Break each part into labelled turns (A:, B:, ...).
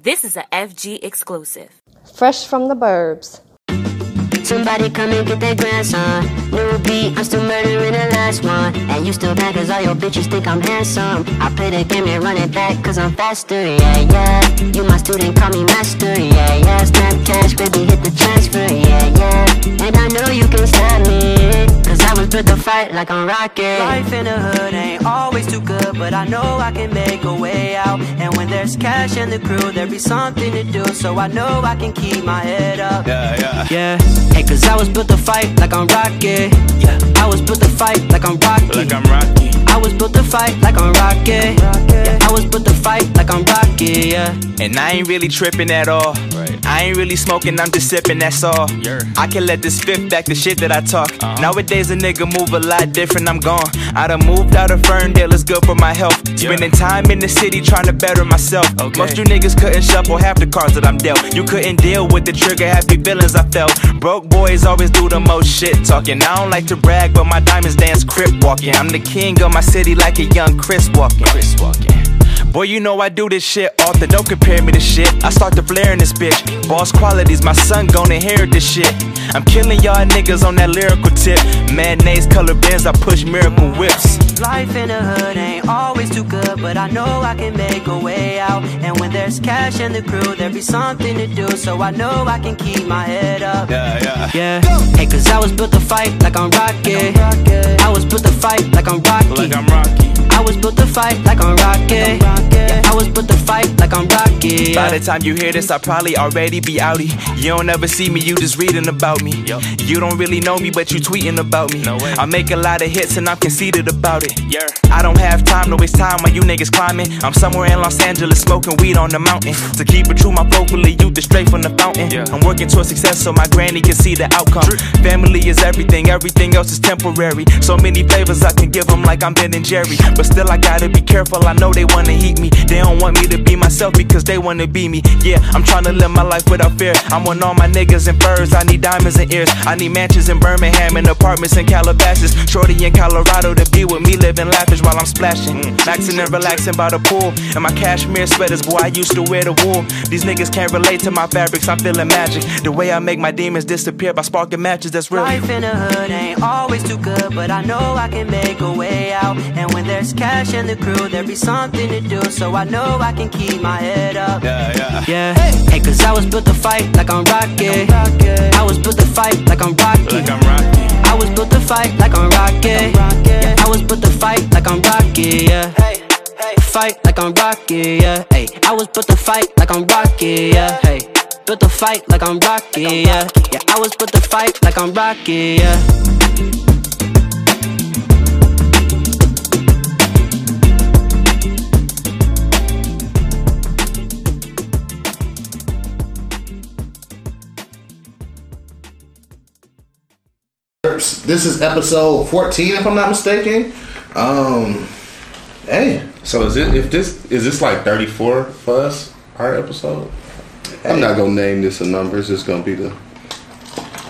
A: This is a FG exclusive.
B: Fresh from the burbs.
C: Somebody come and get that grass on. New beat, I'm still murdering the last one. And you still bad cause all your bitches think I'm handsome. I play the game and run it back cause I'm faster, yeah, yeah. You my student, call me master, yeah, yeah. Snap cash, baby, hit the transfer, yeah, yeah. And I know you can stop me. Cause I was built to fight like I'm rocket.
D: Life in the hood ain't always too good, but I know I can make a way out. And when there's cash in the crew, there be something to do, so I know I can keep my head up.
E: Yeah, yeah.
D: Yeah, hey, cause I was built to fight like I'm Rocket. Yeah, I was built to fight like I'm Rocky.
E: Like I'm Rocky.
D: I was built to fight like I'm Rocket. Yeah, I was built to fight like I'm Rocket, yeah.
E: And I ain't really tripping at all.
F: Right.
E: I ain't really smoking, I'm just sipping, that's all.
F: Yeah.
E: I can let this fifth back the shit that I talk.
F: Uh-huh.
E: Nowadays a nigga move a lot different, I'm gone. I done moved out of Ferndale, it's good for my health. Spending time in the city trying to better myself.
F: Okay.
E: Most you niggas couldn't shuffle half the cards that I'm dealt. You couldn't deal with the trigger happy feelings I felt. Broke boys always do the most shit talking. I don't like to brag, but my diamonds dance crip walking. I'm the king of my city like a young Chris walking. Chris walking. Boy, you know I do this shit often. Don't compare me to shit. I start to flare in this bitch. Boss qualities, my son gon' inherit this shit. I'm killing y'all niggas on that lyrical tip. Mayonnaise, color bands, I push miracle whips.
D: Life in the hood ain't always too good, but I know I can make a way out. And when there's cash in the crew, there be something to do, so I know I can keep my head up.
E: Yeah, yeah.
D: Yeah, hey, cause I was built to fight like I'm Rocket. I was built to fight like I'm Rocky.
E: Like I'm Rocky.
D: I was built to fight like I'm Rocket. Yeah, I was built to fight like I'm Rocket.
E: By the time you hear this, I probably already be outie. You don't ever see me, you just reading about me.
F: Yup.
E: You don't really know me, but you tweeting about me.
F: No way.
E: I make a lot of hits and I'm conceited about it.
F: Yeah.
E: I don't have time to waste time while you niggas climbing. I'm somewhere in Los Angeles smoking weed on the mountain. To keep it true, my vocally you just straight from the fountain.
F: Yeah.
E: I'm working towards success so my granny can see the outcome.
F: True.
E: Family is everything, everything else is temporary. So many flavors I can give them like I'm Ben and Jerry. But still, I gotta be careful, I know they wanna heat me. They don't want me to be myself because they wanna be me. Yeah, I'm trying to live my life without fear. I'm on all my niggas and furs, I need diamonds and ears. I need mansions in Birmingham and apartments in Calabasas. Shorty in Colorado to be with me, living lavish while I'm splashing. Maxing and relaxing by the pool. And my cashmere sweaters, boy, I used to wear the wool. These niggas can't relate to my fabrics, I'm feeling magic. The way I make my demons disappear by sparking matches, that's real.
D: Life in the hood ain't always too good, but I know I can make a way out. And when there's cash in the crew, there be something to do, so I know I can keep my head up.
E: Yeah, yeah.
D: Yeah, hey, cause I was built to fight like I'm Rocket. I was built to fight like I'm Rocket.
E: Like I'm Rocky.
D: I was built to fight like I'm Rocket. Yeah, I was built to fight like I'm Rocket, yeah. Hey, hey. Fight like I'm Rocket, yeah. Hey, I was built to fight like I'm Rocket, yeah. Hey, built to fight like I'm Rocket, yeah. Yeah, I was built to fight like I'm Rocket, yeah.
G: This is episode 14, if I'm not mistaken. Um, hey,
H: So is it if this is this like thirty four for us our episode? I'm not gonna name this a number. It's just gonna be the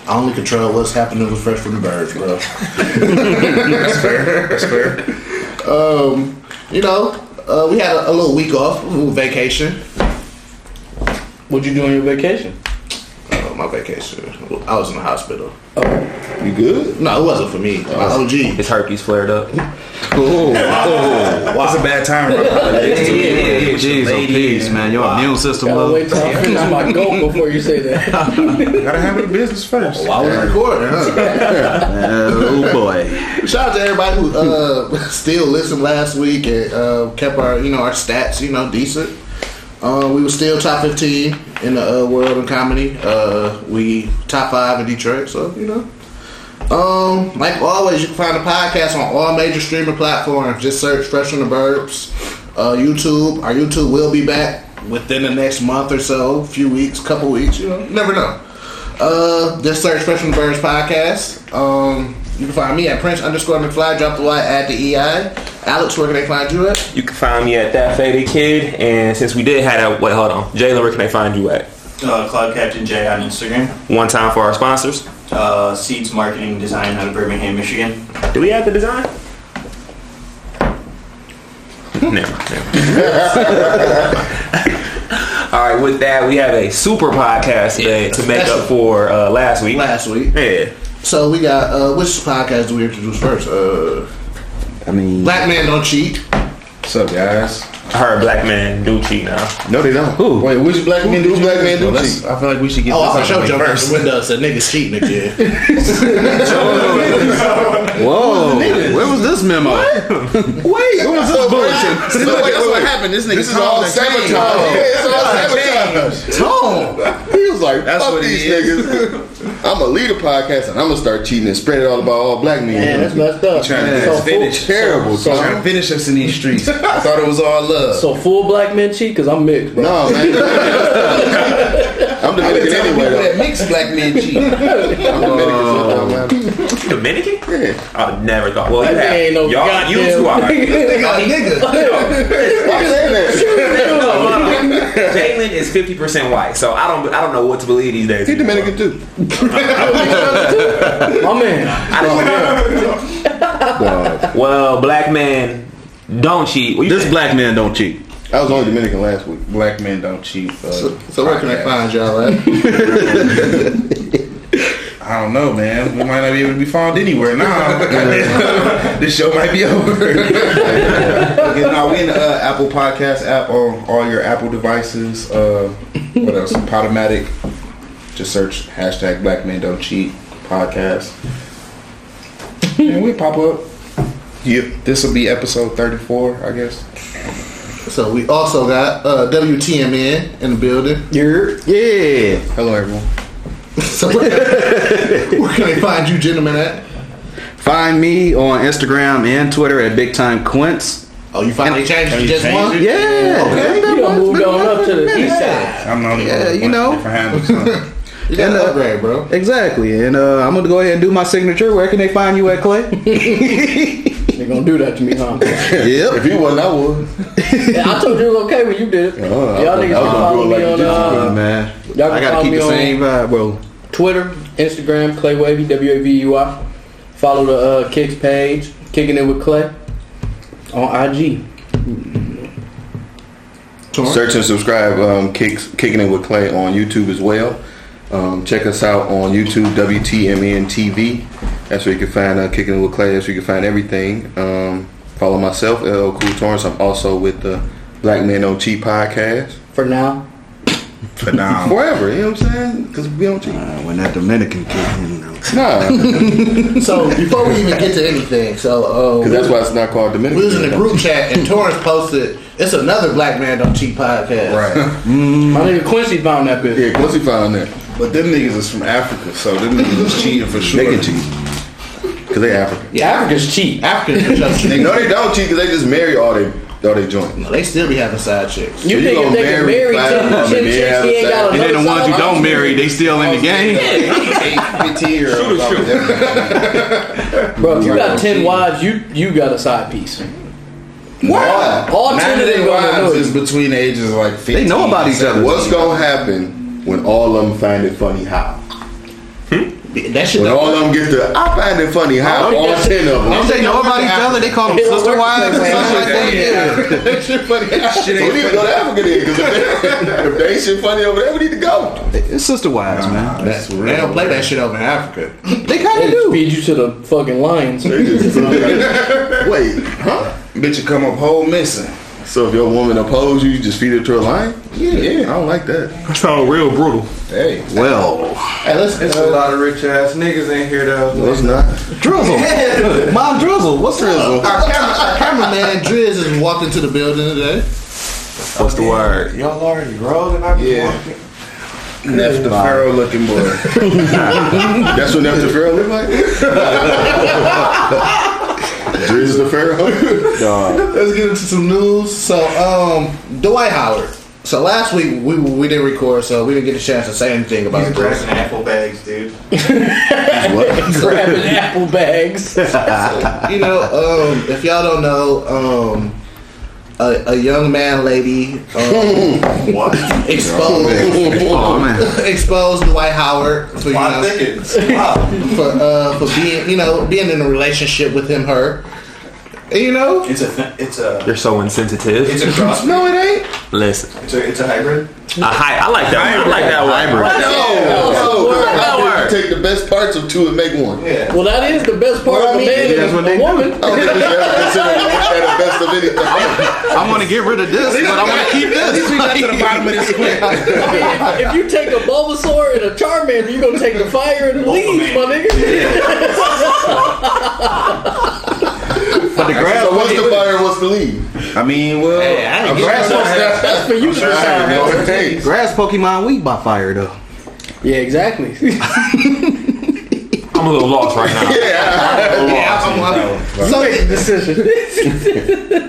G: I only control what's happening with Fresh from the Birds, bro.
H: that's fair.
G: um, you know, uh, we had a, a little week off, a little vacation.
H: What'd you do on your vacation?
G: Uh, my vacation. I was in the hospital.
H: Oh, you good?
G: No, it wasn't for me. My OG.
F: His herpes flared up.
H: Oh, oh.
E: That's a bad time right now.
F: Jeez, oh, please, man. Your immune system low.
I: Wait till I finish my goat before you say that.
H: gotta handle the business first.
G: I was recording, huh?
H: Uh,
F: Oh boy.
G: Shout out to everybody who uh, still listened last week and uh, kept our you know our stats you know decent. Uh, we were still top fifteen in the uh, world in comedy. Uh, we top five in Detroit, so you know. Um, like always, you can find the podcast on all major streaming platforms. Just search "Fresh on the Burbs." Uh, YouTube, our YouTube will be back within the next month or so, few weeks, couple weeks. You know, you never know. Uh, just search Fresh from the Birds podcast. Um, you can find me at Prince underscore McFly. Drop the Y at the EI. Alex, where can they find you at?
J: You can find me at that faded kid. And since we did have that, wait, hold on, Jalen, where can they find you at?
K: Uh, Cloud Captain J on Instagram.
J: One time for our sponsors.
K: Uh, Seeds Marketing Design out of Birmingham, Michigan.
J: Do we have the design? Never, never. All right, with that, we have a super podcast today to make up for uh, last week. Last
G: week,
J: yeah.
G: So we got uh, which podcast do we introduce first? Uh,
H: I mean,
G: Black man don't cheat.
H: What's up, guys?
J: I heard black men do cheat now.
H: No, they don't. Who? Wait, which black men do black men do cheat? I feel like we should get
G: oh, I
H: this out
G: showed
H: of the
G: you
H: way
G: first
H: first.
G: window. Said niggas cheating again.
H: Whoa, where was this memo?
G: Wait, what
H: was this bullshit? See, look, that's what happened. This nigga
I: This is all
H: Tom
I: sabotage.
H: changed.
I: Yeah, it's all
H: Tone. He was like, "Fuck these niggas." I'm a leader podcast, and I'm gonna start cheating and spreading all about all black men.
I: Man, that's messed up.
H: Trying to
I: so
H: finish.
I: Full,
H: Terrible.
I: So,
H: Trying to
I: so,
H: finish us in these streets. I thought it was all love.
I: so full black men cheat because I'm mixed. Bro.
H: no, man. I'm Dominican anyway. Though.
L: mixed black men cheat.
H: I'm Dominican. so-
J: You Dominican?
H: Yeah.
J: I never thought. Well, you
I: That
J: have.
I: ain't no
J: y'all, you two are.
L: They got niggas.
H: Why you saying that?
J: Jalen is fifty percent white, so I don't. I don't know what to believe these days.
H: He Dominican too.
I: My man.
J: I don't Well, black man don't cheat. What you
L: This
J: think?
L: black man don't cheat.
H: I was only Dominican last week.
L: Black men don't cheat. Uh,
G: So, so where can I
L: podcast.
G: find y'all at?
L: I don't know, man. We might not be able to be found anywhere now. this show might be over. Again, now we in the uh, Apple Podcast app on all your Apple devices. Uh, what else? Podomatic. Just search hashtag Black Men Don't Cheat podcast, and we pop up. Yep, this will be episode thirty-four, I guess.
G: So we also got uh, WTMN in the building.
I: You're
H: Yeah.
L: Hello, everyone.
G: So where can, where can they find you, gentlemen? At
H: Find me on Instagram and Twitter at Big Time Quince.
G: oh, you finally changed it just one.
H: Yeah.
I: you done moved on up to the east side.
L: I'm the only
H: Yeah,
L: one. with
H: you know.
L: different handles, so.
G: You got
H: And,
G: an
H: uh,
G: upgrade, bro.
H: Exactly. And uh, I'm going to go ahead and do my signature. Where can they find you at, Clay?
I: They're gonna do that to me, huh?
H: yep.
G: If you wasn't, I would.
I: Yeah, I told you it was okay when you did it.
H: Oh, I
I: y'all
H: was
I: niggas can
H: gonna
I: follow
H: do it
I: me
H: like
I: on
H: this, but,
I: uh,
H: man.
I: y'all
H: I
I: can
H: gotta
I: follow
H: keep
I: me
H: the
I: on-
H: same vibe. Well,
I: Twitter, Instagram, Clay Wavy, W A V U I. Follow the uh, Kicks page, Kicking It With Clay on IG.
H: search and subscribe. Um, kicks, kicking it with Clay on YouTube as well. Um, check us out on YouTube, WTMN TV. That's where you can find uh, kicking it with Clay. That's where you can find everything. Um, follow myself, LL Cool Torrance. I'm also with the Black Men Don't Cheat podcast.
I: For now,
L: For now.
H: Forever, you know what I'm saying? Because we don't cheat.
L: Uh, when that Dominican kid, you know.
H: Nah,
G: So before we even get to anything, so uh,
H: because that's why it's not called Dominican.
G: we was in the group chat and Torrance posted it's another Black Man Don't Cheat podcast.
L: Right.
I: my nigga Quincy found that bitch.
H: Yeah, Quincy found that.
L: But them niggas is from Africa, so them niggas is cheating for sure.
H: They can cheat. Because they African.
I: Yeah, Africa's cheap.
G: Africans are just
H: They, no, they don't cheat because they just marry all they, all they joint.
G: they still be having side chicks.
I: You
H: you
I: think if
H: gonna
I: they can
H: marry
I: marry
H: five women,
I: 10 10
H: yeah,
I: chicks, he ain't
H: that's
I: got
H: it.
L: And
I: another
L: then the ones you
I: side
L: don't
I: option?
L: marry, they still in the game.
H: Eight, 15 year olds.
J: Shoot, shoot.
I: Bro, if you got
H: Right.
I: 10 wives, you you got a side piece.
H: Why?
I: All 10
L: Nine
I: of them
L: of their
I: gonna know
L: wives is
I: you.
L: between the ages of like 15.
H: They know about each other.
L: What's
H: What's
L: going
H: gonna happen when all of them find it funny? How?
G: That shit
H: When
G: don't
H: all of them get to, I find it funny. How?
I: Oh,
H: All
I: yeah.
H: ten of them.
I: They know about each other,
H: They call them
I: It don't sister work wives that or something way. like
H: that.
G: that shit funny.
H: So we need to go to Africa then, because if they ain't shit funny over there, we need to go. It's sister wives, man.
L: That's real.
G: They don't play that shit over in Africa.
H: They kind
I: They feed you to the fucking lions.
H: Wait, huh?
L: Bitch, you come up whole missing.
H: So if your woman oppose you, you just feed her to a lion? Yeah, I don't like that.
J: That sound real brutal.
L: Hey.
H: Well,
G: Hey, let's,
L: It's a lot of rich ass niggas in here though.
H: no, it's not. Drizzle, mom, drizzle. What's drizzle?
G: our, camera, our cameraman Driz has walked into the building today.
J: What's the word?
L: Y'all already rolling. I
H: Yeah.
L: Left the Pharaoh looking boy.
H: That's what Neptune Pharaoh look like? Dreams the Pharaoh? Dog.
G: Let's get into some news. So, um, Dwight Howard. So last week we we didn't record, so we didn't get a chance to say anything about this.
K: Grabbing apple bags, dude.
H: What?
I: Grabbing apple bags.
G: you know, um, if y'all don't know, um, a, a young man, lady, um,
K: What?
G: exposed
H: Oh, man.
G: exposed Dwight Howard for you
K: My
G: know,
K: tickets. Wow.
G: for uh, for being you know being in a relationship with him, her, You know,
K: it's a it's a
J: You're so insensitive.
K: It's a cross-
G: no, it ain't.
J: Listen,
K: it's a, it's a hybrid.
J: a hy- I like that. I like that word.
H: Hybrid. No, no,
J: I like that
H: no.
J: word.
H: Take the best parts of two and make one.
I: Well, that is the best part of a man
H: That's
I: and
H: what
I: a woman.
H: I don't think we ever considered that the best of anything.
F: I'm gonna get rid of this, but I'm gonna keep
L: At least
F: this.
L: we got to the bottom of this quick.
I: I mean, if, if you take a Bulbasaur and a Charmander, you gonna take the fire and leave, my nigga.
F: But the grass,
H: So what's the fire? What's the lead?
L: I mean, well,
F: Hey, I ain't
L: a
F: get
L: grass
F: that.
L: don't have-
I: That's for you to
L: I'm sure I
I: decide.
L: ain't
I: how
L: know.
I: it tastes.
F: grass Pokemon weak by fire though.
I: Yeah, exactly.
J: I'm a little lost right now.
I: Make the decision.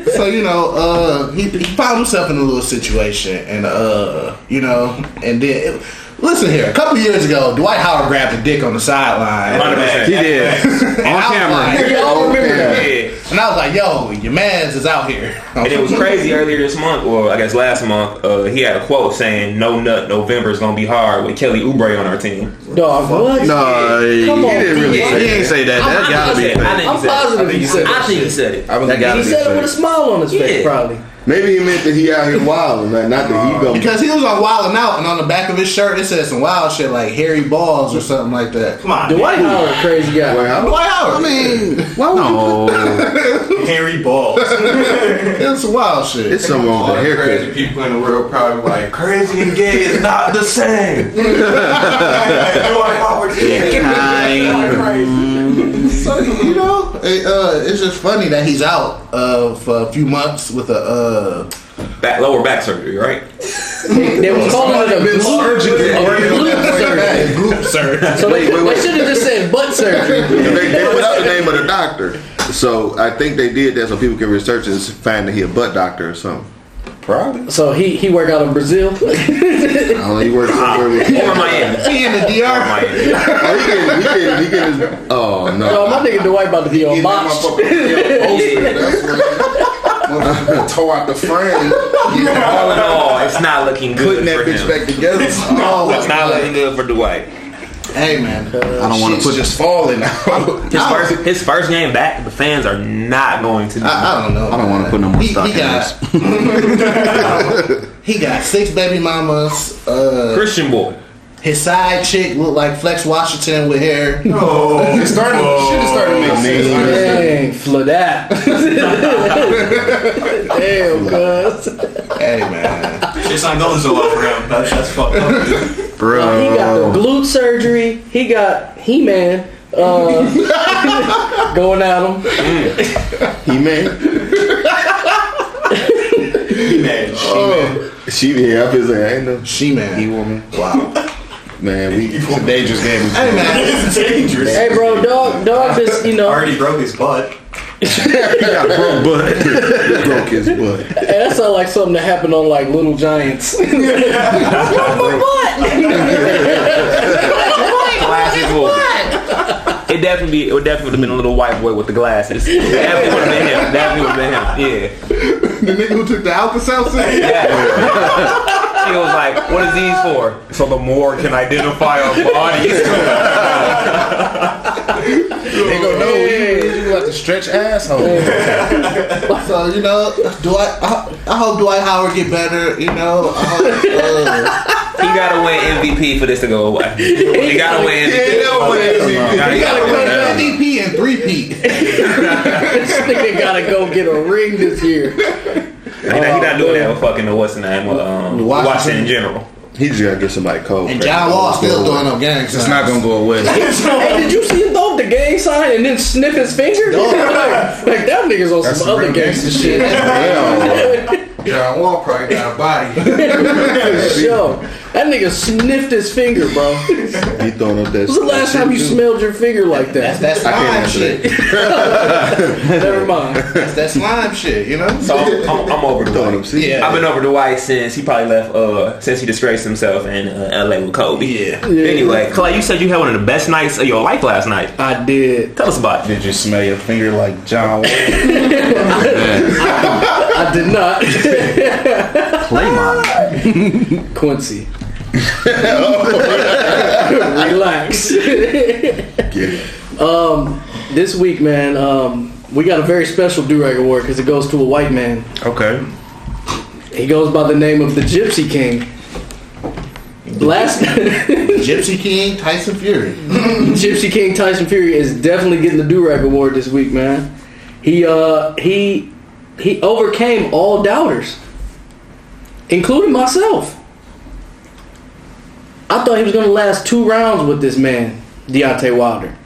G: so you know, uh, he, he found himself in a little situation, and uh, you know, and then listen here, a couple years ago, Dwight Howard grabbed a dick on the sideline,
F: He did on
G: And I was
F: camera.
G: like-
I: We all remember that.
J: Yeah.
G: and I was like, "Yo, your man's is out here."
J: And it was crazy earlier this month, or I guess last month, uh, he had a quote saying, No nut November is going to be hard with Kelly Oubre on our team.
I: Dog, what?
F: No, he
I: Come on,
F: didn't really
J: yeah.
F: say. He didn't say that. That gotta be.
J: I
F: fake.
J: think he
I: I'm
J: said it.
I: positive he said
J: I
I: that
J: think he
I: shit.
J: said it.
H: I was
F: That gotta
I: He
F: be
I: said it with a
F: fake.
I: smile on his face,
J: Yeah.
I: probably.
H: Maybe he meant that he out here wild, man. Not that
I: Oh.
H: he gonna.
G: Because he was on Wildin' Out, and on the back of his shirt it said some wild shit like hairy balls or something like that.
K: Come on,
I: Dwight Howard, a crazy guy.
H: Well,
G: Dwight Howard. I mean, why would
F: No,
K: hairy balls.
G: you? It's some wild shit.
H: it's something wrong with the haircut.
L: people in the world probably like,
K: Crazy and gay is not the same. Dwight Howard,
G: So you know, it, uh, it's just funny that he's out uh, for a few months with a. Uh,
J: Back, lower back surgery, right?
I: They, they was calling it a
L: been
I: glute,
L: surgical.
I: a glute surgery.
G: Group surgery.
I: So they,
H: Wait, wait, wait.
I: they should have just said butt surgery.
H: They, they put out the name of the doctor, so I think they did that so people can research and find that he a butt doctor or something.
L: probably.
I: So he he work out in Brazil.
H: I don't know. He works somewhere with.
J: Or Miami.
G: He in the
J: Or
G: DR.
J: Miami.
H: Oh, he getting, he getting, he getting his, oh no.
I: Dog, my nigga Dwight about to be on
L: Get that
I: box.
L: motherfucker posted, that's what it is. Motherfucker Tore out the frame,
J: All in all, it's not looking
L: putting
J: good
L: that
J: for
L: bitch
J: him.
L: back together.
G: Oh,
J: It's not looking good for Dwight.
G: hey man,
F: I don't want to
L: Shit's
F: put.
L: just falling out.
J: His first, his first game back, the fans are not going to. Be
G: I, I don't know.
F: I don't want to put no more stock in this.
G: got, He got six baby mamas. Uh,
J: Christian boy.
G: his side chick looked like Flex Washington with hair.
L: It's starting. Shit is starting to make sense. honestly.
I: Dang, for that. Damn, cuz.
G: Hey man,
K: It's not going so well for him. That's, that's fucked up.
I: He got the
H: Bro,
I: glute surgery. He got He Man uh, going at him.
H: he man.
K: He man, she man.
H: She yeah, I feel like I ain't no
G: she man.
H: he woman.
G: wow.
H: Man, we it's a dangerous game. we
G: Hey man,
K: It's dangerous.
I: Hey, bro, dog, dog, just you know,
K: Already broke his butt.
H: broke his butt.
I: that sounds like something that happened on like Little Giants.
J: Glasses will. It definitely be. It would definitely have been a little white boy with the glasses. It definitely would have been him. Definitely would have been him. Yeah.
G: the nigga who took the Alka Seltzer.
J: Yeah. He was like, "What is these for?" So the more can identify our bodies.
L: They gonna know you, you like the stretch asshole.
G: So you know, Dwight. I, I hope Dwight Howard get better. You know, I hope, uh,
J: He gotta win MVP for this to go away. He gotta win MVP.
G: he gotta
J: Gotta
G: win
J: win MVP.
G: MVP and uh, three P.
I: this nigga gotta go get a ring this year.
J: He not, he not doing that with fucking the what's the name? Um,
G: Washington.
J: Washington in general.
H: He just gotta get somebody cold.
G: And John Wall still throwing up gangs.
L: It's not gonna go away.
I: Hey, did you see him throw up the gang sign and then sniff his finger? like, like, that nigga's on
L: That's
I: some
L: some
I: other
L: real
I: gangster
L: gangsta
I: shit.
L: John Wall probably got a body.
I: Yo, that nigga sniffed his finger, bro. When's
H: He throwing up that.
I: the last time you smelled your finger like
G: That's
I: that?
G: that
H: I can't
G: slime
H: answer
G: shit.
I: Never mind.
G: That's that slime shit. You know.
J: So I'm, I'm, I'm over
H: Throwing up
J: Dwight.
H: seed.
J: I've been over Dwight since he probably left. Uh, since he disgraced himself in uh, LA with Kobe.
G: Yeah.
J: Anyway, Clay, you said you had one of the best nights of your life last night.
I: I did.
J: Tell us about it.
L: Did you smell your finger like John Wall?
I: I did not.
F: Play mine.
I: Quincy. Relax.
H: Get it.
I: This week, man, um, We got a very special Durag Award because it goes to a white man.
L: Okay.
I: He goes by the name of the Gypsy King. Last
G: Gypsy King Tyson Fury.
I: Gypsy King Tyson Fury is definitely getting the Durag Award this week, man. He uh he he overcame all doubters, including myself. I thought he was gonna last two rounds with this man, Deontay Wilder.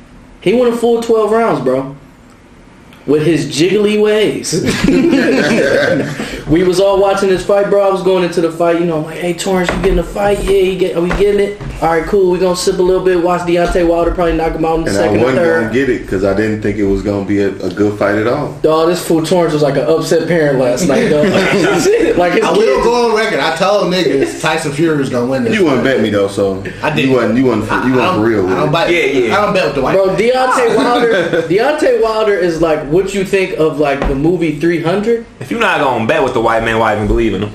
I: He went a full twelve rounds, bro. With his jiggly ways. we was all watching this fight, bro. I was going into the fight, you know, I'm like, hey, Torrance, you getting a fight? Yeah, you get, are we getting it? All right, cool. We gonna sip a little bit, watch Deontay Wilder probably knock him out in the
H: And I
I: second or
H: wasn't
I: third.
H: gonna get it because I didn't think it was gonna be a, a good fight at all.
I: Dog, this fool Torrance was like an upset parent last night, though. like his
G: I
I: kid-
G: will go on record. I told niggas Tyson Fury was gonna win this.
H: You wouldn't bet me though, so I did. You wasn't. You wasn't. For, you wasn't for real. With
G: I don't
H: it.
G: buy- I don't bet with the white.
I: Bro, Deontay Wilder, Deontay Wilder is like what you think of like the movie 300.
J: If you're not gonna bet with the white man, why even believe in him?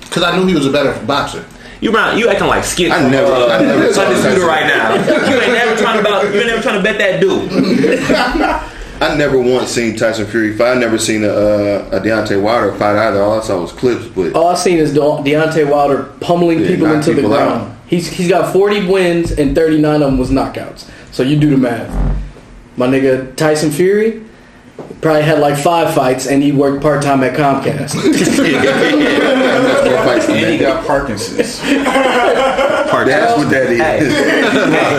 G: Because I knew he was a better boxer.
J: You round, you acting like skip. I
H: never.
J: Uh,
H: I never
J: like this
H: saw
J: dude
H: Tyson.
J: right now. You ain't never trying to bet. You ain't never trying to bet that dude.
H: I never once seen Tyson Fury fight. I never seen a, uh, a Deontay Wilder fight either. All I saw was clips, but
I: All I seen is De- Deontay Wilder pummeling
H: Yeah,
I: people
H: knock
I: into
H: people
I: the
H: out.
I: ground. He's he's got 40 wins and 39 of them was knockouts. So you do the math. My nigga Tyson Fury probably had like five fights and he worked part time at Comcast.
L: and he got Parkinson's.
H: That's what that is.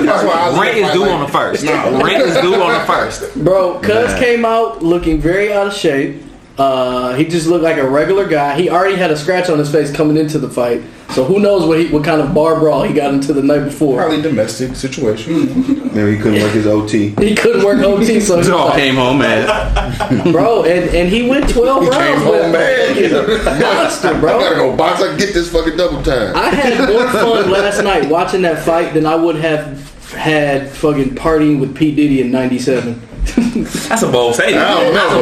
L: That's why I was
J: Rent is
L: like-
J: due on the first. Rent is due on the first.
I: Bro, Cuz
J: Nah.
I: came out looking very out of shape. Uh, he just looked like a regular guy. He already had a scratch on his face coming into the fight, so who knows what he, what kind of bar brawl he got into the night before.
L: Probably domestic situation.
H: Maybe he couldn't work his OT.
I: He couldn't work OT, so he was
H: came home mad.
I: like, bro, and, and he went twelve
H: He came
I: rounds. with-
H: home mad.
I: Monster, bro.
H: I gotta go box. I can get this fucking double time.
I: I had more fun last night watching that fight than I would have had fucking partying with P Diddy in '97.
J: That's a bold statement.
H: I don't know,
J: That's a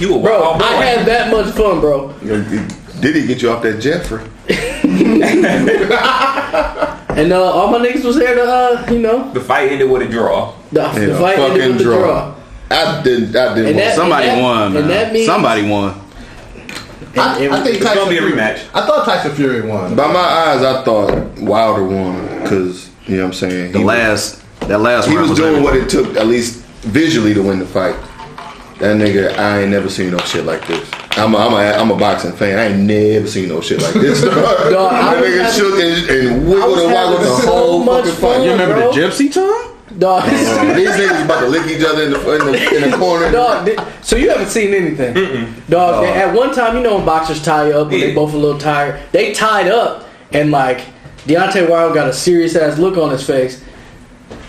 H: bro.
J: bold statement. You a
I: Bro,
J: wild boy.
I: I had that much fun, bro.
H: Did he get you off that Jeffrey?
I: And uh, all my niggas was there to, uh, you know,
J: The fight ended with a draw.
I: the, the fight ended with the draw.
H: I did. I did.
I: And
H: not
I: that-
F: Somebody
I: and that-
F: won, man.
I: and that means-
F: Somebody won.
G: I, I think
J: It's
G: Tyson
J: gonna be a
G: Fury-
J: rematch.
G: I thought Tyson Fury won.
H: By my eyes, I thought Wilder won because you know what I'm saying.
F: The
H: He-
F: last, that last
H: he
F: round
H: was
F: was
H: doing
F: everything.
H: what it took, at least visually, to win the fight. That nigga, I ain't never seen no shit like this. I'm a, I'm a, I'm a boxing fan. I ain't never seen no shit like this. that
I: I was
H: nigga
I: having-
H: shook and, and wiggled
I: was
H: and waggled
I: having
H: the
I: so
H: whole
I: much
H: fucking fight.
I: fun, You remember the bro.
H: gypsy time?
I: Dog,
H: These niggas about to lick each other in the, in the, in the corner.
I: dog. thi- So you haven't seen anything, dog.
H: Dog.
G: Oh.
I: At one time, you know when boxers tie up when they both a little tired, they tied up and like Deontay Wilder got a serious ass look on his face.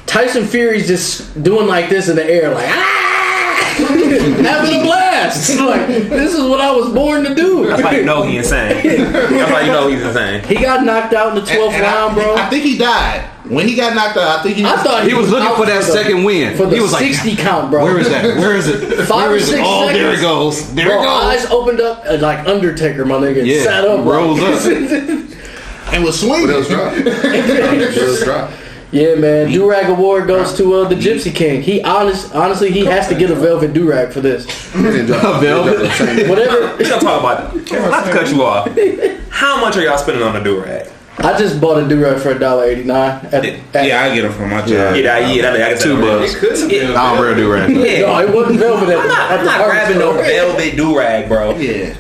I: Tyson Fury's just doing like this in the air, like ah, having a blast. Like this is what I was born to do.
J: That's how you know he's insane. That's how you know he's insane.
I: He got knocked out in the twelfth
G: And I-
I: round, bro.
G: I think he died when he got knocked out. I think he.
I: I thought
F: He was looking
I: out
F: for that
I: the-
F: second win.
I: for the
F: He was like,
I: sixty count, bro.
F: Where is that? Where is it?
I: Five
F: Where
I: or
F: is
I: six
F: it? Oh, there it
I: seconds.
F: goes. There
I: Bro,
F: it goes.
I: eyes opened up uh, like Undertaker, my nigga.
F: Yeah,
I: sat up,
F: rose
G: and was
H: What
G: swinging.
H: else drop? What else drop?
I: Yeah, man. Durag award goes to uh, the Gypsy King. He honest, honestly, he has to get a velvet durag for this.
H: He didn't drop- he didn't drop the same-
I: Whatever.
J: We gonna talk about it. Not to cut you off. How much are y'all spending on the do
F: Uh,
J: rag?
I: I just bought a durag for a dollar eighty nine. At, at,
L: Yeah, I get them from my job.
J: Yeah, that- yeah, that, I guess
F: Two
J: that-
F: bucks.
J: It could- it-
F: I don't really do right.
J: Yeah.
I: No, it wasn't velvet. At,
J: I'm not,
I: at
J: I'm
I: the
J: not
I: art
J: grabbing no
I: store.
J: velvet do rag, bro.
G: Yeah.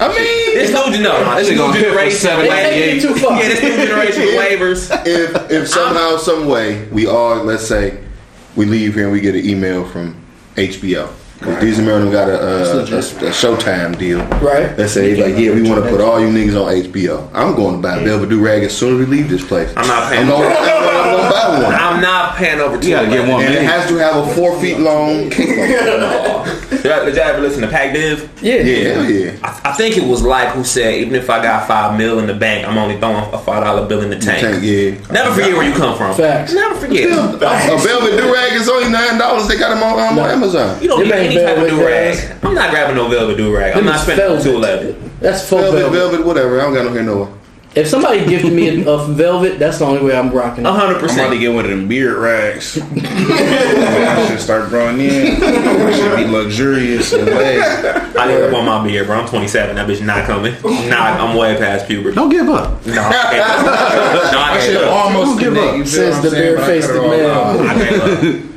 H: I mean,
J: This new no, no,
F: This
J: this
F: is
J: new
F: gonna hit for
J: generation.
F: seven
J: of
I: They taking it
J: waivers.
I: too far.
J: Yeah, this new generation of waivers.
H: if if somehow, some way, we all let's say we leave here and we get an email from HBO. Right. These American got a, uh, a, a Showtime deal.
I: Right.
H: Let's say like, yeah, we want to put all you niggas on HBO. I'm going to buy a Velvet Durag as soon as we leave this place.
J: I'm not paying.
H: I'm going, I'm going to buy one.
J: I'm not paying over two.
F: You gotta get one
H: and it
F: minute.
H: has to have a four feet long.
J: Did y'all, did y'all ever listen to Pac Div?
I: Yeah.
H: yeah, hell yeah.
J: I, I think it was like who said, even if I got five mil in the bank, I'm only throwing a five dollar bill in the tank.
H: Tank, yeah.
J: Never forget where you come from.
I: Facts.
J: Never forget.
H: A Velvet Durag is only nine dollars. They got them on, um, on Amazon.
J: You don't
I: Them
J: need
I: ain't
J: any type of
I: velvet
J: do
I: rags.
J: rag. I'm not grabbing no velvet do rag. I'm
I: Them
J: not
I: is
J: spending
I: velvet.
J: two eleven.
I: That's full
H: Velvet,
I: velvet.
H: velvet, whatever. I don't got no hair nowhere.
I: If somebody gifted me a, a velvet, that's the only way I'm rocking.
G: Uh-huh.
L: hundred percent. I'm about to get one of them beard rags. I should start growing in. I should be luxurious and laid.
J: I didn't want my beard, bro. I'm 27. That bitch not coming. Not. I'm way past puberty.
F: Don't give up.
J: No, I can't. no, I
L: I
J: can't.
L: should almost give up.
I: Says the barefaced man.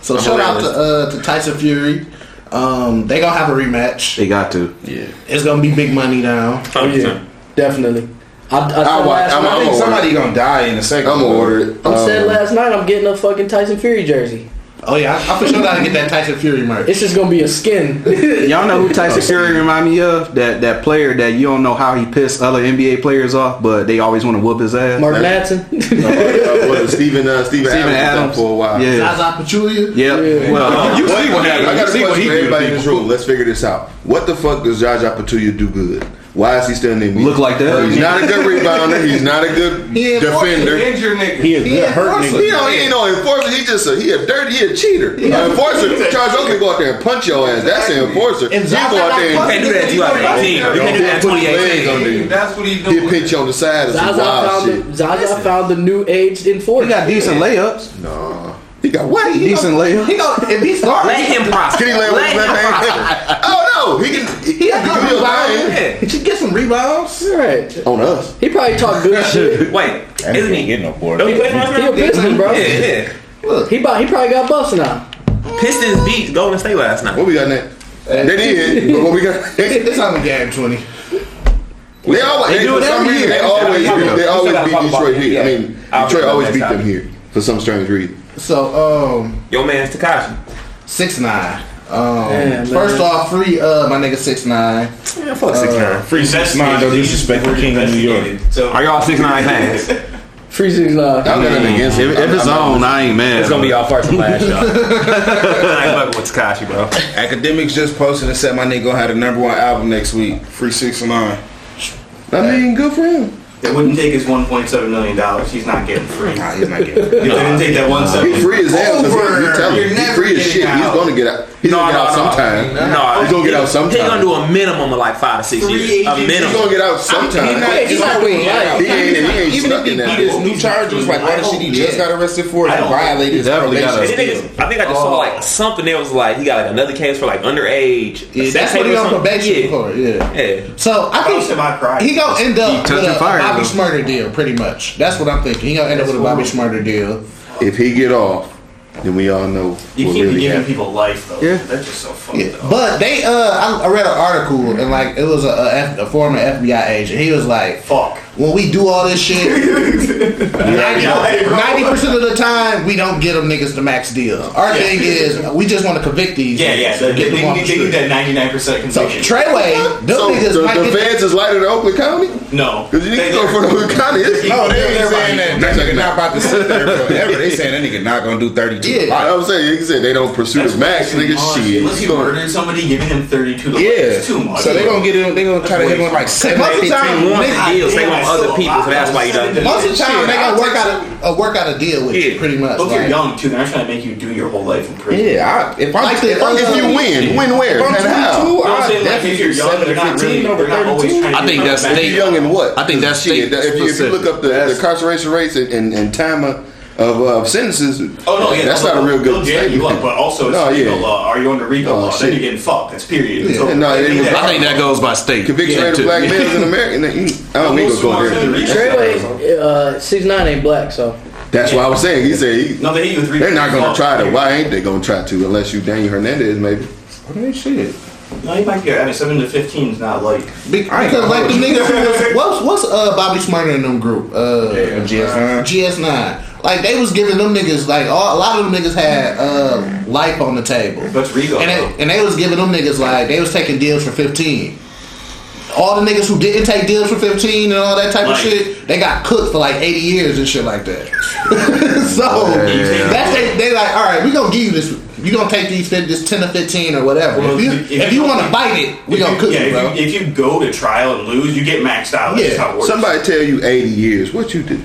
G: So shout out to uh, to Tyson Fury. Um, they gonna have a rematch.
F: They got to.
L: Yeah.
G: It's gonna be big money now.
I: Oh, yeah,
G: Uh,
I: definitely. I, I, said
L: I watch.
I: last
L: I'm,
I: night-
L: I
H: I'm
L: think
H: gonna
L: somebody gonna die in a second.
H: I'm gonna order it.
I: I said
H: Um,
I: last night I'm getting a fucking Tyson Fury jersey.
G: Oh yeah, I, I for sure gotta get that Tyson Fury merch.
I: It's just gonna be a skin.
F: Y'all know who Tyson Fury remind me of? That that player that you don't know how he pissed other NBA players off, but they always want to whoop his ass.
I: Mark Madsen.
H: uh, what is it, Steven, uh, Steven,
F: Steven
H: Adams, was
F: Adams.
H: down for a while.
F: Yeah.
G: Zaza Pachulia.
F: Yeah. Well,
H: You see what happened. I got
F: You
H: a
F: see
H: question
F: what he
H: for
F: do to
H: everybody in this
F: people.
H: room. Let's figure this out. What the fuck does Jaja Pachulia do good? Why is he still in the NBA?
F: Look like that.
H: He's not a good rebounder. He's not a good
G: He ain't
H: defender.
G: forcing.
K: Injured nigga.
L: He is
G: He
L: good hurt
G: enforces.
L: nigga.
H: He, don't, he ain't no enforcer. He just a, he a dirty, he a cheater. An enforcer, Charles Oakley go out there and punch your ass. That's an enforcer. You
G: And
H: go
G: Zaza
H: out
G: got
H: there
J: You
H: and
J: can't do that till you out 18. You can't do that at
H: put his
J: 28.
H: legs on you.
K: That's what he's
H: He'll
K: doing.
H: pinch you on the side of some
I: Zaza
H: wild
I: found
H: shit.
I: the, Zaza found the new age enforcer.
F: he got decent layups.
H: Nah. He got what? He
F: Decent layups.
G: He gonna if he starts,
J: Let him process.
H: Can he lay with his
J: Let
H: left
J: him process.
H: hand? Oh no, he can. He,
G: he
H: can
G: got
H: do his thing.
G: rebounds. He should get some rebounds.
I: Right.
H: on us.
I: He probably talked good shit.
J: Wait, isn't he?
L: getting no board.
J: Don't he play for us
I: He
J: now?
I: a Piston, bro.
J: Yeah, yeah.
I: He, about, he probably got buffs now.
J: Pistons beat Golden State last night.
H: What we got next? They did. but what we got? They
G: It's on the game twenty.
H: always. They,
F: do it
H: for some
F: every
H: reason,
F: year.
H: They always.
J: Yeah,
H: They
J: we
H: always
J: gotta
H: beat
J: talk about
H: Detroit
J: it.
H: here. I
J: Yeah.
H: mean,
J: I'll
H: Detroit
J: get
H: always
J: that
H: beat
J: next
H: them here for some strange reason.
G: So um
J: Your man's Takashi.
G: six nine. Um,
I: Damn,
G: first
I: man.
G: off, free uh my nigga six nine.
J: Yeah, fuck six
H: Uh,
J: nine.
L: Free six nine. Don't disrespect the king of New York.
J: So
F: Are y'all six nine fans? If,
I: Free six nine.
H: I'm nothing against him.
F: if it's on, I ain't mad.
J: it's gonna be all first and last, y'all. I ain't fucking with Takashi, bro.
L: Academics just posted and said my nigga gonna have the number one album next week. Free six nine.
H: I mean, good for him.
M: It wouldn't take his one point seven million dollars. He's not getting free.
L: Nah, he's not getting.
M: It didn't take that one
H: He
M: seven.
H: free as hell. 'cause
M: Over.
H: he- You tell
M: You're
H: him, he
M: never
H: free as
M: getting
H: shit. He's
M: out.
H: gonna get out. He's gonna get out sometime.
J: No,
H: he's gonna get out sometime.
J: He's gonna do a minimum of like five to six
M: Free
J: years. A
M: agents.
H: He's gonna
J: minimum.
H: get out sometime.
L: not-
H: He
L: he's not winning life.
H: ain't. He ain't
L: Even if
H: stuck
L: he
H: in
L: beat
H: that.
L: his new charges, like all the shit he just
G: Yeah.
L: got arrested for, he
M: I don't-
L: violated his
F: Definitely gotta-
L: probation.
J: And the thing is, I think I just saw like something that was like he got like another case for like underage.
G: Yeah, that's
J: sex
G: what
J: tape
G: he
J: or
G: on
J: something.
G: probation for. Yeah.
J: Yeah. yeah.
G: So I think
M: Most of my crimes.
G: he gonna end up
F: touching
G: with a, a
F: fire,
G: Bobby
F: though.
G: Smarter deal, pretty much. That's what I'm thinking. He gonna end up with a Bobby Smarter deal.
H: If he get off, then we all know what
M: You can't be
H: really
M: giving
H: happened.
M: people life though.
F: Yeah.
M: That's just so fucked
G: Yeah.
M: up.
G: But they, uh, I, I read an article and like it was a, a, F, a former FBI agent. He was like,
M: Fuck.
G: when we do all this shit, ninety percent of the time we don't get them niggas the max deal. Our
M: Yeah.
G: thing is we just want to convict these.
M: Yeah,
G: niggas
M: yeah.
G: and
M: They,
G: get
M: they,
G: them off
M: they,
G: the
M: they need
G: street.
M: that ninety nine percent
G: So
M: conviction.
G: Treyway, them
H: So
G: niggas
H: the,
G: might
H: the
G: get
H: fans is lighter than Oakland County.
M: no.
H: Because you need to go for the Oakland County. It's-
L: No,
M: Oh,
L: they ain't
H: Everybody-
L: saying that. That nigga not about to sit there forever. They saying that nigga not gonna do 32.
G: Yeah.
L: Yeah.
H: I am saying, you said they don't pursue
M: That's
H: the max,
M: fucking
H: nigga.
M: much.
H: Shit,
M: Unless
H: you
M: you
H: gonna-
M: murdered somebody, giving him thirty two to life
L: Yeah.
M: is too much.
L: So they gonna get him. They gonna try to hit him with like seven,
G: Most of the
L: eight,
G: time,
L: ten
J: They want
L: one.
J: the deals. They want other people, so that's why you don't.
G: Most of the time,
L: Shit,
G: they
L: I'll
G: gonna work
L: take
G: out a, a work out a deal with you,
J: Yeah.
G: pretty much.
M: But if you're
G: like-
M: young too, they're not trying to make you do your whole life in prison.
L: Yeah, I, if I'm
G: Like the-
L: if I'm
H: If you win, win where?
L: I'm
H: And how?
M: You know
L: 22,
M: what I'm
L: I
M: saying? Like,
L: definitely
M: if you're
L: do
M: young,
L: seven
M: they're
L: to
M: not really,
L: fifteen
M: they're
L: over
M: not always
L: thirty-two.
M: trying to
K: I think
M: get
K: that's
M: back
K: state-
H: You young and what?
K: I think that's
H: Shit,
K: state
H: if you, if you look up the, the
F: That's-
H: incarceration rates and, and, and time of, of uh, sentences,
M: Oh no, yeah,
H: that's
M: no,
H: not a
M: no,
H: real
M: no,
H: good
M: yeah, you
H: statement.
M: up, but also it's
H: No,
M: Rico
H: yeah.
M: law. Are you under Rico
H: Oh,
M: law?
H: shit.
M: Then you're getting fucked. That's period. It's
H: Yeah,
M: over.
H: no,
M: They
H: it is-
M: did that.
K: I think that goes by state.
H: Conviction rate of
K: too.
H: black males in America, and you- I don't mean to go there.
I: Treyway, uh, six nine ain't black, so
H: That's why I was saying. He said he,
M: No, they hit you with Rico.
H: they're not going
M: Fuck.
H: to try to. Why ain't they going to try to? Unless you Daniel Hernandez, maybe.
L: I mean, shit.
M: No, you might get. I mean, seven to fifteen is not like.
G: Be-
L: I ain't
G: Because
L: gonna
G: like the
L: hold you.
G: niggas, who was- what's what's uh Bobby Smarter in them group? Uh,
L: GS9.
G: GS nine. Like they was giving them niggas like all, a lot of them niggas had uh life on the table,
M: That's Rico.
G: and they, and they was giving them niggas like they was taking deals for fifteen. All the niggas who didn't take deals for fifteen and all that type
M: Life.
G: of shit, they got cooked for like eighty years and shit like that. so that's they, they like, all right, we gonna give you this. You gonna take these fif- this ten to fifteen or whatever.
M: Well,
G: if you
M: if
G: if,
M: you-
G: you want to bite it, we
M: If
G: gonna
M: you-
G: cook
M: yeah,
G: you,
M: if
G: bro.
M: you, if you go to trial and lose, you get maxed out. That's
G: Yeah,
M: how it works.
H: Somebody tell you 80 years, what you do?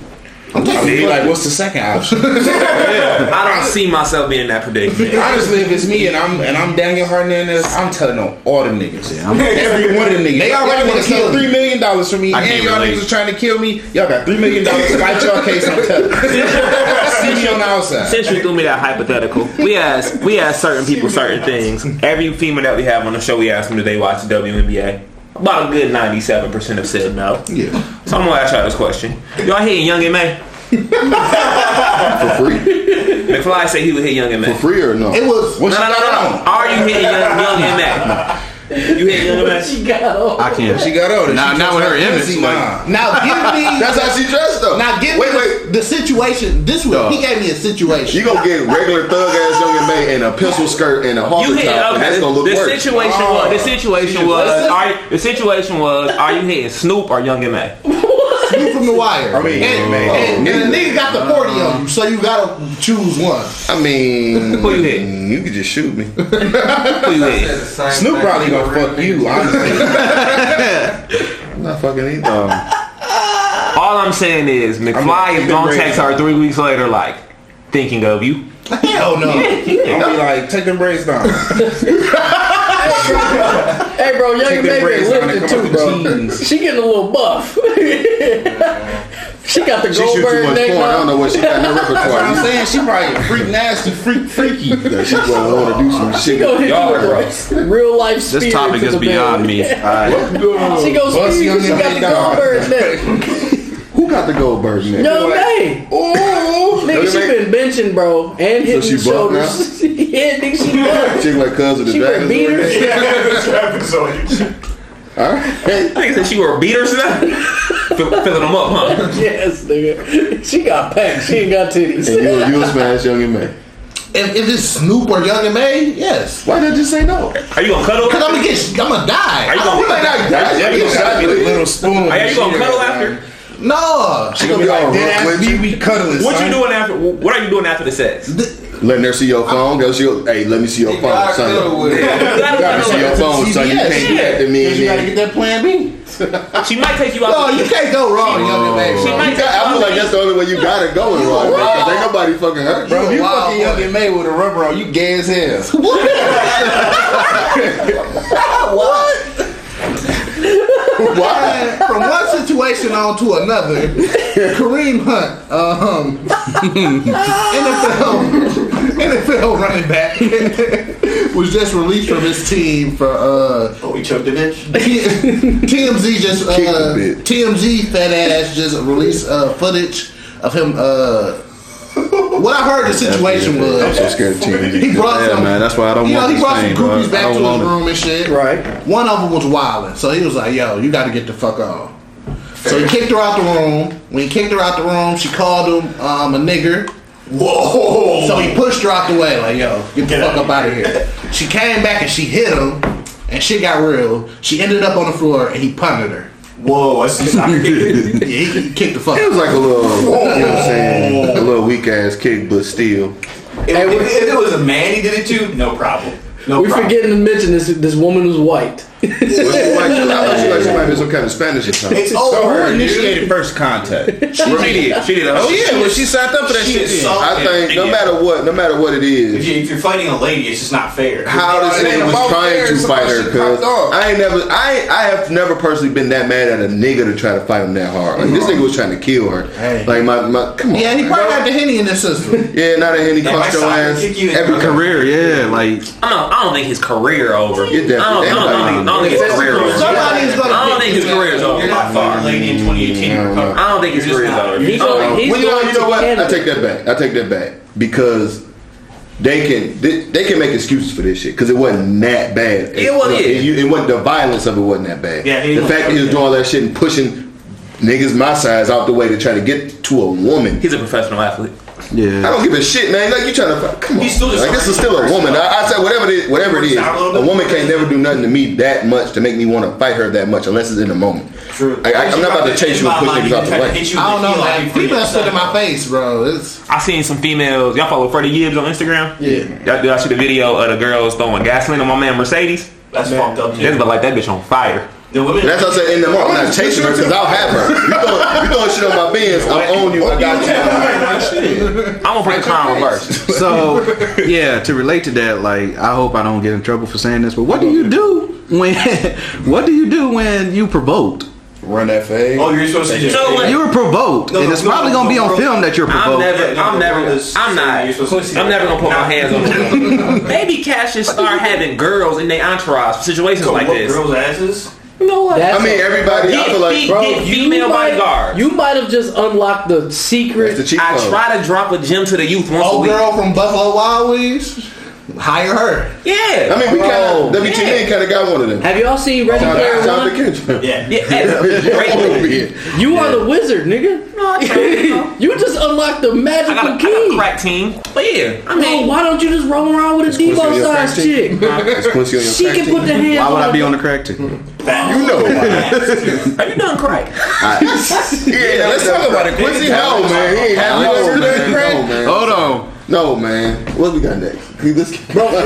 L: I mean, like, what's the second option?
J: I don't see myself being in that predicament.
L: Honestly, if it's me and I'm and I'm Daniel Hernandez, I'm telling on all them niggas.
J: I'm-
L: Every one of them niggas. They already want to steal three million dollars from me,
J: I
L: and
J: can't
L: y'all
J: relate.
L: niggas was trying to kill me. Y'all got three million dollars. Fight y'all case. I'm telling. See me on the outside.
J: Since you threw me that hypothetical, we ask we ask certain people certain things. Every female that we have on the show, we ask them, do they watch the WNBA? About a good ninety-seven percent have said no. Yeah. So I'm gonna ask y'all this question: Y'all hitting Young and May for free? McFly said he would hit Young and May for
H: free or no?
L: It was-
J: no, no, no, no, no. Are you hitting Young, young and May? You hitting Young and May?
I: She got on.
J: I can't.
L: She got on.
F: Nah,
L: She
F: not
L: dressed
F: with her
L: like
F: image,
L: Lindsay,
F: like-
L: nah.
G: Now give me.
H: That's how she dressed though.
G: Now give
H: Wait,
G: me
H: wait.
G: the situation. This was he gave me a situation.
H: You gonna get regular thug ass young and May in a pencil skirt and a halter
J: You
H: top,
J: hit
H: and that's
J: okay.
H: gonna look
J: the
H: worse.
J: situation
I: Oh.
J: was the situation was are you- the situation was are you hitting Snoop or Young and May?
G: You from the wire.
H: I mean,
G: and,
H: man,
G: and, and the
H: neither.
G: nigga got the forty on you, so you gotta choose one.
H: I mean,
J: Who you
H: You could just shoot me.
J: Who you hitting?
L: Snoop probably gonna fuck you.
H: I'm not fucking either.
J: All I'm saying is McFly is gonna text her three weeks later like thinking of you.
L: Oh,
G: Hell no.
L: I'll be like, take them braids down.
I: Hey, bro, Young
L: Take
I: and
L: them
I: May
L: braids
I: been
L: down and
I: lifted
L: come
I: too,
L: up with
I: bro. She getting a little buff. she got the
H: She shoot too
I: Goldberg
H: much
I: neck
H: porn. I don't know
I: up.
H: what she got in her
L: That's what I'm
H: repertoire.
L: saying. She probably a freak nasty, freak freaky.
H: That she gonna want to do some
I: She
H: shit.
I: gonna hit
H: Y'all
I: you
H: are gross.
I: with a real life spear
F: This topic
I: to
F: is
I: the
F: beyond
I: belly.
F: me.
H: What?
I: She goes
L: Bust
I: spear.
L: Young
I: She
L: and
I: got
L: May
I: the
L: down.
I: Goldberg neck.
H: Who got the Goldberg neck?
I: Young May.
J: oh,
L: Ooh,
I: Nigga, she been benching, bro, and hitting
H: she
I: the
H: buff now?
I: shoulders. yeah, nigga, she buff.
H: Chick like cousin the
I: She wear
H: dragon.
I: beaters.
H: All right.
J: Nigga said she wore beaters now? Fill- Filling them up, huh?
I: yes, nigga. She got packs. She ain't got
H: And
I: titties.
H: you you a smash young and May.
G: If, if it's Snoop or Young and May, yes.
H: Why did I just say no?
J: Are you gonna cuddle?
G: Cause I'm gonna get, I'm gonna die.
J: Are you
G: I'm die.
J: gonna-
H: That's
L: Yeah, you gonna shot me with a little spoon.
J: Are you gonna cuddle after?
G: No,
L: She gonna be like, dead ass me, we cuddling.
J: What
L: son."
J: you doing after? What are you doing after the sex?
H: Letting her see your phone. Go see your. Hey, let me see your phone, son.
J: You gotta
H: Let me see your
J: cuddle
H: phone, son. You can't do that to me.
L: You gotta
H: man.
L: get that plan B.
J: after. She might take you
G: No,
M: Oh,
J: out.
G: you can't go wrong, Young and May.
J: She
G: bro.
J: might
H: You got- I feel like that's the only way you gotta go in Raw, because ain't nobody fucking hurt,
L: Bro,
H: bro.
L: if you
G: a wild
L: fucking young
G: boy.
L: and May with a rubber on, you gay as hell.
G: what?
H: Why?
G: From one situation on to another, Kareem Hunt, um, NFL, NFL running back, was just released from his team for uh,
M: Oh, we choked a bitch.
G: T- TMZ just
H: Kick the
G: uh,
H: bitch.
G: TMZ fat ass just released uh, footage of him. Uh, what I heard the situation
H: I'm so
G: was.
H: scared of TV.
G: He brought
F: Yeah,
G: some,
F: man, that's why I don't
G: you know,
F: want
G: he
F: this thing,
G: brought some
F: bro.
G: groupies
F: I
G: back
F: don't
G: to his
F: want it.
G: room and shit.
I: Right.
G: One of them was wilding, so he was like, "Yo, you got to get the fuck off." So he kicked her out the room. When he kicked her out the room, she called him um, a nigger.
M: Whoa!
G: So he pushed her out the way, like, "Yo, get the fuck up out of here." She came back and she hit him, and shit got real. She ended up on the floor, and he punted her.
M: Whoa! I see something.
G: Yeah, he, he kicked the fuck.
H: It was like a little, you know what I'm
L: Oh.
H: saying, a little weak ass kick, but still.
M: if, if, if it was a man he did it to, no problem. No
I: We
M: problem.
I: forgetting to mention this. This woman was white.
H: But she like, I thought she like she might be some kind of Spanish or something.
M: It's
L: So
M: over.
L: her
M: dude.
L: initiated first contact.
J: She did. She did.
L: Oh yeah, when she signed up for that
M: She
L: shit.
M: is
L: then.
M: so-
H: I think no matter what, no matter what
M: If,
H: it is,
M: you, if you're fighting a lady, it's just not fair.
H: how this
L: It ain't
H: nigga
L: about
H: was trying
L: fair,
H: to
L: somebody
H: fight her,
L: should
H: cuz
L: popped off.
H: I ain't never, I I have never personally been that mad at a nigga to try to fight him that hard. Like this nigga was trying to kill her. Like my, my come on.
G: Yeah, he probably had the henny in his system.
H: Yeah, not a Henny
M: Yeah,
H: cost
M: my
H: your
M: soccer
H: ass.
M: kick you in
H: Every
M: the
H: career.
F: Career, yeah, like
J: I don't, I don't think his career over.
H: Get that-
J: I don't, I don't, I don't, think- I don't think his career over.
G: Somebody's gonna
J: I don't
G: pick
J: think his
G: this
J: career
G: up.
J: is over.
M: You're not fighting a lady in 2018.
H: Mm,
M: recover.
J: I don't think his
M: You're
J: career is
M: just
J: over.
M: not.
J: He's
I: Oh,
J: over.
I: he's
H: Uh, Well, you know,
I: going
H: you know
I: to
H: what? I
I: Canada.
H: take that back. I take that back because they can they, they can make excuses for this shit because it wasn't that bad.
J: It wasn't.
H: It, you- it wasn't the violence of it wasn't that bad.
M: Yeah, he
H: the
M: was-
H: fact that he was doing all that shit and pushing niggas my size out the way to try to get to a woman.
J: He's a professional athlete.
H: I
F: yeah.
H: don't give a shit, man. Like you trying to fight. Come on,
M: He's still just
H: like
M: a
H: this is still a
M: regular
H: woman.
M: person.
H: I, I said whatever it is, whatever it
M: He
H: is,
M: works out a little
H: a
M: bit.
H: woman can't never do nothing to me that much to make me want to fight her that much unless it's in the moment.
M: True.
H: I, I, I'm not about to chase you and push niggas out the way.
G: I don't know, man. People that spit in my face, bro. It's
J: I seen some females. Y'all follow Freddie Gibbs on Instagram?
G: Yeah.
J: Y'all, y'all see the video of the girls throwing gasoline on my man Mercedes?
M: That's fucked up.
J: That's
M: Too.
J: about like that bitch on fire.
M: The women.
H: And that's what I said in the mark. I'm not chasing her because I'll have her. You throwing, you throwing shit on my bins. I own you. I got you. I'm
J: gonna put the crown reverse.
F: So yeah, to relate to that, like I hope I don't get in trouble for saying this, but what do you do when what do you do when you provoked?
L: Run that fade.
M: Oh, you're supposed to just- No, wait.
F: you were provoked,
M: No,
F: and it's
M: no,
F: probably
M: no,
F: gonna be
M: no,
F: on
M: no.
F: film that you're
J: I'm
F: provoked.
J: never, I'm never, I'm not, I'm never gonna put my hands on them. Maybe Cash should start having girls in their entourage for situations like
M: whoop
J: this.
M: girls' asses?
I: No,
J: I mean, everybody, I feel like, bro, female bodyguard.
I: You might have just unlocked the secret.
J: I try to drop a gem to the youth once a
M: Oh,
G: Old
J: week.
G: girl from Buffalo Wild Wings. Hire her.
J: Yeah.
H: I mean, we
J: Oh,
H: kind of WTN kind of got one of them.
I: Have y'all seen Ready
H: Shout
I: Player
H: out- shout out
I: One?
H: to Kendrick.
M: Yeah.
I: You are the wizard, nigga. you just unlocked the magical key.
J: crack team. But yeah, I
I: mean, why don't you just roll around with a Debo size chick? She can put the hands.
F: Why would I be
I: her.
F: on the crack team?
H: You know
J: Are you done crack?
H: Yeah, let's talk about it. Quincy, no, man. He ain't have
F: No,
H: no,
F: man. No,
H: man.
F: man. Hold on.
H: No, man. What we got next? We just-
I: Bro, one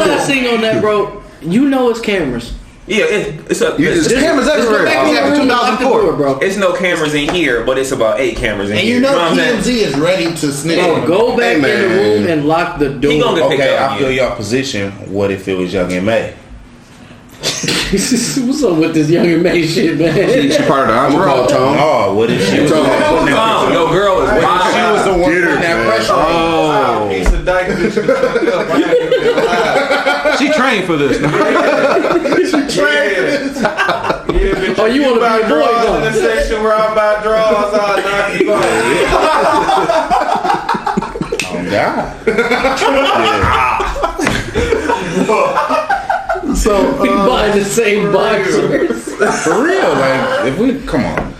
I: last thing on that, bro. You know it's cameras.
J: Yeah, it, it's a.
I: You just-
J: it's-
I: cameras
J: it's-
I: everywhere.
J: it's-
I: I was like, 2004. bro.
J: It's no cameras in here, but it's about eight cameras in
G: And
J: here.
G: you know
J: what I'm
G: TMZ
J: saying?
G: is ready to snitch.
I: Bro, go back in the room and lock the door.
J: He gonna get picked
L: Okay,
J: up.
L: I feel your position. What if it was Young and May?
I: What's up with this young and May shit, man?
F: part of the
L: entourage. Oh, what if she was?
J: Tom, your girl is
L: What if she
J: wild.
L: was the one putting that pressure?
F: Oh.
M: Piece of dyke bitch.
F: She trained for this.
I: oh, you want to be a boy?
M: Draws in the section where I'm about draws. I'll knock you out.
L: Oh, God.
F: So
I: We buy the same boxers.
L: For real, like if we come on,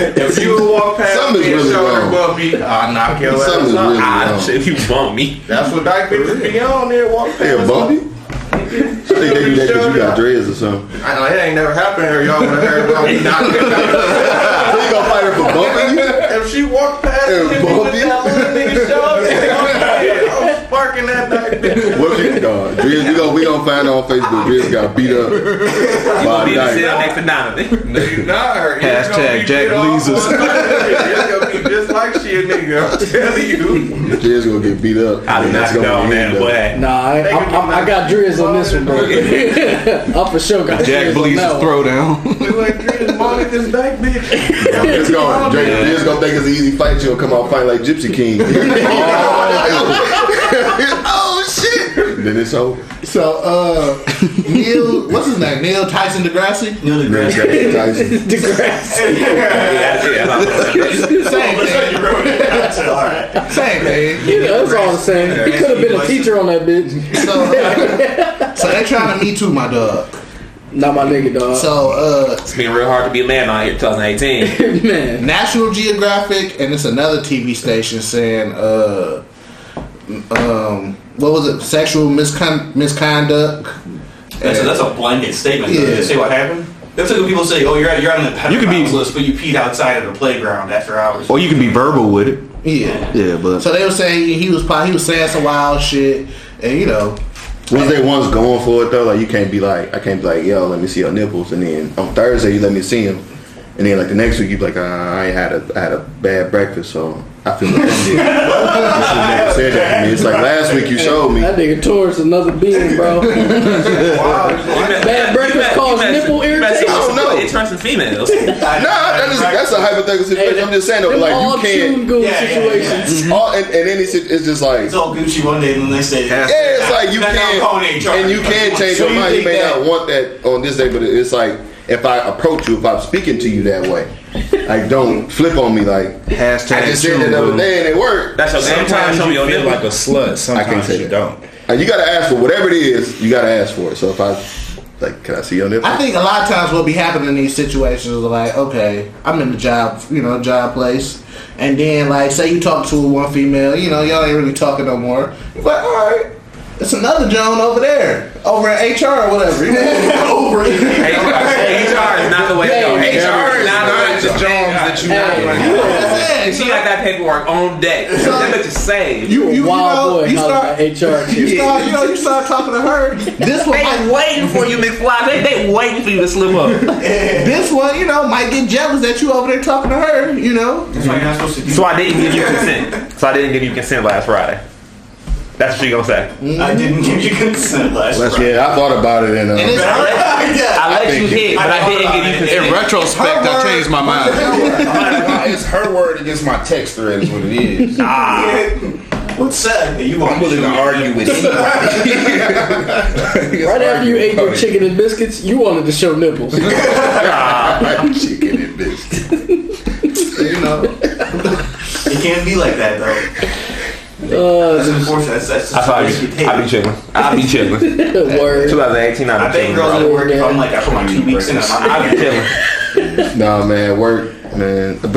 M: If you walk past
H: Something's
M: me and
H: really
M: shoulder
H: wrong.
M: above me, I'll knock your ass
H: Something's
M: out.
H: really
J: Ah,
H: wrong.
J: shit, if you bump me,
M: That's what dyke bitches be on there. Walk past.
H: Yeah, Bumpy. I think they do that because you got dreads or something.
M: I know it ain't never happened here. Y'all would have heard about me knocking.
H: So you gonna fight her for bumping you?
M: If she walked past
H: And
M: me and
H: bump
M: with
H: you?
M: that little nigga shoulder, I'm sparking that dyke bitch.
H: What if you no, Dreads, we gonna we gonna find out on Facebook. Dreads got beat up by
J: be
H: a
J: the
H: dyke.
J: cell next to Donovan.
M: No, you not her.
F: Hashtag Jack Leesus.
M: Leesus. Just like she a nigga. I'm telling you.
H: Dreads gonna get beat up.
J: I did not
H: That's
J: know
H: gonna be
J: that,
H: him, though.
J: boy.
I: Nah, I, I, I, I got Driz on this one, bro. I for sure got
F: Jack
I: Driz on
F: Blee's
I: that one.
F: throwdown.
M: You ain't treated mommy this dyke bitch.
H: It's going. Drake,
J: Yeah.
H: Dreads gonna think it's an easy fight. She'll come out fighting like Gypsy King.
G: Oh shit!
H: then it's over.
G: So uh, Neil, what's his name? Neil Tyson DeGrassi. Neil
H: Then Jack Tyson.
I: DeGrasse.
J: Yeah, yeah, yeah.
G: Same thing. Same thing.
I: You know, it's all the same. He could have been a teacher on that bitch.
G: So, uh, so they trying to me too, my dog.
I: Not my nigga, dog.
G: So uh,
J: It's been real hard to be a man out here, 2018.
I: man.
G: National Geographic and it's another TV station saying, uh, um, what was it? Sexual miscon- misconduct.
M: That's, a, that's a blanket statement.
G: Yeah.
M: Yeah. Just say what happened. That's like when people say, "Oh, you're out- you're on the
F: You could be-
M: pedophiles list, but you peed outside of the playground after hours."
F: Or you can be verbal with it.
G: Yeah.
F: Yeah, but
G: So they were saying he was probably, he was saying some wild shit, and you know,
H: Was they once going for it though? Like you can't be like, I can't be like, yo, let me see your nipples, and then on Thursday you let me see them, and then like the next week you be like, uh, I ain't had a I had a bad breakfast, so I feel like I did. You shouldn't have said that to me. It's like last week you showed me.
I: That nigga towards another being, bro. Bad breakfast caused nipple irritation.
H: I don't know.
J: Interesting females.
H: Nah, that is, that's a hypothetical situation. I'm just saying though,
I: Them
H: like
I: all
H: you
I: June
H: can't.
I: goon
M: Yeah, yeah, yeah.
I: situations.
H: All, and, and then it's, it's just like
M: It's all Gucci one day, and then they say,
H: Yeah, it's like you
M: That's how Conan
H: can
M: charged.
H: and you can change
M: So
H: your mind. You
M: think
H: may
M: that-
H: not want that on this day, but it's like if I approach you, if I'm speaking to you that way, like don't flip on me. Like
F: hashtag
H: I just said that the other
F: true.
H: day and it worked.
J: That's your damn time.
L: sometimes
J: Show me
L: you
J: your
L: feel
J: nipple.
L: like a slut. Sometimes
H: say
L: you
H: that.
L: don't.
H: And you gotta ask for whatever it is. You gotta ask for it. So if I like, can I see your nipple?
G: I think a lot of times what be happening in these situations is like, okay, I'm in the job, you know, job place, and then like, say you talk to one female, you know, y'all ain't really talking no more. You're like, all right, it's another Joan over there, over at HR or whatever. You know, over.
J: HR is not the way to go.
I: Hey,
J: HR is not the way to Jones that you know. She got that paperwork on deck. That bitch is saved.
G: You, you,
I: Wild
G: you know,
I: boy,
G: you
I: calling
G: start,
I: that HR.
G: you
I: chick.
G: start, you know, you start talking to her. This one,
J: they waiting for you, McFly. They, they waiting for you to slip up.
G: this one, you know, might get jealous that you over there talking to her. You know,
J: That's why you're not supposed to. So I didn't give you consent. So I didn't give you consent last Friday. That's what she gonna say.
K: I didn't give you consent last
H: That's-
K: time.
H: yeah, I thought about it and uh,
J: And it's- I let you
H: think
J: hit, but I didn't give you consent.
F: In retrospect, I changed my mind.
L: it's her word against my text thread is what it is.
K: What's that? You
L: I'm willing to argue with anybody.
I: Right after you ate your chicken and biscuits, you wanted to show nipples.
L: chicken and biscuits.
G: you know.
K: It can't be like that though. That's
I: Uh,
K: unfortunate. That's, that's
J: I
K: just
J: thought
K: risky
J: you. I
K: take.
J: be chilling. I be chilling.
I: word.
J: 2018,
K: I
J: I be chilling.
K: think girls at
J: bro.
K: work. I'm like, I put my two weeks in.
J: I
K: I'm
J: be chilling.
H: Nah, man, work, man. But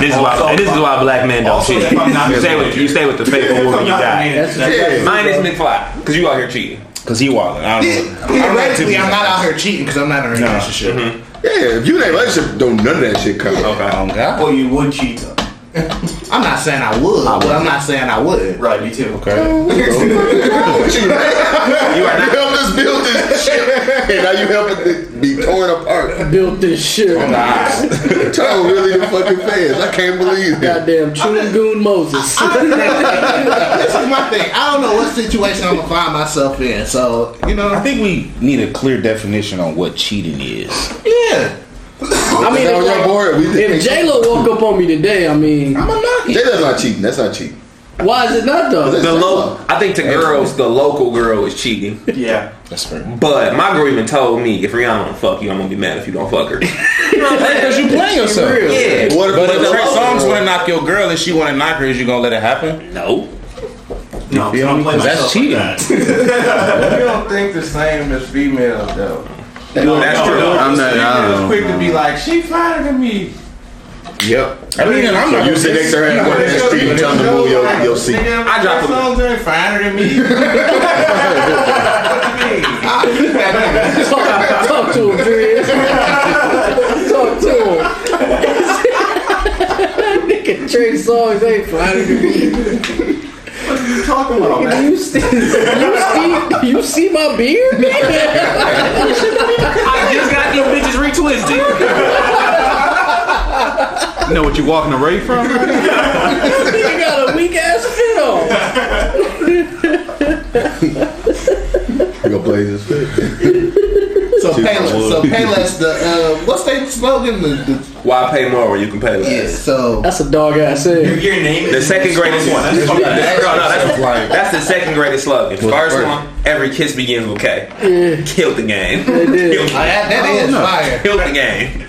J: This is why. This is why black men don't
K: Also,
J: cheat.
K: if I'm not-
J: You stay with you stay with the faithful woman you got.
K: That's
L: yeah,
J: Mine is McFly because you out here cheating.
L: because he wilding. I don't know.
G: Theoretically, I'm not out here cheating because I'm not in a relationship.
L: Mm-hmm.
H: yeah, if you ain't relationship, don't none of that shit count.
J: Okay.
L: Oh, God.
K: Well, you would cheat though.
G: I'm not saying I would, but I'm not saying I would.
K: Right, me too.
H: you helped us build this shit, and now you helping it be torn apart.
I: built this shit.
H: Tone really the fucking fans. I can't believe it.
I: Goddamn chewing goon Moses.
G: this is my thing. I don't know what situation I'm gonna find myself in. So you know,
L: I think we need a clear definition on what cheating is.
G: yeah.
I: I mean,
H: Is that on
I: if,
H: your
I: like,
H: board? We did-
I: if J Lo woke up on me today, I mean,
L: I'm a knock
H: Jay, that's not cheating. That's not cheating.
I: why is it not though?
J: The lo- I think to girls, the local girl is cheating.
K: Yeah.
L: That's fair.
J: But my girl even told me if Rihanna don't fuck you, I'm gonna be mad if you don't fuck her.
L: Because you playing yourself.
I: real.
J: Yeah.
H: What
L: But if
J: the
L: Trey
J: local
L: Songz
J: girl-
L: want to knock your girl and she want to knock her, is you gonna let it happen?
J: No.
K: No,
L: feel
K: I don't
L: me?
K: play
L: 'Cause that's
K: myself
L: cheating.
K: Like that.
N: We don't think the same as females though.
J: That's true.
F: I'm not. I
N: Females
F: don't know.
N: quick to be like, she finer than me.
H: Yep.
L: I mean, and I'm not.
H: You sit next to her at work and street and tell them to move your, your seat.
J: I drop them.
N: songs ain't finer than me.
H: Ah,
I: Talk, talk to him, period. talk to him. Nigga, Trey songs ain't flying to me.
N: Talking about man.
I: You see, you see, you see my beard?
J: I just got these bitches retwisted.
F: You know what you walking away from?
I: you got a weak ass fit on.
H: We gonna play this.
G: So
H: Cheating
G: Payless,
H: would.
G: so Payless, the uh, what's their slogan? The, the,
J: Why pay more when you can pay less?
G: yeah, so
I: That's a dog ass
K: Your,
I: head.
K: your name
J: The
K: is
J: second greatest one. That's, no, no, that's, that's the second greatest slogan. First
H: first?
J: one, every kiss begins with K. Killed the game.
I: did.
J: Killed,
G: uh, that, that is fire.
J: killed the game.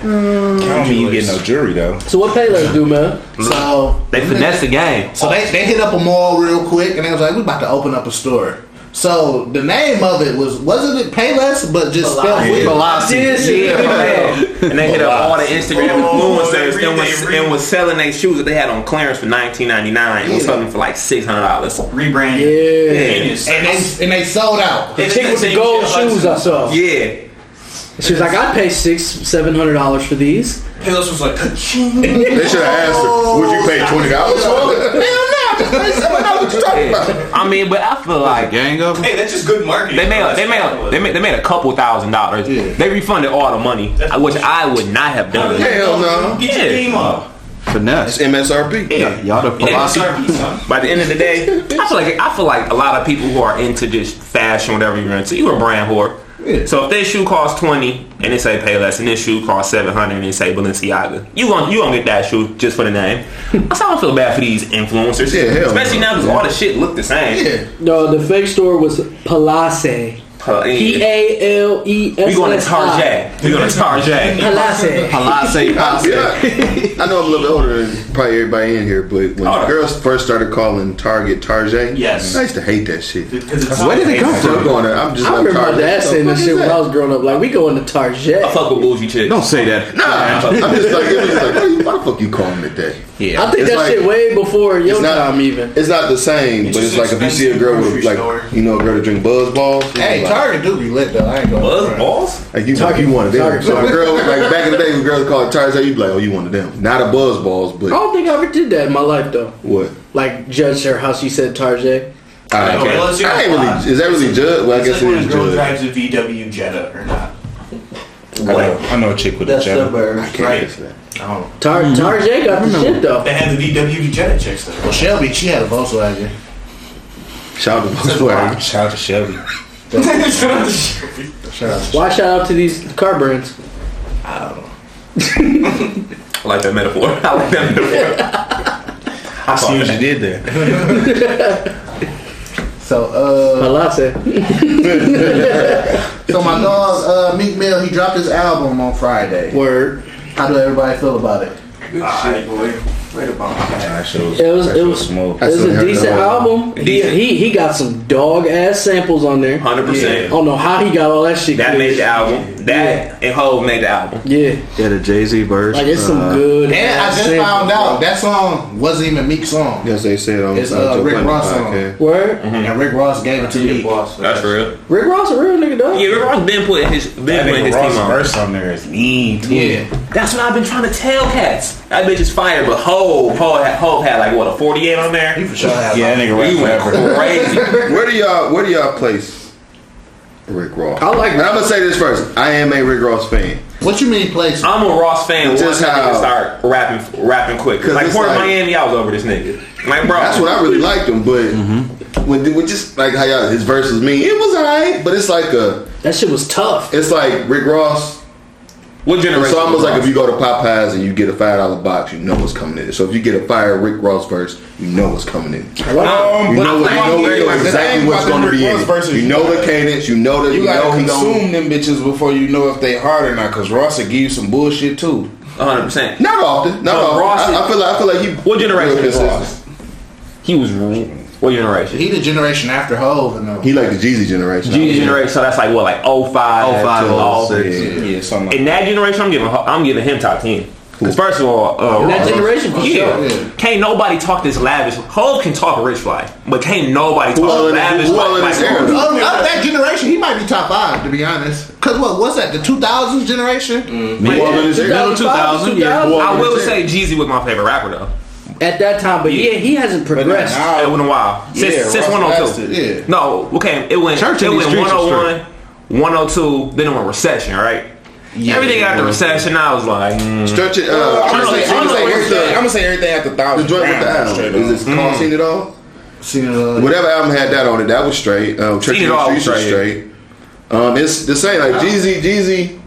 L: I don't mean you get no jury though.
I: So what Payless do, man?
G: So
J: They finessed the game.
G: So they, they hit up a mall real quick, and they was like, "We about to open up a store." So the name of it was wasn't it Payless, but just spelled weird.
J: Yeah, for real. and they hit up all the Instagram
K: Oh,
J: influencers and was,
K: everyday
J: and was selling their shoes that they had on clearance for nineteen ninety nine. Was
G: Yeah.
J: selling for like six hundred dollars.
K: rebrand.
I: Yeah.
K: Genius.
G: And they and they sold out.
I: The chick with the gold shoes I saw.
J: Yeah,
I: She was like, I'd pay six, seven hundred dollars for these.
K: Payless was like,
H: They should have asked her, would you pay twenty dollars for it?
J: I mean, but I feel like
F: Gang up.
K: hey, that's just good marketing.
J: They made a,
K: That's
J: they made a, they made they made a couple thousand dollars.
G: Yeah.
J: They refunded all the money, which I would not have done.
H: Hell no.
K: Get your
J: Yeah.
K: game up.
H: It's
F: Finesse.
H: MSRP.
J: Yeah.
F: Y'all the
J: Yeah.
F: philosophy.
J: By the end of the day, I feel like I feel like a lot of people who are into just fashion, whatever you're into, you're a brand whore. So if this shoe costs twenty and it say pay less, and this shoe costs seven hundred and it say Balenciaga, you gonna you gonna get that shoe just for the name. That's how I feel bad for these influencers,
H: Yeah, hell
J: especially now because all the shit look the same.
G: Yeah.
I: No, the fake store was Palace.
J: Uh, yeah.
I: P A L E S.
J: We going to Tarjay. We going to Tarjay.
I: Palace.
F: Palazzo.
H: Yeah. I know I'm a little bit older than probably everybody in here, but when
J: Oh, no.
H: girls first started calling Target Tarjay,
K: Yes.
H: I used to hate that shit.
K: Because it's
F: Where did it come
H: So I'm
F: from?
H: going to, I'm just
I: I
H: like
I: remember my
H: Target.
I: dad
H: The
I: saying
H: fuck
I: this
H: is
I: shit when
H: that?
I: I was growing up. Like, we going to Target.
J: I fuck with bougie chicks.
F: Don't say that.
H: Nah, I'm just like, it was like, why, you, why the fuck you calling it that?
L: Yeah.
I: I think
H: It's
I: that
H: like-
I: shit way before your
H: It's not-
I: time even.
H: It's not the same, but
K: just
H: it's like if you see a
K: expensive
H: girl with
K: grocery
H: like
K: store.
H: you know a girl that drink Buzz balls.
G: Hey,
H: like,
G: Target do be lit though. I ain't gonna
J: Buzz balls?
H: Like you,
G: Target-
H: you wanted them.
G: Target.
H: So a girl, like back in the day, when girls called Tarzan, you'd be like, oh, you wanted them. Not a buzz balls,
I: I
H: but
I: don't think I ever did that in my life though.
H: what?
I: Like judge her how she said Tarjay.
H: I, okay. I ain't really. Is that really judge? Well, I guess it is judge.
O: drives a VW Jetta or not.
H: I know a chick with
O: That's suburbs,
H: I can't
O: right?
H: answer that.
G: Oh.
I: Tar- Tarjay got the shit though.
O: They had the VW Jetta chicks though.
G: Well, Shelby, she had a Volkswagen.
H: Shout out to Volkswagen.
L: Shout out to Shelby.
I: Why shout out to these car brands?
J: I like that metaphor. I like that metaphor.
L: I see what you did there.
G: So, uh.
I: My life said.
G: so my dog, uh, Meek Mill, he dropped his album on Friday.
I: Word.
G: How do everybody feel about it?
N: Good shit, boy. Wait about that.
I: It was it was
L: smoke.
I: it was a decent album. He, he he got some dog ass samples on there. Hundred
J: 100%.
I: I don't know how he got all that shit.
J: That made the album. That and Hov made the album.
I: Yeah.
F: Yeah, the Jay Z verse.
I: Like, it's some
G: uh,
I: good-
G: And I just
I: Same.
G: found out that song wasn't even Meek's song.
H: Yes, they said on
G: It's
H: on
G: uh,
H: Joe
G: Rick
H: Budden
G: Ross song.
H: podcast.
I: Word.
G: And Rick Ross gave it to Meek.
J: That's real.
I: Rick Ross a real nigga dog.
J: Yeah, Rick Ross been putting his been
L: That
J: putting
L: nigga
J: his
L: Ross
J: team on.
L: verse on there is mean too.
J: Yeah, that's what I've been trying to tell cats. That bitch is fire, but Hov Hov had, Hov had like what a forty eight on there. You for
G: sure had
L: Yeah, that nigga rap
J: went
L: forever.
J: crazy.
H: Where do y'all Where do y'all place Rick Ross?
I: I like.
H: And I'm gonna say this first. I am a Rick Ross fan.
G: What you mean, place?
J: I'm a Ross fan.
H: Just
J: Once
H: how-
J: I nigga start rapping, rapping quick.
H: 'Cause
J: Like
H: it's
J: Port
H: like-
J: Miami, I was over this nigga. Like bro,
H: That's what I really liked him, but when, when just like how y'all his verses mean, it was alright, but it's like a
I: That shit was tough.
H: it's like Rick Ross.
J: What generation?
H: It's almost
J: was
H: like
J: Ross?
H: if you go to Popeyes and you get a five dollar box, you know what's coming in. So if you get a fire Rick Ross verse, you know what's coming in.
L: Um,
H: You
L: but
H: know, what, you
L: I
H: know, you know
L: think the thing
H: exactly what's
L: about
H: going to
L: them
H: be
L: Rick
H: in
L: Ross verses,
H: it. You
L: you
H: know the
L: gotta-
H: cadence. You know that.
L: You
H: You,
L: gotta
H: know he don't.
L: consume them bitches before you know if they hard or not. Cause Ross will give you some bullshit too.
J: 100. percent
H: Not often. Not
J: But
H: often.
J: Ross
H: I,
J: is-
H: I feel like I feel like you.
J: What generation is
H: consistent.
J: Ross? He was what generation?
G: He the generation after Hov and them.
H: He like the Jeezy generation.
J: G generation. So that's like what, like 05,
H: 05,
J: 05 to
H: 06.
J: 06.
H: Yeah.
L: Yeah, something
J: In that generation, I'm giving I'm giving him top ten. Because first of all, uh,
I: In that
J: Ross-
I: generation, for sure,
J: yeah.
I: yeah.
J: can't nobody talk this lavish. Hov can talk rich fly, but can't nobody talk
H: Well, in-
J: lavish
H: well, in
J: like,
H: this
J: like
H: era.
J: Ross.
G: Of, of that generation, he might be top five to be honest. Cause what was that? The 2000s generation.
H: Well, in this era.
I: 2000, yeah.
J: I will say Jeezy was my favorite rapper though.
I: At that time, but yeah, he hasn't progressed.
L: now-
J: It went a while since
L: Yeah,
J: since
L: Ross
J: 102.
L: lasted, yeah.
J: No, okay, it went
F: Church in
J: it
F: these
J: went
F: streets is
J: 101, 102, then it went recession. Right. Everything after recession, I was like, mm.
H: Stretch it.
L: Uh,
H: Uh,
L: I'm,
H: Stretch
L: gonna
H: It,
L: say,
H: uh,
L: I'm, gonna say
H: what's
L: everything,
H: the-
L: I'm gonna say everything at the thousand.
H: The joint with the
L: pounds,
H: album.
L: straight up. Mm.
H: Is it called Seen It All?
G: Seen it all.
H: Whatever album had that on it, that was straight. Um, Church
J: Seen
H: of
J: It
H: the
J: All was
H: Streets was straight. Um, it's the same. Like Jeezy, Jeezy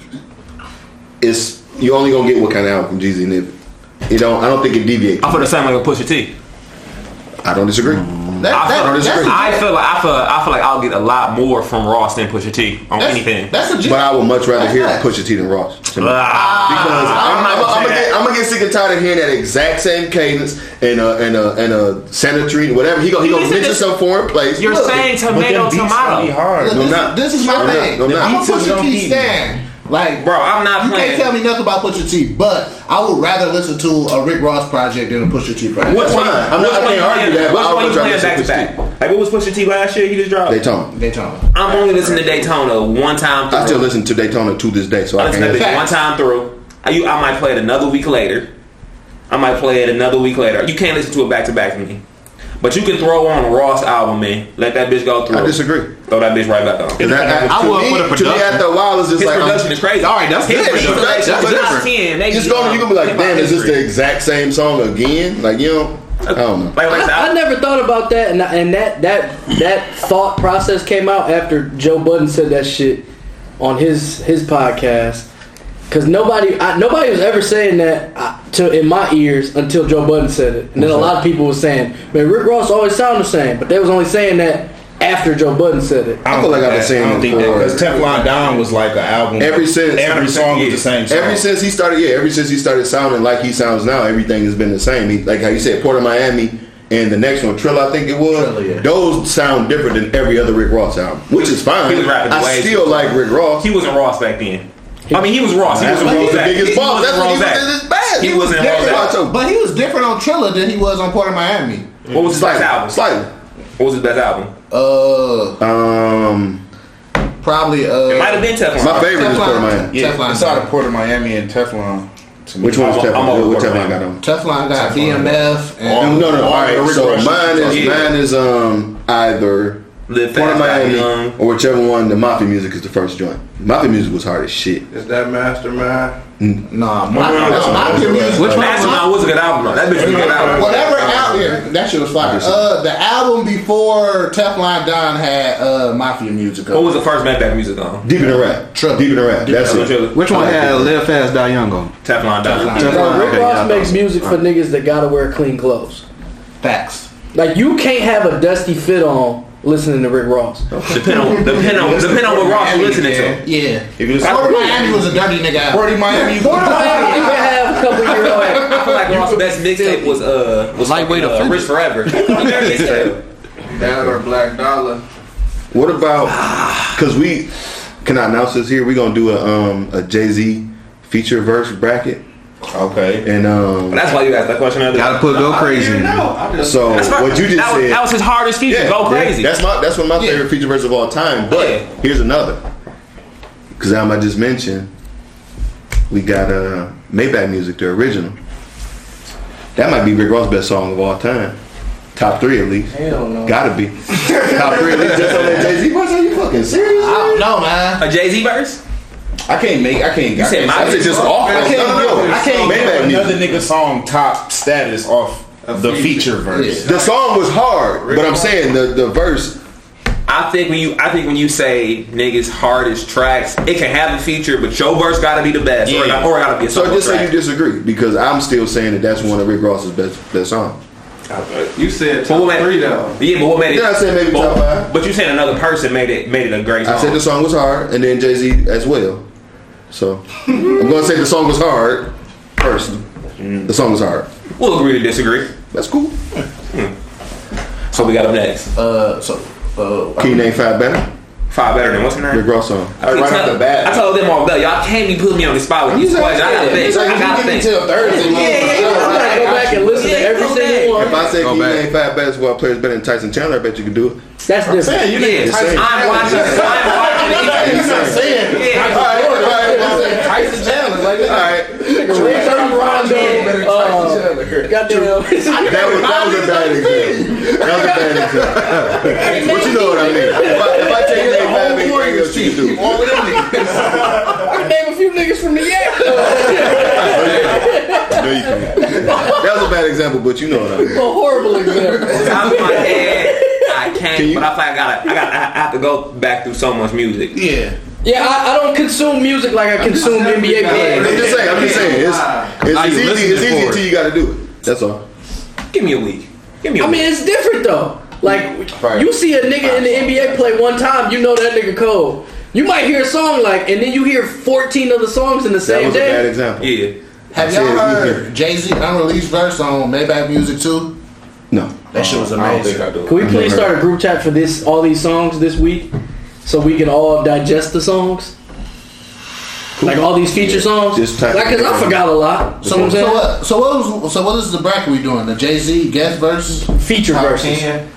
H: is you only gonna get what kind of album from Jeezy and if you don't I don't think it deviates.
J: I feel the same way with Pusha T.
H: I don't disagree.
L: Mm.
G: That-
J: I
G: that-
J: feel,
H: that's
J: I
H: a-
J: feel like I feel I feel like I'll get a lot more from Ross than Pusha T on
G: That's-
J: anything.
G: That's a G.
H: But I would much rather hear Pusha T than Ross. to me. because I'm,
J: Ah, not
H: I'm,
J: gonna
H: I'm,
J: say
H: gonna get,
J: that.
H: I'm gonna get sick and tired of hearing that exact same cadence and a and a and a sanitary whatever. He gonna he
J: You
H: gonna
J: said
H: mention
J: this-
H: some foreign place.
J: You're saying tomato, tomato.
L: hard.
H: No,
G: Look,
H: I'm
G: this,
H: not.
G: this is my
H: I'm not-
G: thing.
H: I'm not.
G: I'm a
L: Beats is
G: Pusha
L: gonna
G: T
L: beat me.
G: stand. Like,
J: Bro, I'm not
G: you
J: playing.
G: can't tell me nothing about Pusha T. But I would rather listen to a Rick Ross project than a Pusha T project.
J: What's
H: fine. I'm not- I can't argue that, but I
J: What's
H: would
J: one you
H: try to
J: playing back to
H: listen to
J: back? Like what was Pusha T last year? He just dropped.
H: Daytona.
G: Daytona.
J: I'm only listening to Daytona one time. Through.
H: I still listen to Daytona to this day, so
J: I
H: I
J: listen to
H: can't.
J: it one time through. I, you, I might play it another week later. I might play it another week later. You can't listen to it back to back to me. But you can throw on a Ross album, man. Let that bitch go through.
H: I disagree.
J: Throw that bitch right back on.
H: And that- that-
F: I
H: to
F: would
H: me-
F: for the
H: To me,
F: production.
H: after a while, it's just
J: His
H: like
J: production
H: I'm,
J: is crazy.
F: All right, that's
J: His
F: different, though.
J: production-
F: That's
J: top
F: different.
J: 10, they-
H: just going, you gonna be
J: hip
H: like,
J: hop
H: damn, is this
J: history.
H: the exact same song again? Like you know, I don't know.
J: Like, like I said,
I: I, I never thought about that, and, I- and that that that thought process came out after Joe Budden said that shit on his his podcast. Cause nobody I, nobody was ever saying that uh, to in my ears until Joe Budden said it, and then a lot of people were saying, "Man, Rick Ross always sound the same," but they was only saying that after Joe Budden said it.
L: I
H: I
L: don't
H: feel like I've been
L: I
H: saying
L: don't
H: it
L: think that
H: before.
L: because Teflon Don was like an album.
H: Ever since-
L: every song was the same. Song.
H: Ever since he started, yeah, ever since he started sounding like he sounds now, everything has been the same. He, like how you said, Port of Miami and the next one, Trill, I think it was.
G: Trill, yeah.
H: Those sound different than every other Rick Ross album, which is fine.
J: He was rapping
H: I
J: way
H: still
J: too
H: like Rick Ross.
J: He wasn't Ross back then. I mean, he was Ross. He
H: That's
J: wasn't
H: why he's
J: Ross
H: the
J: back.
H: biggest
J: He
H: boss.
J: wasn't
H: That's
J: Ross
H: when he
J: back.
H: was in his bag.
J: He wasn't Ross back.
H: Watch him.
G: But he was different on Triller than he was on Port of Miami.
J: What was his best
H: Slightly,
J: album?
H: slightly.
J: What was his best album?
G: Uh,
H: Um,
G: probably. Uh,
J: It might have been Teflon.
L: My favorite is Port Miami.
G: Yeah. Teflon.
L: It's out of Port of Miami and Teflon. to me.
H: Which one's Teflon? What- what Teflon got on?
G: Teflon Oh. got EMF
H: No,
G: and
H: no, no. All right.
G: Rick
H: So
G: Rush.
H: mine is
G: Yeah.
H: mine is um either
J: Live
H: Port of
G: Fast, Die
H: Miami
J: um,
G: Young.
H: or whichever one. The Mafia music is the first joint. Mafia music was hard as shit.
N: Is that Mastermind?
G: Nah,
J: Which Mastermind was a good album. though. That bitch was a good album.
G: Whatever album, yeah, that shit was fire. Uh, the album before Teflon Don had uh, Mafia music.
J: What was the first Maybach music on?
H: Deep in the rap. Deep in the rap. That's it.
F: Which one had Live Fast, Die Young on?
J: Teflon Don.
F: Teflon,
I: Rick
F: okay, yeah, I
I: Ross makes
F: thought-
I: music for
F: alright.
I: niggas that gotta wear clean clothes.
G: Facts.
I: Like you can't have a dusty fit on listening to Rick Ross.
J: Depend on depend on depend on what Ross you listening to.
G: Yeah.
J: If you listen
G: Port Miami was a dirty nigga.
J: Port of Miami, you- Port of Miami, you can
I: have a couple year old.
J: I feel like Ross' best mixtape was uh was lightweight uh, Rich Forever.
N: That or Black Dollar.
H: What about? Because we can I announce this here. We're gonna do a um a Jay Z feature verse bracket. Okay. And um.
J: That's why you asked that question.
H: Gotta put go crazy. So
J: That's my-
H: what you just
J: that was-
H: said
J: that was his hardest feature, Go Crazy.
H: That's my that's one of my favorite feature verse of all time. But here's another. Cause um, I just mentioned we got uh Maybach music, the original. That might be Rick Ross' best song of all time. Top three at least.
I: Hell no.
H: Gotta be. Top three at least just on that Jay Z verse. Are you fucking serious? I
G: don't know, man.
J: A Jay Z verse?
L: I can't make. I can't.
H: You said my-
L: I I
H: I can't
L: can't.
H: do it.
L: I can't
H: Maybach
L: make
H: music.
L: another nigga song top status off the feature verse.
H: The song was hard, but I'm saying the, the verse.
J: I think when you I think when you say niggas hardest tracks, it can have a feature, but your verse gotta be the best, or, it got- or it gotta be a
H: So
J: solo
H: just say you
J: track.
H: disagree, because I'm still saying that that's one of Rick Ross's best best songs.
J: You said top three though. Yeah, but what made it?
H: Yeah, I said maybe
J: but,
H: top five.
J: But you saying another person made it made it a great song.
H: I said the song was hard, and then Jay Z as well. So I'm gonna say the song was hard first.
J: Mm.
H: The song was hard.
J: We'll agree to disagree.
H: That's cool.
J: So we got up next.
G: Uh, so uh,
H: Can you name five better?
J: Five better than what's her name?
H: Rick Ross song.
J: I, right off the bat. I told them all, Bell, y'all can't be putting me on the spot with these questions. I gotta think. I gotta think. Yeah, yeah, yeah.
I: I'm gonna go back and listen to every single one.
H: If I said can you name five basketball players better than Tyson Chandler, I bet you could do it.
I: That's
H: I'm
I: different.
H: saying, you niggas the same.
J: I'm watching. I'm watching.
H: You're not saying.
J: Yeah.
H: All right, all right, all right.
G: Tyson Chandler, like all
I: Rondo, uh, goddamn.
H: That was, that was a bad example. That was a bad example. but you know what I mean. If I, if I tell you name five, ain't gonna what you do.
I: Name a few niggas from the yak.
H: No, you can't. That was a bad example, but you know what I mean.
I: a horrible example.
J: Top of my head, I can't. But I feel like I gotta. I gotta. I have to go back through so much music.
G: Yeah.
I: Yeah, I, I don't consume music like I consume NBA players.
H: I'm just saying. I'm just saying. It's, it's,
J: Now you
H: it's
J: listening
H: easy. It's easy
J: for it.
H: until you got to do it. That's all.
J: Give me a week. Give me. A
I: I mean, it's different though. Like you see a nigga in the NBA play one time, you know that nigga cold. You might hear a song like, and then you hear 14 other songs in the
H: That
I: same
H: was a bad
I: day.
H: example.
J: Yeah.
G: Have y'all heard Jay Z unreleased verse on Maybach Music too?
H: No, Uh-uh.
G: that shit was
L: I don't
G: amazing.
L: think I do.
I: Can we please start a group chat for this all these songs this week, so we can all digest the songs, like all these feature songs.
H: Just type
I: like, cause I
G: it in.
I: forgot a lot. So,
G: So, so, what, so what was so what is the bracket we doing? The Jay Z guest verse,
I: feature
G: verse.
I: verses.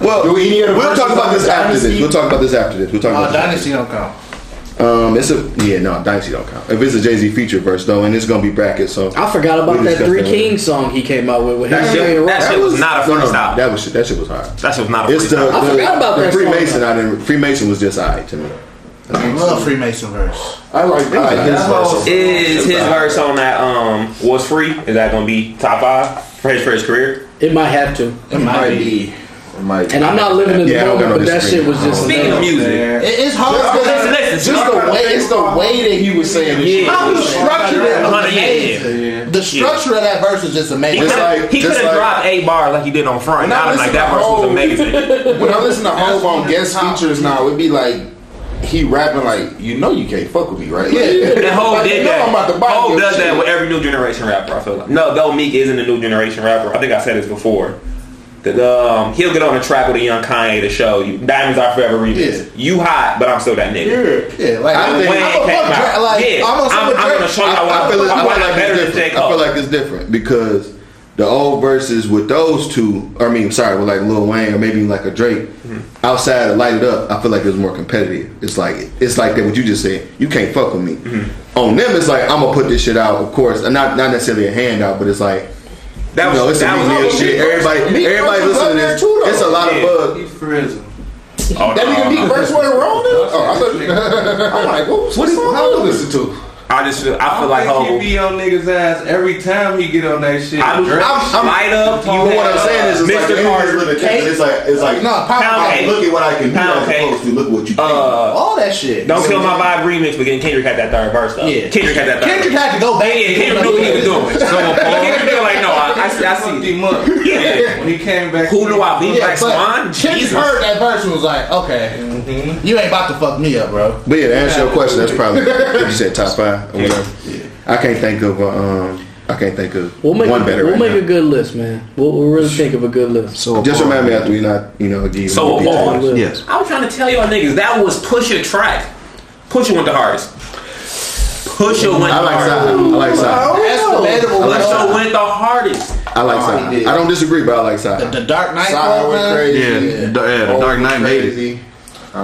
H: Well,
G: Do any of the
H: we'll
G: verses
H: talk about
G: on
H: this after
G: Dynasty?
H: this. We'll talk about this after this. We'll talk
G: Oh,
H: about this.
G: Dynasty don't count.
H: after this. Um, it's a yeah, no, Dynasty don't count. If it's a Jay Z feature verse though, and it's gonna be bracket, so
I: I forgot about
H: we'll
I: that
H: discuss
I: Three
H: later.
I: Kings song he came out with. with
H: That
I: him
H: shit-
I: and Ray
J: that
I: Ross.
J: shit was not a
H: No, no, no,
J: freestyle.
H: That was shit- that shit was hard.
J: That shit was not a
H: It's the,
J: freestyle.
I: I
H: the-
I: forgot about
H: the
I: that song.
H: Freemason. I didn't. Freemason was just alright to me.
G: I love Freemason verse.
L: I like
H: I like his verse.
J: Is his verse on that um was free? Is that gonna be top five for his first career?
I: It might have to.
G: It might be.
L: It might.
I: And I'm not living in the
J: Yeah, I don't
I: moment,
J: got no
I: but that
J: disagreement.
I: shit was just.
J: Speaking of music,
G: It- it's hard.
J: Just-
G: because
J: listen, listen,
G: just
J: just-
G: the way it's the way that he was saying.
J: Yeah.
G: How he structured it was
J: Honey, yeah,
G: amazing.
J: yeah.
G: The structure of that verse is just
J: he
G: amazing.
J: could have dropped eight bar like he did on front.
L: When I
J: Now I'm like
L: listen
J: that
L: to
J: verse was
L: Hov-
J: amazing.
L: When I listen to Hov on guest features now, it'd be like he rapping like you know you can't fuck with me, right?
J: Yeah, and Hov
L: Like, you
J: did
L: know
J: that.
L: I'm about to buy
J: Hov
L: your
J: does that
L: shit.
J: with every new generation rapper. I feel like no, though Meek isn't a new generation rapper. I think I said this before. That um, he'll get on a track with a young Kanye to show you diamonds are forever remix. You hot, but I'm still that nigga.
G: Yeah, like
J: I
H: I
J: think
H: think-
J: Wayne
H: I'm a
J: came
H: fuck
J: out.
H: Dra- like,
J: yeah,
H: almost
J: I'm,
H: I'm a
J: I'm
H: Drake.
J: gonna show you
H: I-
J: how
H: I feel like- I feel like
J: better
H: it's
J: than J
H: different. I
J: Cole.
H: feel like it's different because the old verses with those two, I mean, sorry, with like Lil Wayne or maybe like a Drake,
J: Mm-hmm.
H: outside of Light It Up, I feel like it was more competitive. It's like it's like that what you just said. You can't fuck with me.
J: Mm-hmm.
H: On them, it's like I'm gonna put this shit out, of course, and not not necessarily a handout, but it's like.
J: That
H: you know, it's some real shit. Everybody, everybody listen to this. It's a lot of bug.
N: He frizzled.
J: Oh,
L: That nigga Meek verse wasn't wrong then? Oh, I thought, I'm like, what, what is how to listen to?
J: I just feel, I feel like
N: He
J: Hov.
N: be on niggas' ass every time he get on that shit.
J: I'm-
N: Drake,
J: I'm- I'm-
N: light up.
J: but what I'm saying is, it's like,
N: Mr.
J: you
N: Carter.
J: just live in
N: Cake.
J: Texas, it's like- it's like,
L: Nah, pound
J: Pound
L: cake.
J: cake.
L: Look at what I can do
J: Pound
L: as
J: cake.
L: opposed to look at what you can.
J: Uh,
L: All that shit.
J: Don't kill my vibe remix, but then Kendrick had that third verse though. Yeah, Kendrick had that third.
L: Kendrick had
G: Oh,
L: to go back.
J: Yeah, Kendrick knew what he was doing. So Kendrick feel like, no, I, I see, I see. it. Yeah.
N: When he came back,
J: who do I be?
L: Yeah,
J: Black
L: but
J: Swan.
L: Kendrick
J: Jesus.
L: heard that verse and was like, okay, you ain't about to fuck me up, bro.
H: But yeah, to answer your question, that's probably if you said top five or whatever. I can't think of uh, um, I can't think of
I: We'll make
H: one
I: a,
H: better.
I: We'll
H: right
I: make a good list, man. We'll, we'll really think of a good list.
H: now. Just remind me after we not you know give you
J: So
H: more
J: Vaughn.
H: details.
J: I was trying to tell y'all niggas that was Pusha track. Pusha went the hardest. Pusha went
H: I like
J: the
H: Zion. I
J: hardest.
H: like Zion.
L: That's debatable.
J: Pusha went the hardest.
H: I like Side. I don't disagree, but I like Side.
L: The Dark Knight.
H: Side
L: was
H: went crazy. Yeah, the, Dark Knight made
L: it.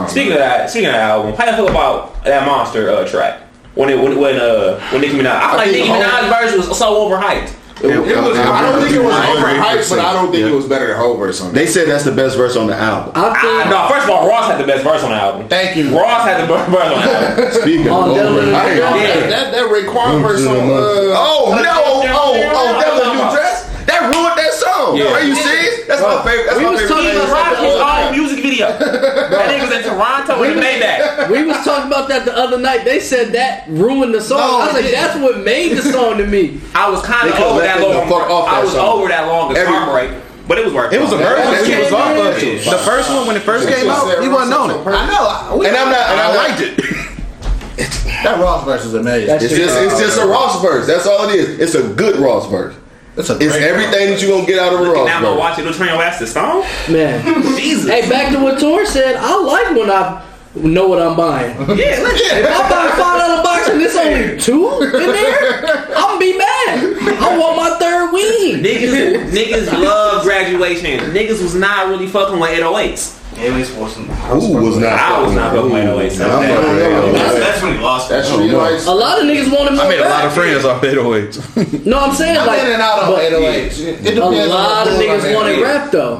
J: Speaking of that, speaking of that album, how you feel about that monster uh, track? When it when when uh when Nicki Minaj, I feel like
L: I
J: Nicki
L: think
J: Minaj's verse was so overhyped.
H: It, was,
L: I don't think it was overhyped, but I don't think it
H: was better than whole verse on. They said that's the best verse on the album.
J: Ah, no, first of all, Ross had the best verse on the album.
L: Thank you.
J: Ross had the best verse on the album.
H: Speaking of over, I ain't gonna-
J: Yeah.
L: That that Raekwon verse on. uh,
H: Oh no! Oh oh, that was new dress. That ruined that song.
J: Yeah.
H: Are you serious? That's my favorite. That's
J: we
H: my
J: was
H: favorite.
J: talking
H: thing.
J: about Rocky's own music video. that nigga was in Toronto when he made that.
I: We was talking about that the other night. They said that ruined the song. I was like, that's what made the song to me.
J: I was kind
H: They
J: of
H: could've
J: over
H: let
J: that
H: them
J: long.
H: the fuck off
J: I
H: that
J: was
H: song.
J: over that long
H: Every-
J: time break, but it was worth.
H: It was a
J: That
H: verse.
J: shit
H: It was off of it. The first one when it first came out, he wasn't on it.
L: I know. I- we-
H: And I'm not. And I liked it.
L: That Ross verse is amazing.
H: It's just. It's just a Ross verse. That's all it is. It's a good Ross verse.
L: It's, a
H: It's
L: great
H: everything that you gonna get out of a
J: Now I'm gonna
H: Ross verse.
J: watch it. It'll turn your ass to stone.
I: Man.
J: Jesus.
I: Hey, back to what Tor said. I like when I know what I'm buying.
J: Yeah, let's
I: If I buy a five dollar box and it's only two in there, I'm gonna be mad. I want my third wing.
J: Niggas, niggas love graduation. Niggas was not really fucking with 808s.
O: It was supposed to.
H: Who was not?
J: I was not fucking with 808s.
H: I'm
J: That-
H: fucking with
O: That's,
H: 808s.
O: that's when he lost.
L: That's
H: Oh, no.
L: streetlights.
I: A lot of niggas want him.
F: I made a lot of friends off 808s.
I: No, I'm saying
L: I'm
I: like
L: in and out on
I: but
L: 808s. It depends
I: A
L: on the
I: lot of
L: mood I'm
I: niggas
L: in.
I: want it rap though.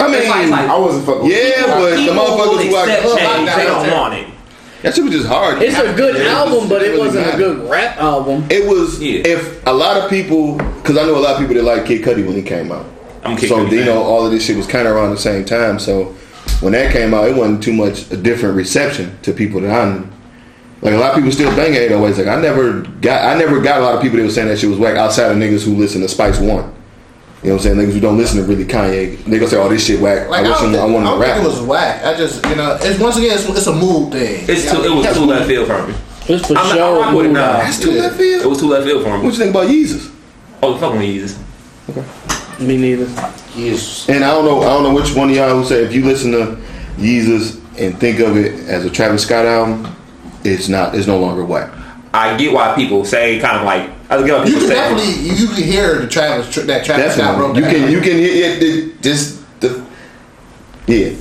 H: I mean,
J: like-
L: I wasn't fucking. with
H: yeah, but the
J: People will
H: motherfuckers who
J: accept change. They
H: I
J: don't want it.
H: that shit was just hard.
I: It's a good
H: It was-
I: album, but it
H: really
I: wasn't a
H: mattered.
I: good rap album.
H: It was
J: Yeah.
H: if a lot of people, because I know a lot of people that like Kid Cudi when he came out.
J: I'm a Kid
H: so
J: Cudi
H: you
J: fan.
H: know all of this shit was kind of around the same time. So when that came out, it wasn't too much a different reception to people that I knew. Like a lot of people still bang it always. Like I never got, I never got a lot of people that was saying that shit was whack outside of niggas who listen to Spice One. You know what I'm saying? Niggas who don't listen to really Kanye, niggas say, "Oh, this shit whack."
L: Like,
H: I wish I,
L: don't think-
H: I wanted
L: I
H: to
L: don't think
H: rap.
L: It was whack. I just, you know, it's once again, it's, it's a mood thing.
J: It's too, it was too left field for me.
I: It's for
J: I'm not-
I: sure.
J: I'm not with it
I: Mood
J: now.
I: album.
H: That's too left field.
J: It was too left field for
H: What
J: me.
H: you think about Yeezus?
J: Oh, fuck with Jesus.
I: Me neither.
L: Yes.
H: And I don't know, I don't know which one of y'all who said if you listen to Yeezus and think of it as a Travis Scott album, it's not, it's no longer whack.
J: I get why people say kind of like I get why
L: You
J: people
L: can
J: say
L: definitely, you, you can hear the Travis, tr- that Travis Scott wrote
H: Definitely, you can,
L: that.
H: you can, it, it, it just the, yeah,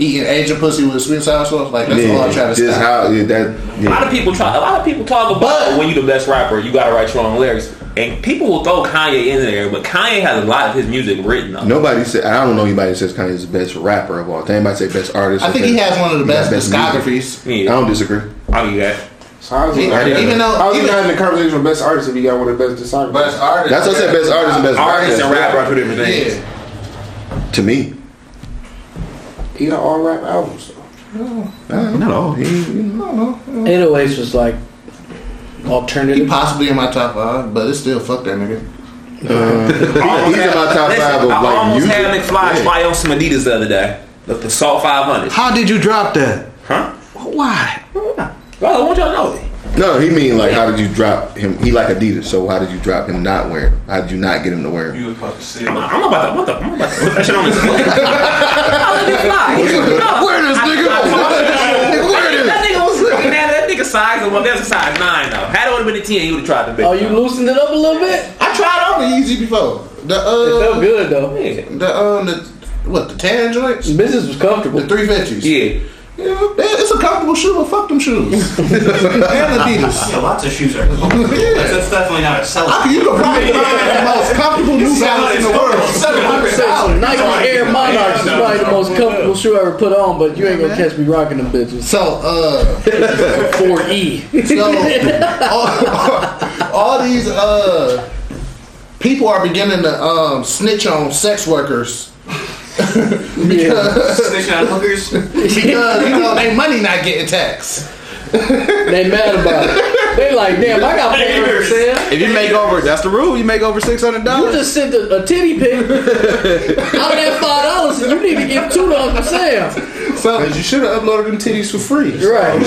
L: Eating Asian pussy with sweet and sour sauce, like that's all
H: yeah,
L: Travis
H: just
L: Scott.
H: how yeah, that,
J: a lot
H: yeah.
J: of people try. A lot of people talk about oh,
L: But-
J: when you the best rapper, you gotta write your own lyrics, and people will throw Kanye in there, but Kanye has a lot of his music written. Up.
H: Nobody said, I don't know anybody that says Kanye's the best rapper of all time. Anybody say best artist?
L: I
H: or
L: think he
H: best-
L: has one of the
H: he got
L: best
H: music.
L: discographies.
H: I
J: Yeah,
H: don't disagree.
J: I'll give you that.
K: So how's he
L: Even-
K: not having-
L: even though-
K: how's he
L: even-
K: not in the conversation with best artists if he got one of the best disciples?
L: Best artist.
H: That's what I said, best artist and best
J: Artists and
H: rapper.
J: rapper are two different things.
L: Yeah.
H: To me,
K: he got all rap albums. though.
F: Not all.
I: It always was like
L: He
I: alternative.
L: possibly in my top five, but it's still fuck that nigga.
H: he's in my top
J: Listen,
H: five of
J: I
H: like
J: almost
H: music.
J: had
H: Yeah.
J: McFly fly on some Adidas the other day. The, the Salt 500.
F: How did you drop that?
J: Huh?
F: Why?
J: Well, I want y'all to know it.
H: No, he mean like how did you drop him? He like Adidas, so how did you drop him not wearing? him? How did you not get him to wear? him?
N: You was fucking sick.
J: I'm, I'm about to, I'm about to, I'm about to put that shit on his foot. How did it fly?
F: Where this
J: nigga?
F: Where this?
J: That nigga was looking at that nigga size, well, there's a size 9 though. Had it would have been a 10, he would have tried to big.
I: Oh, you loosened it up a little bit.
J: I tried
G: fought an Yeezy before. The uh, it felt good though. The um, the what the tan joints? Business was comfortable. The three fifties.
J: Yeah.
G: Yeah, it's a comfortable shoe, but fuck them shoes. and Adidas.
O: Yeah, lots of shoes are comfortable. That's, that's definitely not a seller.
G: I can- you can probably find the most comfortable New Balance in the world.
I: $700. Nike Air Monarchs is probably the most comfortable shoe I ever put on, but you ain't gonna catch me rocking them bitches.
G: So, uh,
I: four E.
G: So, all, all these uh, people are beginning to um, snitch on sex workers. because,
O: Snitching on hookers.
G: because you know they money not getting taxed.
I: they mad about it. They like, damn, I got paid for sale.
F: If you make over, that's the rule. You make over six hundred
I: You
F: dollars.
I: just sent a, a titty pic. Out of that five dollars, you need to get two dollars for sale.
G: So you should have uploaded them titties for free.
I: Right.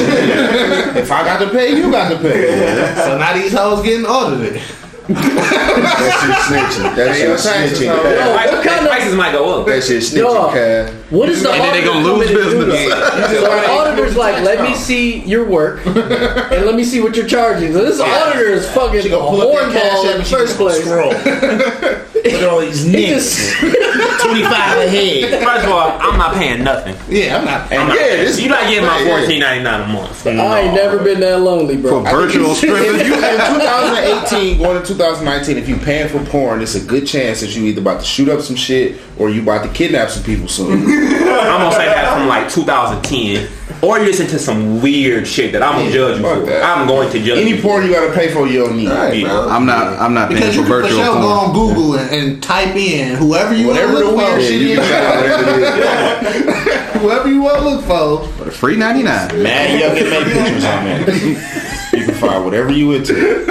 G: if I got to pay, you got to pay. So now these hoes getting audited.
H: That's your snitching. That's
G: Hey,
H: your
G: yo, taxes,
H: snitching.
G: though. Yo, what
H: Prices-
G: kind of-
H: prices might go up. That's your snitching, cuz.
I: What is the
H: And then they gonna
I: auditor
H: lose
I: coming to do
H: business.
I: though?
H: Yeah.
I: So the auditor's like, let me see your work and let me see what you're charging. So this auditor is fucking a hornball in the first place.
J: Look at all these
I: niggas.
J: Twenty five ahead. First of all, I'm not paying nothing.
G: Yeah, I'm not.
J: I'm not
I: Yeah,
J: paying.
I: this-
J: You're not getting my
I: yeah.
J: fourteen ninety nine a month.
I: I ain't never been that lonely, bro.
L: If you in 2018 going to 2019, if you paying for porn, it's a good chance that you either about to shoot up some shit or you about to kidnap some people soon.
J: I'm gonna say that from like 2010. Or you listen to some weird shit that I'm gonna judge you for. I'm going to judge
L: Any porn you gotta pay for, you don't need.
F: I'm not. I'm not paying
G: Because
F: for
G: you can for
F: virtual
G: sure go
F: porn.
G: on Google and, and type in whoever you want to
F: Whatever the
G: look for.
F: weird shit Yeah, you is. can find out whatever
G: whoever you want to look for.
F: But free ninety nine.
L: Mad young and made pictures on there. You can find whatever you into.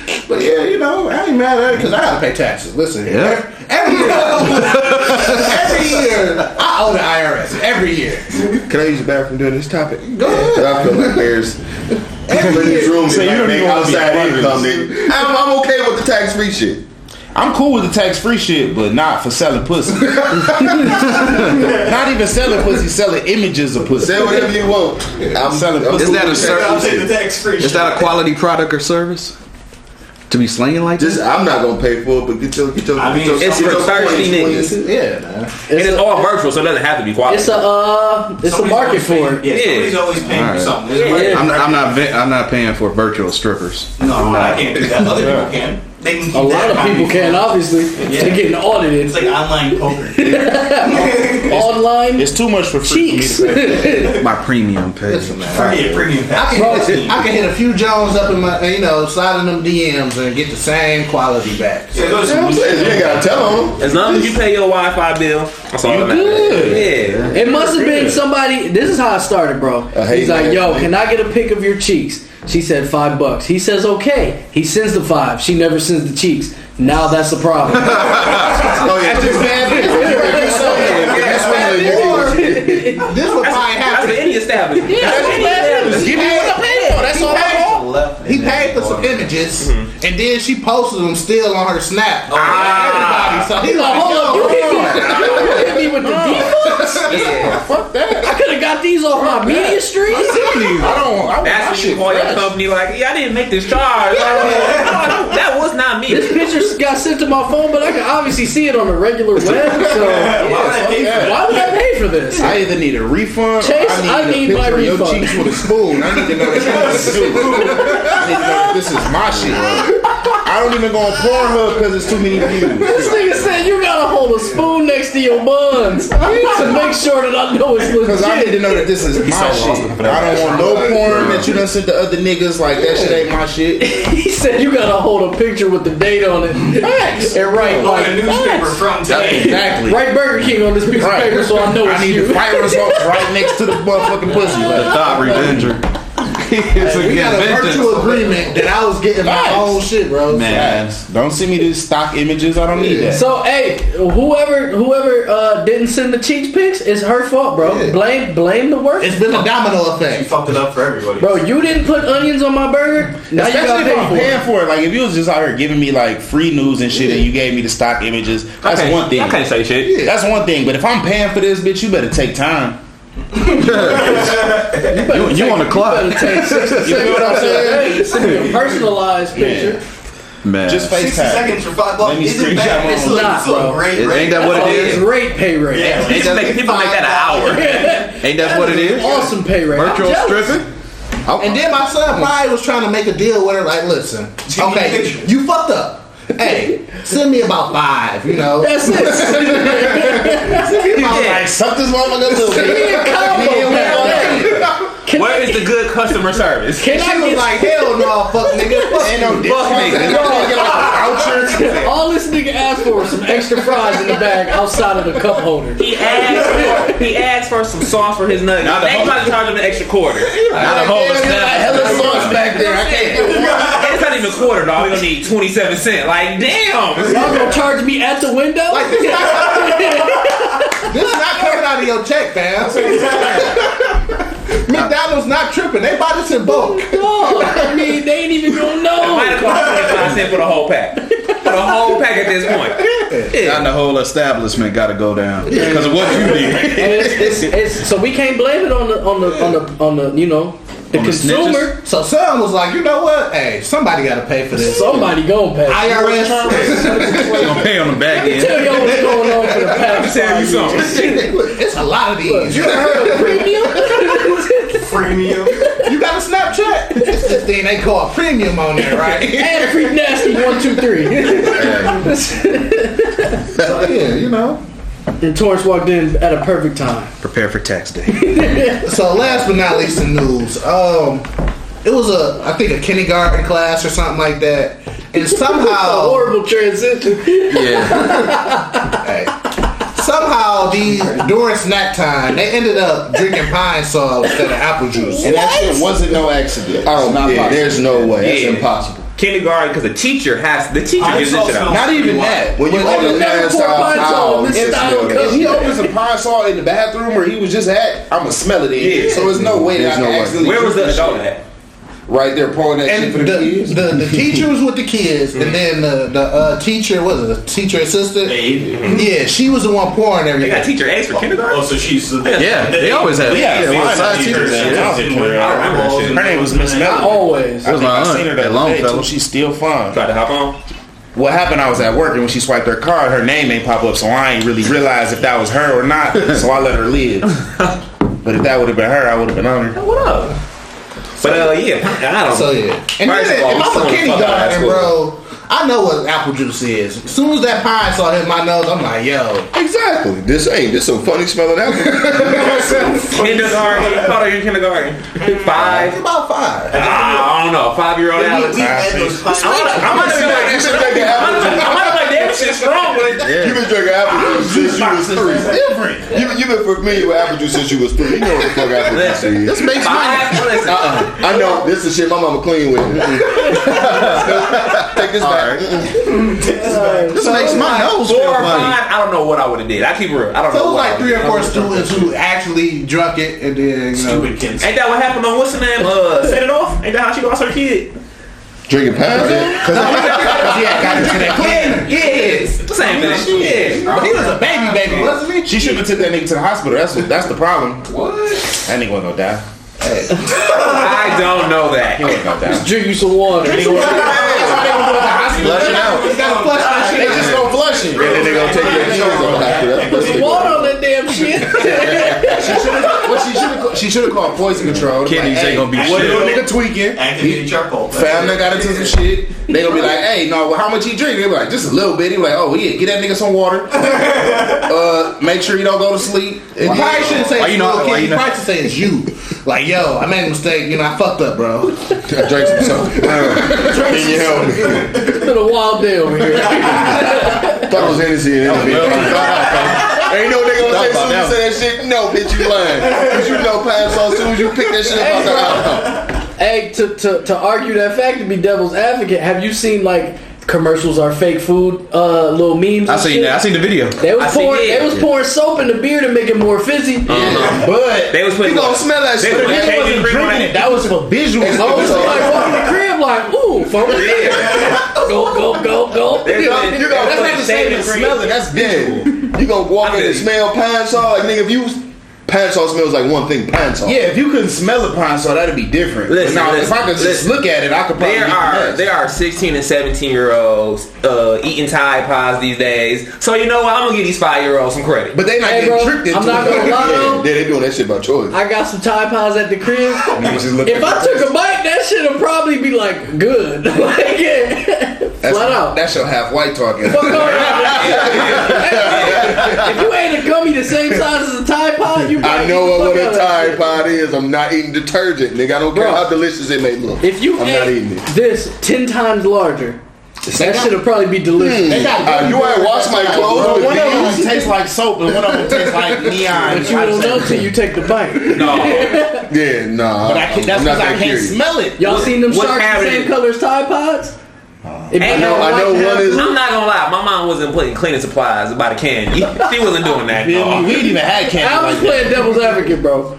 G: But yeah, you know, I ain't mad at it because I gotta pay taxes. Listen,
L: Yeah.
G: every year, every year I owe the IRS every year.
H: Can I use the bathroom during this topic? Go ahead. I feel like there's. Everybody in this room is
L: So you
H: like
L: don't
H: make
L: even wanna be
H: outside
L: partners.
H: income, nigga. I'm, I'm okay with the tax free shit.
L: I'm cool with the tax free shit, but not for selling pussy. not even selling pussy, selling images of pussy.
H: Say whatever you want.
L: I'm selling pussy.
F: Is that a service?
O: tax-free
F: Is that a quality product or service? To be slinging like
H: this? I'm not gonna pay for it, but get your get your.
J: I mean,
H: get your
J: it's for thirsty niggas.
G: Yeah, man.
J: And it's all virtual, so it doesn't have to be quality.
I: It's a uh, it's a market for it.
J: Yeah, somebody's always
F: All right. I'm, I'm not. vi- I'm not paying for virtual strippers.
O: No, I can't do that. Other people
F: can.
O: can. They can
I: A lot of people can, obviously. They're getting audited.
O: It's like online poker.
I: Online.
L: It's too much for
I: free.
F: My premium pay.
O: Premium, premium.
G: I can, I can hit a few Jones up in my, you know, sliding them DMs and get the same quality back.
J: Yeah, go to some- As long as you pay your Wi Fi bill, that's all that matters. Yeah.
I: It must have been somebody. This is how it started, bro.
J: hate
I: He's like,
J: that.
I: "Yo, can I get a pic of your cheeks?" She said five bucks. He says, "Okay." He sends the five. She never sends the cheeks. Now that's the problem.
G: oh
I: yeah,
G: That's just bad business. Or, This would probably happen.
J: That's any establishment.
G: Yeah,
J: That's
G: that's
J: any
G: bad business.
J: establishment.
G: He paid what I paid for. That's
J: He
G: all
J: paid.
G: I want. He paid for some images, and then she posted them still on her snap.
F: Ah.
G: Everybody, so
I: He's
G: he
I: like,
G: like,
I: "Hold up,
G: yo,
I: you hit me,
G: hold
I: you hit me with the defaults?
J: Yeah.
I: Fuck that! I could have got these off my media stream.
J: That's when you call your company like, yeah, I didn't make this charge. Oh, no, that was not me.
I: This picture got sent to my phone, but I can obviously see it on the regular web. So
L: Yeah,
I: why would I pay for this?
L: I either need a refund.
I: Chase,
L: or
I: I
L: I need,
I: need
L: a picture
I: my
L: of your
I: refund.
L: cheeks with a spoon. I need to know this is shoes. I need to know if this is my shit. I don't even go on Pornhub because it's too many views.
I: This nigga said you gotta hold a spoon next to your buns to make sure that I know it's legit.
L: Because I need to know that this is
I: He's
L: my
I: so lost
L: shit.
I: in that.
L: I don't want no porn that you done sent to other niggas. Like that shit ain't my shit.
I: He said you gotta hold a picture with the date on it and write
J: Oh,
L: Hold
I: like
L: a newspaper
I: facts.
L: from today. Exactly.
I: Write Burger King on this piece
L: Right.
I: of paper so I know
L: I
I: it's
L: need
I: you.
L: the fight results right next to the motherfucking pussy.
F: The thought revenger. it's
G: We got a
L: vengeance.
G: virtual agreement that I was getting my own shit, bro.
L: Man, don't send me these stock images. I don't need that.
I: So hey, whoever whoever uh, didn't send the cheat pics, it's her fault, bro. Blame blame the work.
G: It's been a domino effect.
O: You fucked it up for everybody.
I: Bro, you didn't put onions on my burger. Now
L: Especially
I: you
L: if
I: gotta
L: I'm
I: pay
L: paying for it. Like if you was just out here giving me like free news and shit, and you gave me the stock images, that's
J: can't-
L: one thing.
J: I can't say shit.
L: That's one thing. But if I'm paying for this, bitch, you better take time.
I: for it.
L: You- you on the clock.
I: You better take six to
L: You feel
I: seven
L: what I'm saying?
I: Hey, send me a personalized picture.
F: Man.
L: Just FaceTime.
M: 60 seconds for five bucks.
L: Let me
M: Isn't
L: screenshot
M: bad.
L: my
M: It's
L: own
M: a,
L: Nah,
M: it's a
L: bro.
M: great
F: It-
M: rate.
F: ain't that what
G: Oh,
F: it is?
I: Great pay rate.
M: Yeah,
F: ain't that,
J: people make that an
F: hour. Ain't that what it is?
I: Awesome pay rate.
F: Virtual
G: I'm jealous.
F: stripping.
G: And then my son probably was trying to make a deal with her. Like, listen, okay, you fucked up. Hey, send me about five. You know,
I: That's it.
G: send me about
J: Yeah.
G: like something motherfucker little
I: Send me a combo, man.
J: Where is the good customer service?
G: Can she was like, hell no, fuck nigga, fuck ain't
J: Ain't no
G: no
J: fuck nigga.
I: All this nigga asked for was some extra fries in the bag outside of the cup holder.
J: He asked for, he asked for some sauce for his nuggets.
I: Not a
J: They
I: homeless-
J: might charge him an extra quarter.
I: Not a homeless man. Hella sauce back there. I can't get one.
J: It's not even a quarter, dog. We gonna need twenty seven cent. Like damn.
I: Y'all gonna charge me at the window?
G: Like this, this is not coming out of your check, fam. McDonald's not tripping. They buy this in bulk.
I: No, I mean they ain't even gonna know.
J: Might have cost twenty five cent for the whole pack. For the whole pack at this point.
F: Not the whole establishment got to go down because of what you did.
I: And it's, it's, it's, so we can't blame it on the on the on the on the you know the consumer.
G: So son was like, you know what? Hey, somebody got to pay for this.
I: Somebody gonna pay.
G: IRS.
F: Gonna pay on the back
I: Tell
F: end.
I: y'all what's going on for the past
J: tell you something.
G: it's a lot of these.
I: You ever heard of premium?
G: premium. You got a Snapchat? It's this thing they call premium on there, right?
I: and free nasty one two three.
G: so, yeah, you know.
I: and Torrance walked in at a perfect time.
F: Prepare for tax day.
G: so last but not least, the news. Um, it was a I think a kindergarten class or something like that, and
I: a
G: somehow
I: horrible transition.
G: somehow these during snack time they ended up drinking pine saw instead of apple juice.
L: And that shit wasn't no accident.
J: Oh,
L: It's not
J: yeah,
L: possible.
J: there's
L: no way. That's
J: Yeah.
L: impossible.
J: Kindergarten because the teacher has the teacher
L: I
J: gives this
L: saw
J: shit out.
L: some- Not even that. When you
J: Well,
L: open
J: they never
L: that
J: pour
L: ass
J: pine
L: out,
J: sol
L: oh,
J: in this
L: it's
J: style
L: still
J: of
L: there.
J: cup.
L: If he opens a pine saw in the bathroom where he was just at, I'm gonna smell it in.
J: Yeah.
L: So there's no way
J: There's
L: that I
J: no
L: can
J: way.
L: accidentally
J: Where was
L: drink
J: the
L: that
J: adult
L: shit. Right there pouring that shit
G: and
L: for the
G: the,
L: kids. Mm-hmm.
G: the, the teacher was with the kids, and then the, the uh, teacher was it a teacher assistant? Yeah, she was the one pouring everything.
J: They got teacher aides for kindergarten.
O: Oh, so she's
F: Yeah, they always have- Yeah, yeah, well, side teachers, yeah.
L: Her name was Miss Melody.
I: Always.
L: I
F: was
L: think
F: my
L: I
F: aunt
L: seen her
F: at
L: that day
F: Longfellow.
L: too. She's still fine.
J: Tried to hop on.
L: What happened? I was at work, and when she swiped her card, her name ain't pop up, so I ain't really realized if that was her or not. so I let her live. But if that would have been her, I would have been honored.
J: What up? But uh, yeah, I don't.
G: So yeah, and
J: First
G: then,
J: of all,
G: if
J: someone
G: I'm a
J: fucked out of
G: kindergarten,
J: school.
G: bro, I know what apple juice is. As soon as that pine saw hit my nose, I'm like, yo,
L: Exactly.
H: This ain't this some funny smelling apple.
J: Kindergarten. How old are you in kindergarten? Five.
G: about five.
J: Ah, I don't know. Five year old
M: We-
J: Alex.
M: we had
J: I
M: those pine-
J: might- I might have been like,
H: Shit like the apple juice.
J: I might have like, damn, shit's strong, but
H: You've been drinking apple juice since you was three. You've you been familiar with apple juice since you was three. You know what the fuck apple juice
J: Listen,
F: This
H: is.
F: makes money.
J: five. Listen,
H: Uh-uh. I know this is shit my mama clean with. Mm-mm. Take this back.
F: This makes my nose
J: four
F: feel
J: or
F: funny.
J: five. I don't know what I would have did. I keep it real. I don't
G: So it
J: know.
G: was
J: what I
G: like three or
J: would've
G: four
J: done.
G: students who actually drunk it, and then you know,
O: Stupid kids.
J: Ain't that what happened on what's the name? Uh, set it off. Ain't that how she lost her kid?
H: Drinking pine.
G: yeah, got into that
J: Yeah, yeah, yeah. Same thing. Yeah.
G: But he was a baby, baby, wasn't he?
L: She should have took that nigga to the hospital. That's what, that's the problem. What? That nigga wasn't gonna die.
J: I don't know that.
L: He wasn't gonna die.
I: Drink you some water.
F: Flush it out.
G: You gotta flush that shit.
L: They just gonna flush it.
H: And then they gonna take your shoes off after that. That's what they
I: Water
H: gonna
I: on that damn shit.
L: She should have. What she should have? She should have called poison control.
F: Kidneys ain't gonna be
L: What
F: shit."
L: if a nigga tweaking?
O: Activated charcoal.
L: Family got into some shit. They gonna be like, "Hey, no, well, how much he drink?" They be like, "Just a little bit." He be like, "Oh yeah, get that nigga some water. uh, make sure he don't go to sleep."
G: You
L: And
G: probably shouldn't say
F: Why
G: it's
F: you
G: you
F: not-
G: little
F: why
G: kid.
F: you
G: You
F: not-
G: probably should say it's you. Like, yo, I made a mistake. You know, I fucked up, bro.
H: do. Drink some soda. Can you help me?
I: It's been a wild day over here.
H: Thought it was Hennessy and Ain't no nigga gonna say as soon as you say that shit. No, bitch, you lying. Cause you know pine sauce. As soon as you pick that shit up out the alcohol.
I: Hey, to, to, to argue that fact, to be devil's advocate, have you seen like commercials are fake food uh, little memes?
F: I
I: and
F: seen
I: shit?
F: that. I seen the video.
I: They
J: I
I: was
J: seen
I: pouring.
J: it.
I: They was pouring soap in the beer to make it more fizzy.
L: Uh-huh. But
J: They was putting.
L: You gonna smell that
J: They
L: shit.
J: was putting
L: That
J: Cajun
L: wasn't
J: cream on
L: drinking
J: it.
L: it. That was for visuals.
I: As long as somebody walk in the crib, like, ooh, folk. go, go, go, go.
J: They're
I: You know,
J: gonna-
I: you
J: you're
I: know,
J: gonna
I: that's
J: put
I: not the
J: shade
I: same
J: in
I: as
J: cream.
I: smelling.
L: That's
H: Yeah. You gonna walk in and smell pine saw like nigga if you Pine saw smells like one thing. Pine saw.
L: Yeah, if you couldn't smell a pine saw, that'd be different. But
J: Listen,
L: now,
J: listen,
L: if I could just
J: listen.
L: look at it, I could probably.
J: There
L: be
J: are
L: convinced.
J: there are 16 and 17 year olds uh, eating Tide Pods these days. So you know what? I'm gonna give these five year olds some credit.
H: But they not
I: Hey, getting bro, tricked into I'm not it. gonna lie, though.
H: Yeah, they doing that shit by choice.
I: I got some Tide Pods at the crib.
H: Niggas just look
I: if
H: at
I: I
H: the-
I: took a bite, that shit would probably be like good. like, yeah.
L: That's, Flat out. That's your half white talking.
I: Fuck all that. if you ain't a gummy the same size as a Tide Pod, you
H: I
I: gotta
H: know
I: eat the
H: what
I: fuck
H: a
I: out of that
H: Tide
I: shit.
H: Pod is. I'm not eating detergent, nigga. I don't care
I: Bro.
H: how delicious it may look.
I: If you
H: I'm
I: ate
H: not eating it.
I: this ten times larger, that shit would probably be delicious.
H: Hmm. They got Uh, you ain't washed my clothes
L: Bro,
H: with
L: one of them
H: these?
L: tastes like soap and one of them tastes like neon.
I: But you don't know till you take the bite.
H: Yeah, nah.
L: But I can't- that's
H: I'm not
L: because I
H: that
L: can't
H: curious.
L: smell it.
I: Y'all seen them
J: What
I: sharks the
J: happened?
I: same color as Tide Pods? It
J: I
I: be
J: know,
I: kinda
J: I know
I: like
J: one
I: that.
J: is. I'm not gonna lie, my mom wasn't putting cleaning supplies by the candy. She wasn't doing that.
I: Yeah,
J: no.
I: we didn't even have candy I was like that. playing devil's advocate, bro.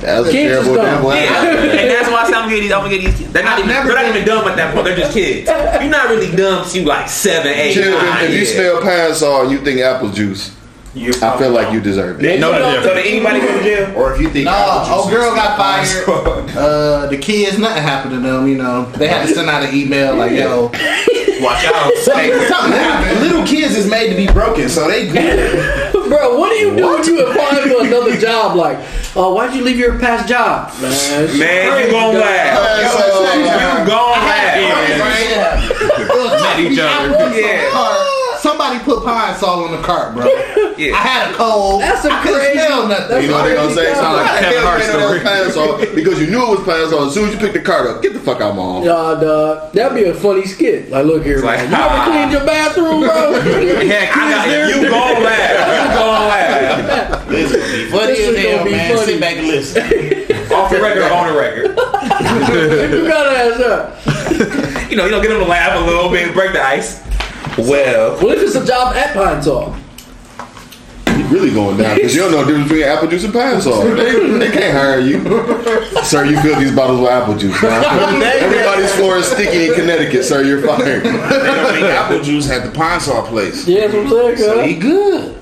H: That was a
J: Kids is
H: terrible
J: dumb.
H: devil.
J: Yeah, and that's why I said I'm gonna get these. I'm gonna get these. They're not, even, they're not even dumb at that point. They're just kids. You're not really dumb. till You like seven, eight,
H: Children,
J: nine,
H: if you
J: yeah.
H: smell pine saw and you think apple juice, I feel like you deserve it.
J: No, no, so did anybody go to jail?
H: Or if you think
G: No,
H: apple
G: old
H: juice
G: girl got fired. Uh, the kids, nothing happened to them. You know, they had to send out an email like, "Yo,
J: watch out."
G: something, something happened. Little kids is made to be broken, so they good.
I: Bro, what do you do when you apply for another job? Like, oh, why'd you leave your past job? Man,
J: Man, you gonna laugh. You gonna laugh.
G: Met
J: each other.
G: Somebody put pine saw on the cart, bro. I had a cold.
I: That's a
G: I couldn't
I: crazy-
G: smell nothing.
H: You know what they gonna say? It sound like
G: How the
H: Kevin
G: hell
H: Hart
G: they know
H: story.
G: that
H: Pine
G: was
H: saw because you knew it was pine saw as soon as you picked the card up. Get the fuck out, mom.
I: Nah, dog, that'd be a funny skit. Like, look here, man. You
H: ah.
I: ever cleaned your bathroom, bro?
J: Yeah, I got it. You gonna laugh. You gonna laugh.
G: Funny
I: This
G: as
I: is
G: hell,
I: gonna be
G: man.
I: funny.
G: Sit back and listen.
J: Off the record, on the record.
I: you gotta ask
G: uh,
I: up.
J: You know, you know, get them to laugh a little bit, break the ice. Well,
I: What if it's a job at Pine Saw?
H: You really going down because you don't know the difference between apple juice and pine saw. They, they can't hire you, sir. You fill these bottles with apple juice. man. Everybody's floor is sticky in Connecticut, sir. You're fired.
L: apple juice at the pine saw place.
I: Yeah, that's what I'm saying,
L: So he
I: cuz.
L: good.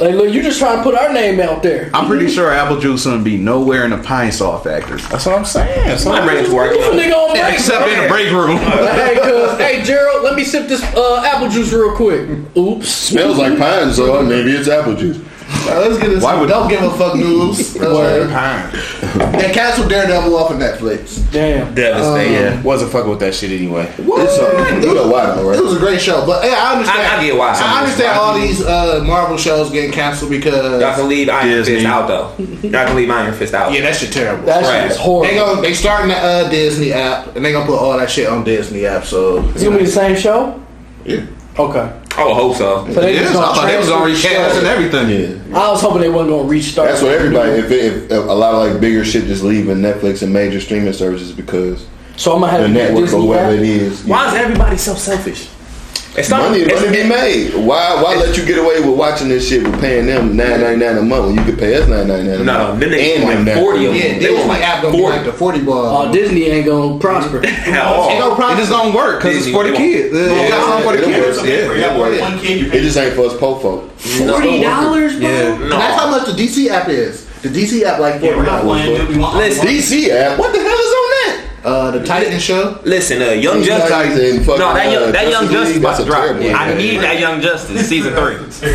I: Like, look, you just trying to put our name out there.
F: I'm pretty sure apple juice wouldn't be nowhere in a pine saw factory.
L: That's what I'm saying. So
J: my brain's working.
I: This nigga on break,
F: Except
I: bro.
F: in the break room.
I: Like, hey, cuz, hey, Gerald, let me sip this uh, apple juice real quick. Oops.
H: Smells like pine saw. Maybe it's apple juice.
G: let's get this.
F: Why would-
G: don't give a fuck news?
L: Word.
G: Uh, they canceled Daredevil off of Netflix.
I: Damn.
J: devastating.
H: Um,
I: Um,
L: Yeah. Wasn't fucking with that shit anyway.
H: It's a, you know why though,
G: It
H: right?
G: was a great show, but yeah, I understand.
J: I- I get why.
G: I understand all these uh, Marvel shows getting canceled because
J: Y'all can leave Iron
F: Disney.
J: Fist out though. Y'all can leave Iron Fist out.
G: yeah, that shit terrible.
I: That shit
J: Trash.
I: is horrible.
G: They going they starting the uh, Disney app and they gonna put all that shit on Disney app. So
I: It's gonna be the same show? Yeah. Okay.
J: I would hope so.
I: So they
F: Yes,
I: just
F: I
I: gonna
F: thought they was
I: transfer
F: already
I: the show.
F: canceling everything.
I: I was hoping they wasn't gonna restart.
H: That's what everybody. If, it, if, if a lot of like bigger shit just leaving Netflix and major streaming services because
I: So I'm gonna have
H: the
I: to get
H: network or
I: Disney
H: whatever it
I: back.
H: is. yeah.
J: Why is everybody so selfish? It's not
H: money,
J: it's,
H: money be made. Why, why let you get away with watching this shit with paying them nine ninety nine a month when you could pay us nine ninety nine?
J: No,
H: month
J: them niggas
H: and
J: like
H: them that.
J: 40 of them.
G: yeah,
J: They
G: Disney
J: was like
G: app gonna
J: 40.
G: be like the forty
I: Oh,
G: ball.
I: Disney ain't gonna prosper.
J: at all.
G: Ain't no problem.
F: It just don't work because it's
J: Disney,
F: for the
J: they
F: kids. Uh,
H: Yeah,
F: it's not for the
H: it'll
F: kids.
H: work.
F: Yeah.
O: You got one kid, you
H: It
O: pay
H: just ain't for us po folk.
I: Forty dollars, bro.
F: Yeah.
G: And That's how much the DC app is. The DC app like
O: Yeah,
G: forty
O: we're not
G: dollars.
O: playing. Dude, we want
J: Listen.
H: DC app. What the hell is on that?
G: Uh, the Titan show.
J: Listen, uh, Young
H: Teen Titans
J: Justice.
H: and fucking,
J: No, that
H: uh,
J: Young, that
H: Justice
J: Young
H: League,
J: Justice about
H: that's
J: to
H: a
J: drop.
H: terrible one.
J: I need that Young Justice season three.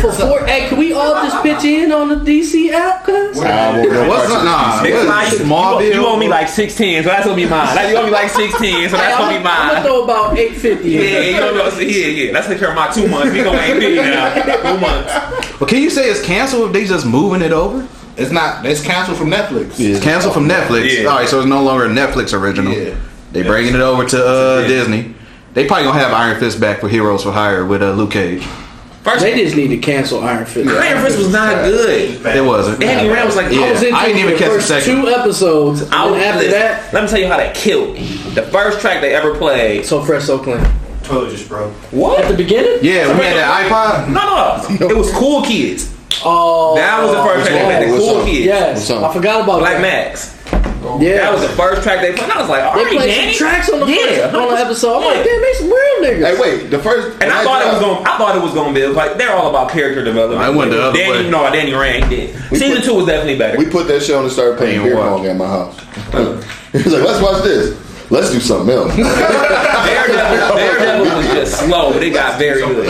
I: For four, hey, can we all just pitch in on the DC app, cuz?
H: I want no
F: What's
H: parts
F: up?
H: of
F: Nah,
H: DC.
J: Nigga, mine-
F: what's small
J: you,
F: bill?
J: you owe me like sixteen, so that's gonna be mine. Like, you owe me like sixteen, so that's gonna be
I: I'm gonna
J: mine.
I: throw about eight fifty.
J: Yeah, yeah, you know, yeah, yeah. That's taking care of my two months. We gonna ain't me now. Two months.
F: But can you say it's canceled if they just moving it over?
G: It's not. It's canceled from Netflix.
H: Yeah.
F: It's canceled from Netflix.
J: Yeah.
F: All right, so it's no longer a Netflix original.
G: Yeah.
F: They bringing it over to uh,
J: Yeah.
F: Disney. They probably gonna have Iron Fist back for Heroes for Hire with uh, Luke Cage.
J: First,
I: They just need to cancel Iron Fist.
J: Iron Fist was not good.
F: It wasn't.
J: Andy Rand was like,
F: Yeah.
J: I was in.
F: I didn't
I: into
F: even
I: the
F: catch the
I: first
F: second.
I: Two episodes.
J: I
I: and
J: was
I: after that,
J: Let me tell you how that killed me. The first track they ever played.
I: so fresh, so clean.
O: Told you, bro.
I: At the
J: What?
I: beginning?
F: Yeah, we had that iPod.
J: No, no. It was Cool Kids.
I: Oh,
J: That was the first track they played. The
H: What's
J: Cool
H: up?
J: Kids.
I: Yes,
H: What's up?
I: I forgot about that.
J: Black Max.
I: Yeah,
J: That was the first track they played. And I was like, all
I: They
J: right,
I: played
J: Danny.
I: some tracks on the
J: Yeah.
I: first on the episode. I'm like,
J: Yeah.
I: damn, they some real niggas.
H: Hey, wait. The first
J: and I, thought it was going. I thought it was going to be like they're all about character development.
H: I went the other
J: Danny,
H: way.
J: No, Danny Rand did. Season two was definitely better.
H: We put that shit on and started playing beer pong at my house. He's like, let's watch this. Let's do something else.
J: Daredevil, Daredevil was just slow, but it got very good.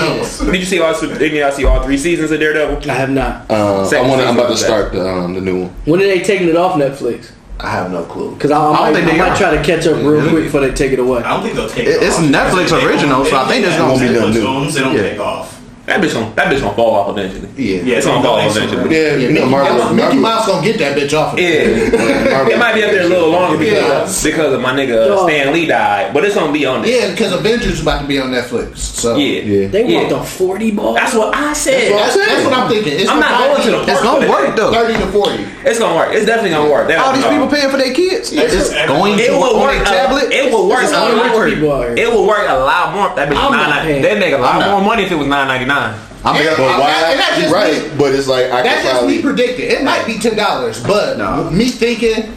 J: Did you see all? Did y'all see all three seasons of Daredevil?
I: I have not.
H: Uh, I
J: Second
H: wanna, I'm about to
J: season was
H: start the, um, the new one.
I: When are they taking it off Netflix?
G: I have no clue.
I: Because I, I
H: I don't
I: might,
H: think
I: I
H: they
I: might
H: are.
I: try to catch up real quick before they take it away. I
O: don't think they'll take
H: It- it's Netflix original, so I think there's gonna be nothing new.
O: They don't
H: Yeah.
O: take off.
J: That bitch gonna that bitch gonna fall off eventually. Yeah, yeah, it's gonna fall off eventually.
H: Yeah,
G: Mickey, Mouse, Mickey Mouse gonna get that bitch off of
J: Yeah, it might be up there a little longer because because of my nigga
G: Yeah.
J: Stan Lee died, but it's gonna be on there.
G: Yeah, because Avengers is about to be on Netflix. So
J: Yeah. Yeah.
I: They
J: Yeah.
I: want the forty ball.
J: That's what I said.
G: That's what, that's what I'm thinking. It's
J: I'm not
G: gonna
J: going to the
G: be-
J: park for that.
G: Thirty to forty.
J: It's gonna work. It's definitely gonna work. That
F: All
J: don't
F: these
J: know.
F: people paying for their kids. It's
J: It
F: going to
J: will
F: work on
J: work
F: their
J: a-
F: tablet.
J: It will work.
F: It's
J: a
F: gonna
J: lot
F: work.
J: more. It will work a lot more. That bitch
F: I'm not
J: nine.
F: paying.
J: That nigga a
F: I'm
J: lot
F: not.
J: more money if it was nine ninety nine.
H: I'm
G: And-
H: but
G: and
H: why?
G: that- and that's
H: you
G: just
H: right,
G: me.
H: but it's like I can
G: That's just
H: probably.
G: me predicting. It might be ten dollars, but me thinking.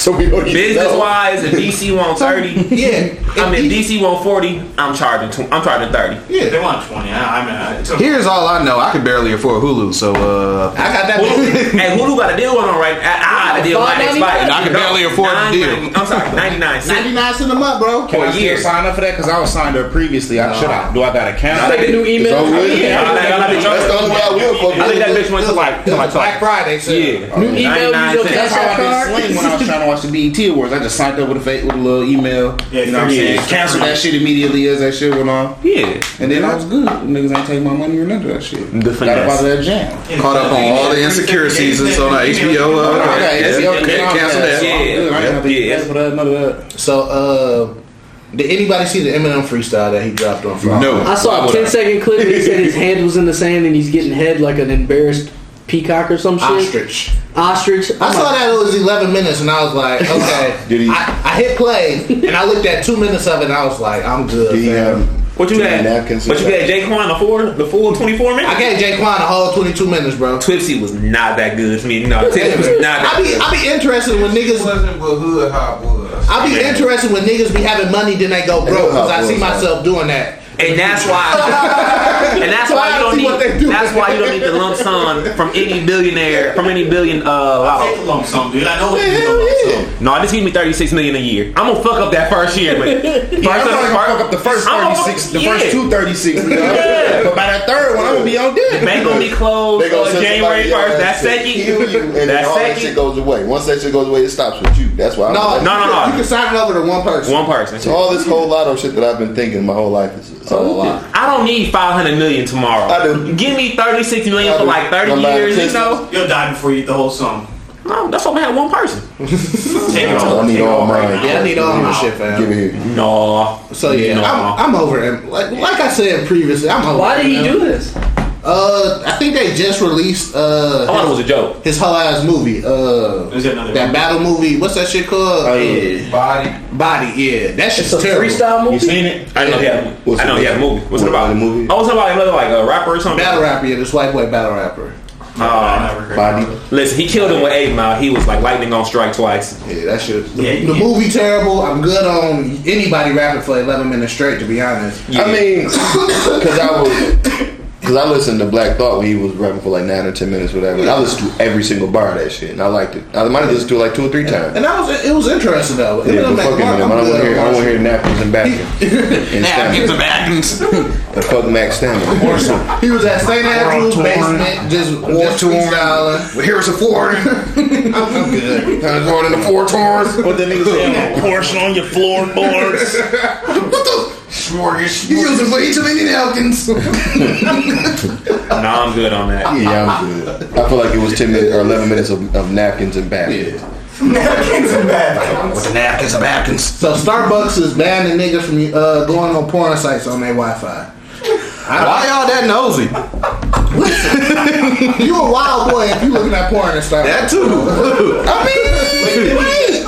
H: So we don't
J: Business wise, if DC want thirty,
G: yeah.
J: I mean, if DC want forty. I'm charging. Tw- I'm charging thirty.
O: Yeah, they want twenty. I, I mean, I, it's okay.
F: Here's all I know. I could barely afford Hulu, so uh,
G: I got that.
J: Hulu, hey, Hulu got a deal going on right now. I, I had a deal. My next
F: $5.99.
J: fight.
F: I can barely afford the deal.
J: I'm sorry, ninety nine
G: Ninety
J: cents.
G: nine cents a month, bro.
L: Can I
J: For a year.
L: still sign up for that? Because I was signed up previously. I, should I? Do I got a
I: It's
L: account?
I: like the new email.
L: It's over with.
J: Yeah, I think- I think-
L: That's the only way I will fuck
J: I think
L: with
J: that
L: it.
J: bitch went to like to like
G: Black Friday. So.
J: yeah.
I: New email, use
J: 99
I: your
J: cents.
I: cash
L: That's
I: app
L: how I
I: card.
L: did Sling when I was trying to watch the BET Awards. I just signed up with a, fake, with a little email.
O: Yeah,
L: you know what I'm
O: free.
L: saying?
O: Yeah.
L: Canceled that shit immediately as that shit went on.
J: Yeah.
L: And then I was good. Niggas ain't take my money or none of that shit.
J: The
L: Got up out of that jam.
F: caught up on all the insecure seasons on our HBO. Uh,
L: I got
F: yeah,
L: HBO
F: yeah,
L: Canal
F: cancel that.
L: Pass. I'm good. I ain't gotta pay
J: Yeah.
L: for that, none of that.
G: So, uh, did anybody see the Eminem freestyle that he dropped on Friday?
F: No.
I: I saw a 10 second clip. He said his hand was in the sand and he's getting head like an embarrassed peacock or some shit.
G: Ostrich.
I: Ostrich.
G: I saw that it was 11 minutes and I was like, okay.
L: Did he-
G: I, I hit play and I looked at two minutes of it and I was like, I'm good.
L: He,
G: fam.
L: um,
J: What you
L: Two
J: had?
L: napkins
J: What
L: and
J: you had? Jay Quan the four, the full twenty four minutes.
G: I gave Jay Quan a whole 22 minutes, bro.
J: Twipsy was not that good to me. No, Twipsy was not that
G: I be
J: good.
G: I be interested when niggas
N: Wasn't what hood hop was.
G: I be interested when niggas be having money then they go broke because I see myself doing that.
J: and that's why, and that's why
G: I see
J: you
G: what
J: don't
G: they
J: need.
G: do.
J: That's why you don't need the lump sum from any billionaire, from any billion. Uh,
O: Take a
J: lotto.
O: lump sum, dude. I know what
G: Hell
O: you
G: yeah.
J: no, I just give me thirty six million a year. I'm gonna fuck up that first year, but first,
L: Yeah, I'm probably gonna fuck up the first
J: I'm gonna
L: 36,
J: fuck-
L: the first
J: yeah.
L: two 36. you know?
J: Yeah.
L: But by that third one, I'm gonna be on deck.
J: Bank gonna be closed
H: They gonna
J: uh,
H: send
J: January
H: somebody
J: first.
H: else
J: That's
H: to kill you,
J: second.
H: and then all that
J: That's
H: shit
J: second.
H: goes away. Once that shit goes away, it stops with you. That's why. I'm
G: No,
H: like,
J: no, no, no.
G: You can sign it over to one person.
J: One person.
H: All this whole lot of shit that I've been thinking my whole life is it's all a lie.
J: I don't need five hundred million tomorrow.
H: I do.
J: Give me thirty six million
H: I
J: for
H: do.
J: like thirty
H: I'm buying
J: years. You
H: Teslas.
J: know,
O: You'll die before you eat the whole sum.
J: no, that's why we had one person.
O: Take it all.
H: I need
O: Take it
H: all
O: right
H: mine.
O: now.
G: Yeah, I need all my shit,
H: Give
G: fam.
H: it here.
J: No.
G: So yeah,
J: No.
G: I'm, I'm over him. Like like I said previously, I'm over.
I: Why did he
G: him.
I: do this?
G: Uh, I think they just released
J: I thought it
G: uh
J: was a joke.
G: his whole ass movie. Uh,
O: Is there another
G: that
O: one?
G: battle movie. What's that shit called?
L: Oh, yeah.
N: Body.
G: Uh, Body. Yeah, that shit's
I: It's a
G: terrible.
I: freestyle movie.
L: You seen it?
J: I didn't know he had. a-
H: What's
J: I know
H: it-
J: he had a movie. What's it
H: what
J: about?
H: the movie?
J: Oh, it's about another like a rapper or something.
G: Battle rapper. Yeah, this white boy battle rapper.
J: Uh,
O: I never heard
H: Body.
O: of it.
J: listen, he killed him with eight mile. He was like lightning on strike twice.
G: Yeah, that shit. The,
O: Yeah,
G: the
O: yeah.
G: movie terrible. I'm good on anybody rapping for 11 minutes straight. To be honest,
H: I mean, because I was, because I listened to Black Thought when he was rapping for like nine or ten minutes, whatever. And I listened to every single bar of that shit, and I liked it. I might have listened to it like two or three times.
G: and that was it was interesting though.
H: Yeah,
G: Eminem
H: but fuck
G: Mac
H: him, I don't
G: Mark,
H: want
G: I'm
H: to
G: good
H: hear. I don't
G: on my
H: want to hear
G: shit.
H: napkins and backings. and
F: Napkins
H: stamina.
F: and backings.
H: And fuck Max Stamina.
G: He was at St. Andrew's
F: torn.
G: basement, just
H: War
G: just freestyling.
H: Well, here's a floor.
G: I'm, I'm good.
H: Kind of going in the four tours. What the niggas saying?
K: Portion on your floorboards.
H: You use it for each of any napkins.
J: Nah, I'm good on that.
H: Yeah, I'm good. I feel like it was ten minutes or eleven minutes of, of napkins and backings.
M: Napkins and bags.
F: With the napkins and backings.
G: So Starbucks is banning niggas from uh, going on porn sites on their Wi-Fi.
F: Why y'all that nosy?
G: You a wild boy if you looking at porn and stuff.
F: That too.
O: Wait,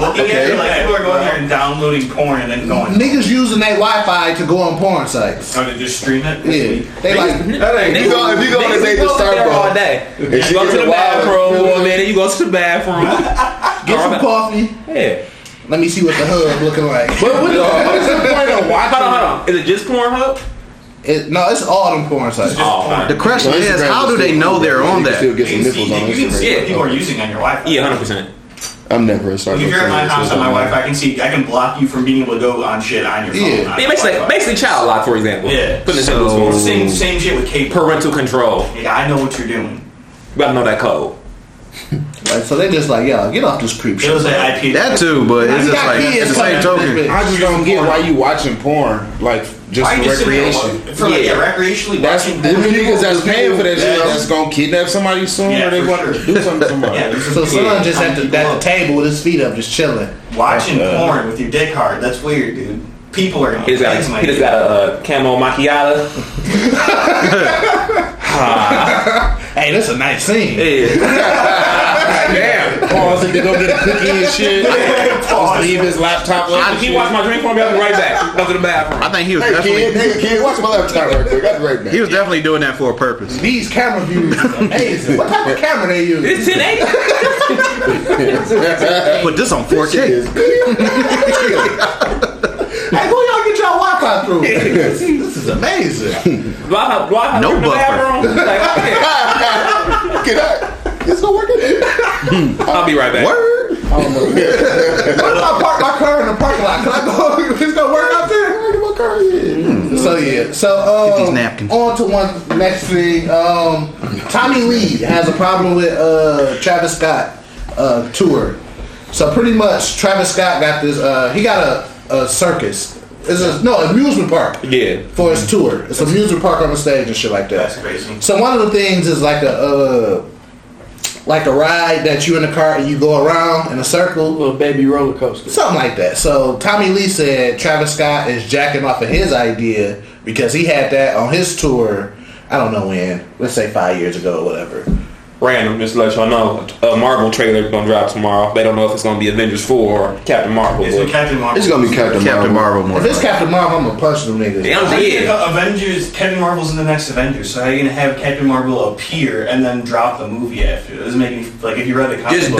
O: Looking at it, like people are going there and downloading porn and then going.
G: Niggas using their Wi-Fi to go on porn sites.
O: How to just stream it?
G: Yeah, they like.
H: That ain't. You go, if you go on a
J: Niggas
H: date to
J: go there all
H: Starbucks,
J: day.
H: If she
J: You go
H: gets
J: to
H: a
J: the
H: wild-
J: bathroom for a minute. You go to the bathroom.
G: Get some
J: Alright.
G: coffee.
J: Yeah.
G: Let me see what the hub looking like.
L: But what the- what is the point of watching?
J: Hold on, hold on. Is it just Pornhub?
G: It, no, it's all them porn sites.
J: Oh,
F: The question is, how do they know they're on there?
O: using on your Wi-Fi.
J: Yeah, hundred percent.
H: I'm never inside.
O: If you're at my house on my Wi-Fi, I can see. I can block you from being able to go on shit on your phone.
J: Yeah.
O: on
J: Yeah,
O: your
J: basically,
O: Wi-Fi.
J: basically child lock, for example.
O: Yeah.
J: Putting
O: So-
J: so,
O: Same- same shit with cable.
J: Parental control.
O: Yeah, I know what you're doing.
J: You gotta know that code.
G: Like, so they just like, yo, get off this creep shit.
O: It was an IP.
F: That too, but it's
L: I
F: just
L: got
F: like
L: kids
F: at the same
L: playing
F: token.
L: that bitch. I just don't get why you watching porn like just
O: Why
L: for
O: you just sitting there
L: recreation.
O: wa- for, like, yeah, recreationally
L: That's
O: watching
L: the
O: porn?
L: niggas that's
O: People-
L: paying for that shit.
O: Yeah.
L: That's gonna kidnap somebody soon,
O: Yeah,
L: or they
O: for
L: want to do something to somebody.
G: So son just at the, at the table with his feet up, just chilling,
O: Watching
L: Uh,
O: porn with your dick hard. That's weird, dude. People are.
J: He just got, he just got a uh, camo macchiato.
G: hey, that's a nice scene.
L: Damn. Pause it to go to the cookie and shit. Just leave his laptop. up and
J: He
L: shit.
J: watched my drink for me. I'll be right back. Go to the bathroom.
F: I think he was
L: Hey,
F: definitely.
L: kid, hey, kid, watch my laptop right quick. I'll be right back.
F: He was definitely doing that for a purpose.
L: These camera views is amazing. What type of camera they use?
J: It's 1080.
F: Put this on 4K.
G: Hey, who y'all get y'all Wi-Fi through? this is amazing.
J: Do I have, do I have
F: No
J: to go to the
F: buffer.
J: bathroom? Like,
L: Can I? It's not working.
J: I'll be right back.
F: Word.
G: What if I park my car in the parking lot? Can I go? It's gonna work out there. So yeah. So um, on to one next thing. Um, Tommy Lee has a problem with uh, Travis Scott uh, tour. So pretty much, Travis Scott got this. Uh, he got a, a circus. It's a, no amusement park
J: Yeah.
G: for his tour. It's an amusement park on the stage and shit like that.
O: That's crazy.
G: So one of the things is like a uh, like a ride that you in the car and you go around in a circle,
I: little baby roller coaster,
G: something like that. So Tommy Lee said Travis Scott is jacking off of his idea because he had that on his tour. I don't know when. Let's say five years ago or whatever.
J: Random, just to let y'all know, a Marvel trailer gonna drop tomorrow. They don't know if it's gonna be Avengers 4 or Captain Marvel.
O: It's
J: but-
O: Captain Marvel.
F: Captain Marvel. more.
G: If it's Captain Marvel, I'm gonna punch them niggas.
J: Yeah, I'm dead.
O: Avengers. Captain Marvel's in the next Avengers, so how are you gonna have Captain Marvel appear and then drop the movie after? It doesn't make any like if you read the comic book, it makes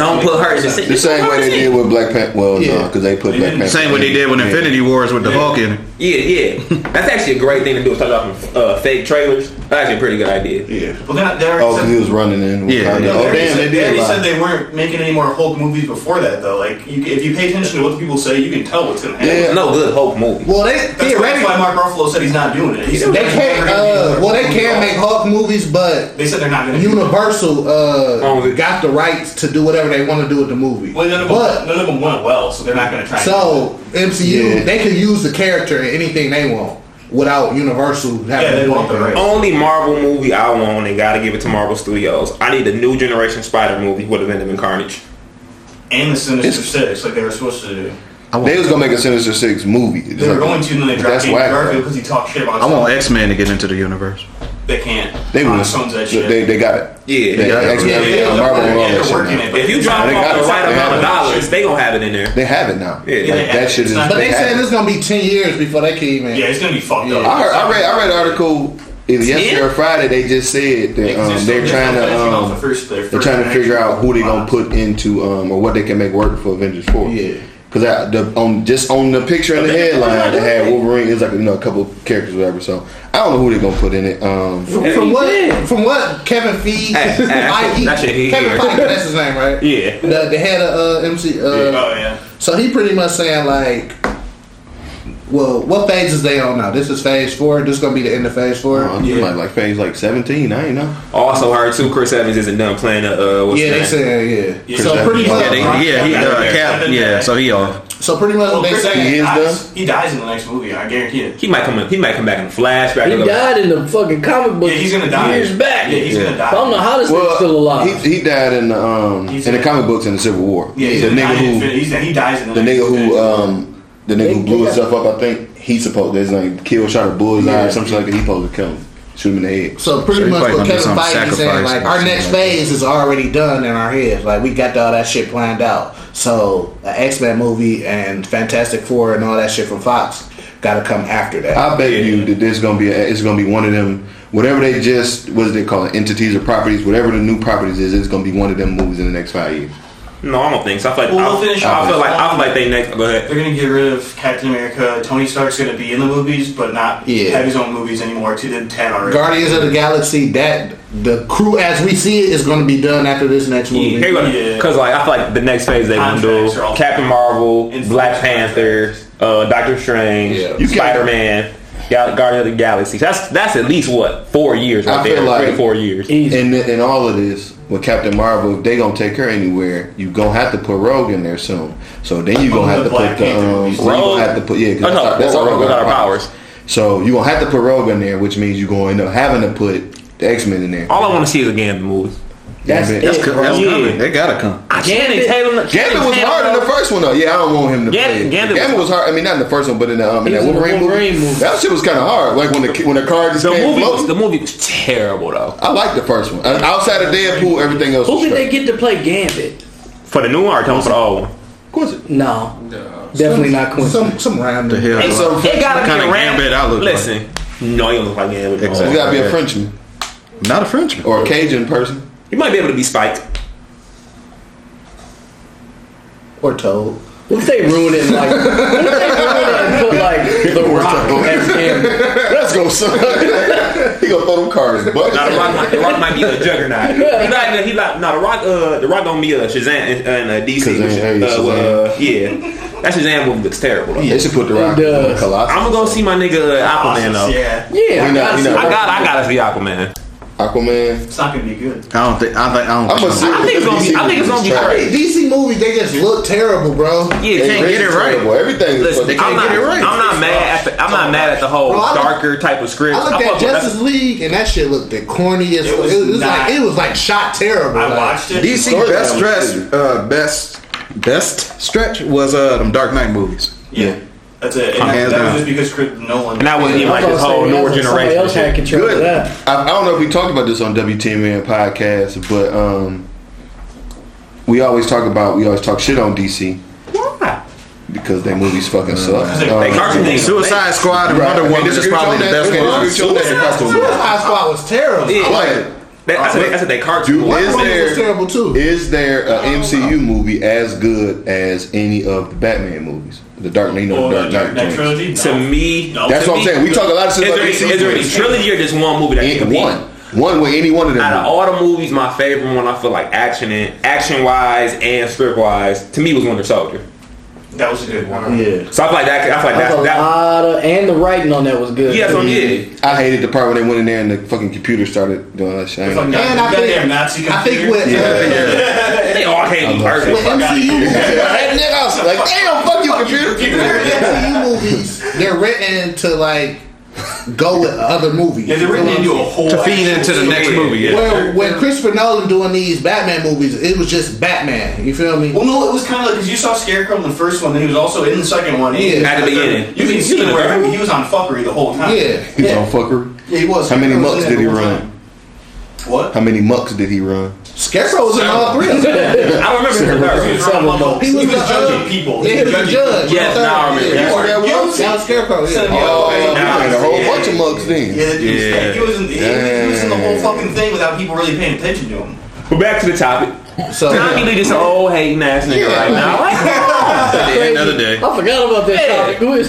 O: no sense.
H: The same way they did with Black Panther. Well, no,
O: Yeah.
H: because they put
O: They
H: Black
O: didn't-
H: Panther.
F: Same what they did with Infinity Wars with the Hulk in it.
J: Yeah, yeah. That's actually a great thing to do. Start off with uh, fake trailers. That's actually a pretty good idea.
O: Well, they're, they're
H: Oh, because he was running in.
J: Yeah.
H: Wakanda.
J: Yeah,
H: Oh, damn,
O: They
H: they
O: said-
H: did.
O: already
H: lie.
O: said they weren't making any more Hulk movies before that, though. Like, you, if you pay attention to what the people say, you can tell what's going to happen.
J: Yeah, no good Hulk movie.
G: Well, they
O: That's, that's why Mark Ruffalo said he's not doing it. He said
G: They
O: there's
G: can't.
O: never gonna be
G: Uh,
O: another
G: well, they
O: Hulk
G: can
O: movie.
G: make Hulk movies, but
O: They said they're not going to.
G: Universal uh, got the rights to do whatever they want to do with the movie.
O: Well, none of, them, none of them went well, so they're not going to try.
G: So MCU,
O: Yeah.
G: they can use the character in anything they want without Universal having to do anything.
J: Only Marvel movie I want and gotta give it to Marvel Studios. I need a new generation Spider movie with a Venom and Carnage.
O: and the Sinister Six, like they were supposed to do.
H: They was gonna make a Sinister Six movie.
O: They were going to, and then they dropped
H: That's
O: Andrew
H: whack.
O: Garfield because he talked shit about.
F: I want X Men to get into the universe.
O: They can't.
H: They
O: Ron
H: was.
O: Stone's that shit.
H: They, they got it.
J: Yeah,
H: they got
J: Yeah,
H: X
J: yeah,
H: Men.
J: yeah,
H: Marvel and all that
J: yeah, they're
H: shit.
J: working
H: now.
J: it. If you drop
H: They got
J: off the
H: it.
J: right
H: They
J: amount
H: have
J: of
H: it.
J: dollars, they gonna have it in there.
H: They have it now.
J: Yeah.
H: Like, that shit is.
G: But they
H: have
G: saying
H: it.
G: it's gonna be ten years before they can even.
O: Yeah, it's gonna be fucked up.
H: I, heard, I read I read an article either yesterday or Friday. They just said that um, they're trying to um, they're trying to figure out who they're gonna put into um, or what they can make work for Avengers Four. Yeah, because the on just on the picture in the headline they had Wolverine is like you know a couple of characters or whatever. So I don't know who they're gonna put in it. Um,
G: From, from what? From what? Kevin Feige.
H: Hey, hey, that's
G: Feige-
H: it- that's it, he
G: Kevin
H: here.
G: Feige. That's his name, right?
J: Yeah.
G: The, the head of uh, MC. Uh,
O: Oh yeah.
G: So he pretty much saying like, well, what phase is they on now? This is phase four. This is gonna be the end of phase four.
H: yeah. like like phase like seventeen. I ain't know.
J: Also heard too, Chris Evans isn't done playing. Uh, what's
G: Yeah, they
J: his name?
G: said, yeah.
J: Chris
G: So
J: Evans.
G: pretty much-
J: they-
F: Yeah, he uh, Cap. Yeah, so he
J: uh,
F: off.
G: So pretty much
O: Well,
G: what they
O: Chris
G: saying.
O: Evans dies, he dies in the next movie. I guarantee it.
J: He might come. In, he might come back in a flashback.
I: He died in the fucking comic book.
O: Yeah, he's gonna die.
I: years back.
O: Yeah, he's gonna die.
I: So I'm the hottest
H: Well,
I: nigga still alive.
H: He, he died in the um, in the comic books in the Civil War.
O: Yeah, he's
H: the
O: gonna die in
H: nigga
O: Infinity-
H: who
O: he's- he dies in
H: the
O: the
H: nigga who um the nigga who blew himself up. I think he supposed to like kill, shot a bullseye or something like that. He supposed to kill him, shoot him in the head.
G: So pretty much what Kevin Feige is saying, like our next phase is already done in our heads. Like we got all that shit planned out. So an X Men movie and Fantastic Four and all that shit from Fox got to come after that.
O: Uh,
H: I bet you that there's gonna be a, it's gonna be one of them whatever they just what do they call it entities or properties whatever the new properties is it's gonna be one of them movies in the next five years.
J: No, I don't think so. I feel like
O: Well, we'll
J: I,
O: finish
J: I
O: off
J: feel
O: with
J: like I
O: one.
J: feel like they next. Go ahead.
O: They're gonna get rid of Captain America. Tony Stark's gonna be in the movies, but not have his own movies anymore. Two did ten already.
G: Guardians of the Galaxy. That the crew as we see it is going to be done after this next movie.
J: Because like I feel like the next phase they gonna do Captain Marvel, Black Panther, uh, Doctor Strange, Spider Man, Gal- Guardian of the Galaxy. That's that's at least what four years right
H: I
J: there.
H: feel like
J: three or four years.
H: In in all of this with Captain Marvel, if they gonna take her anywhere, you gonna have to put Rogue in there soon. So then you gonna have to put the um, you
J: Rogue?
H: gonna have to put yeah. 'cause
J: Oh, no, that's all Rogue got her powers.
H: So you gonna have to put Rogue in there, which means you gonna end up having to put the X Men in there.
J: All I want to see is a Gambit movie.
H: That's
J: Gambit.
H: That's,
J: it,
H: co-
J: bro.
H: that's
J: Yeah.
H: coming. They gotta come.
J: Gambit, Tatum,
H: Gambit was
J: Tatum-
H: hard in the first one though. Yeah, I don't want him to
J: Gambit-
H: play.
J: Gambit
H: Gambit,
J: was-
H: was hard. I mean, not in the first one, but in the, um, in
J: He
H: that
J: was in the
H: Wolverine,
J: Wolverine
H: movie.
J: movie.
H: That shit was kind of hard. Like when the when the car just
J: The
H: came
J: movie was,
H: floating.
J: the movie was terrible though.
H: I like the first one. Uh, Outside of Deadpool, everything else.
I: Who
H: was
I: did
H: trash.
I: they get to play Gambit?
J: For the new one or coming for the old one?
I: No, definitely not Quincy. Some
G: some random.
H: The hell?
J: It,
H: Some
J: it gotta
H: What
J: be
H: kind
J: a
H: of
J: ram-
H: Gambit I look like?
J: Listen, no, you don't look like Gambit. at all.
H: Exactly. You gotta be
F: Oh,
H: a Frenchman, not a Frenchman or a Cajun person.
J: You might be able to be Spike.
G: Or Toad.
I: What if they ruin it like? What if they ruin it and put like the Rock as Gambit?
H: Let's go, son. he gonna throw them cards. But
J: Now, the, rock might, the Rock might be a juggernaut. He like, he like, no, the Rock, uh, the Rock gonna be a Shazam and, and a DC.
H: Shazam,
J: which,
H: hey,
J: uh, well, uh, yeah, that Shazam movie looks terrible. Though.
H: They should put the rock. in the Colossus.
J: I'm gonna go see my nigga uh, Aquaman though.
O: Yeah.
H: Yeah, I gotta
J: I, got,
H: see
J: I
H: that.
J: got, I gotta see Aquaman.
H: Aquaman.
O: It's not gonna be good.
F: I don't think. I think. I don't.
H: I'm a
F: think so.
H: serious- I think it's gonna be- I think it's gonna be
G: I mean, DC movies they just look terrible, bro.
J: Yeah, can't get it right.
H: Everything.
J: Listen, I'm not, I'm not mad at the, I'm not mad at the whole
G: Bro, I look-
J: darker type of script.
G: I looked
J: fuck
G: at
J: with-
G: Justice League and that shit looked corny as fuck. It was, it was like it was like shot terrible. I watched
F: DC best dress, uh, best best stretch was uh them Dark Knight movies.
O: Yeah, that's it. And
F: Hands
O: that, that
F: down.
O: was just because Chris Nolan.
H: Good. I, I don't know if we talked about this on WTMN podcast, but um, we always talk about we always talk shit on DC. Because their movies fucking suck.
F: They
H: Um,
F: cartoon things. Suicide Squad and Wonder
H: I mean,
F: Woman is
H: disagree with
F: probably the
H: y'all that-
F: best
H: disagree
F: ones.
H: with y'all that the best ones.
G: Suicide Squad was terrible.
H: Yeah.
J: That's a- that's a they cartoon.
H: Dude, is
G: Wonder Woman was terrible too.
H: Is there an MCU movie as good as any of the Batman movies? The Dark Knight, you know, the Dark Knight joints.
J: To me, no.
H: That's
J: To
H: what I'm
J: me-
H: saying. We talk a lot of shit
J: Is
H: about
J: there
H: DC
J: any- Is there any
H: movies.
J: trilogy or just one movie that
H: Any-
J: you can beat?
H: one. One with any one of them.
J: Out of all the movies, my favorite one I feel like action and action wise and script wise to me was Winter Soldier.
O: That was a good one.
J: Yeah. So I feel like that. I feel like
I: That's
J: that.
I: a
J: that
I: lot of, and the writing on that was good. too.
H: I hated the part when they went in there and the fucking computer started doing that shit.
G: And I think, I think with
H: Yeah,
G: uh,
H: yeah.
J: They all came
H: perfect.
G: With MCU, movies,
H: Yeah.
G: Nigga, I was like, damn, fuck you, computer. With MCU movies, they're written to like go with other movies.
O: Yeah, they're written into a whole
F: To feed into the next movie, yeah.
G: Where, when Christopher Nolan doing these Batman movies, it was just Batman. You feel me?
O: Well, no, it was kind of like because you saw Scarecrow in the first one, then he was also in the second one. He-
G: Yeah. At the
H: beginning.
O: you can see where he was on fuckery the whole time.
H: He was on fuckery.
G: Yeah, he was.
H: How many
G: He was
H: mucks
G: in
H: did he
G: the whole
H: run?
O: What?
H: How many mucks did he run?
G: Scarecrow was in all three of them.
J: I remember him in the third.
G: He was, the, judge.
O: judging people.
G: Yeah, he was the judge.
J: Yes,
G: The third.
J: now I remember.
G: Yeah,
J: That's
G: you were
J: right.
G: that one?
J: Guilty.
G: That was Scarecrow. Yeah.
H: Oh, he played a whole
O: yeah.
H: bunch of mucks then.
O: Yeah, yeah. He was in the, he was in the whole fucking thing without people really paying attention to him.
J: We're back to the topic.
G: So
J: Tommy Lee just an old hating ass nigga right now. Like,
F: At the end of the day.
I: I forgot about that topic. Who is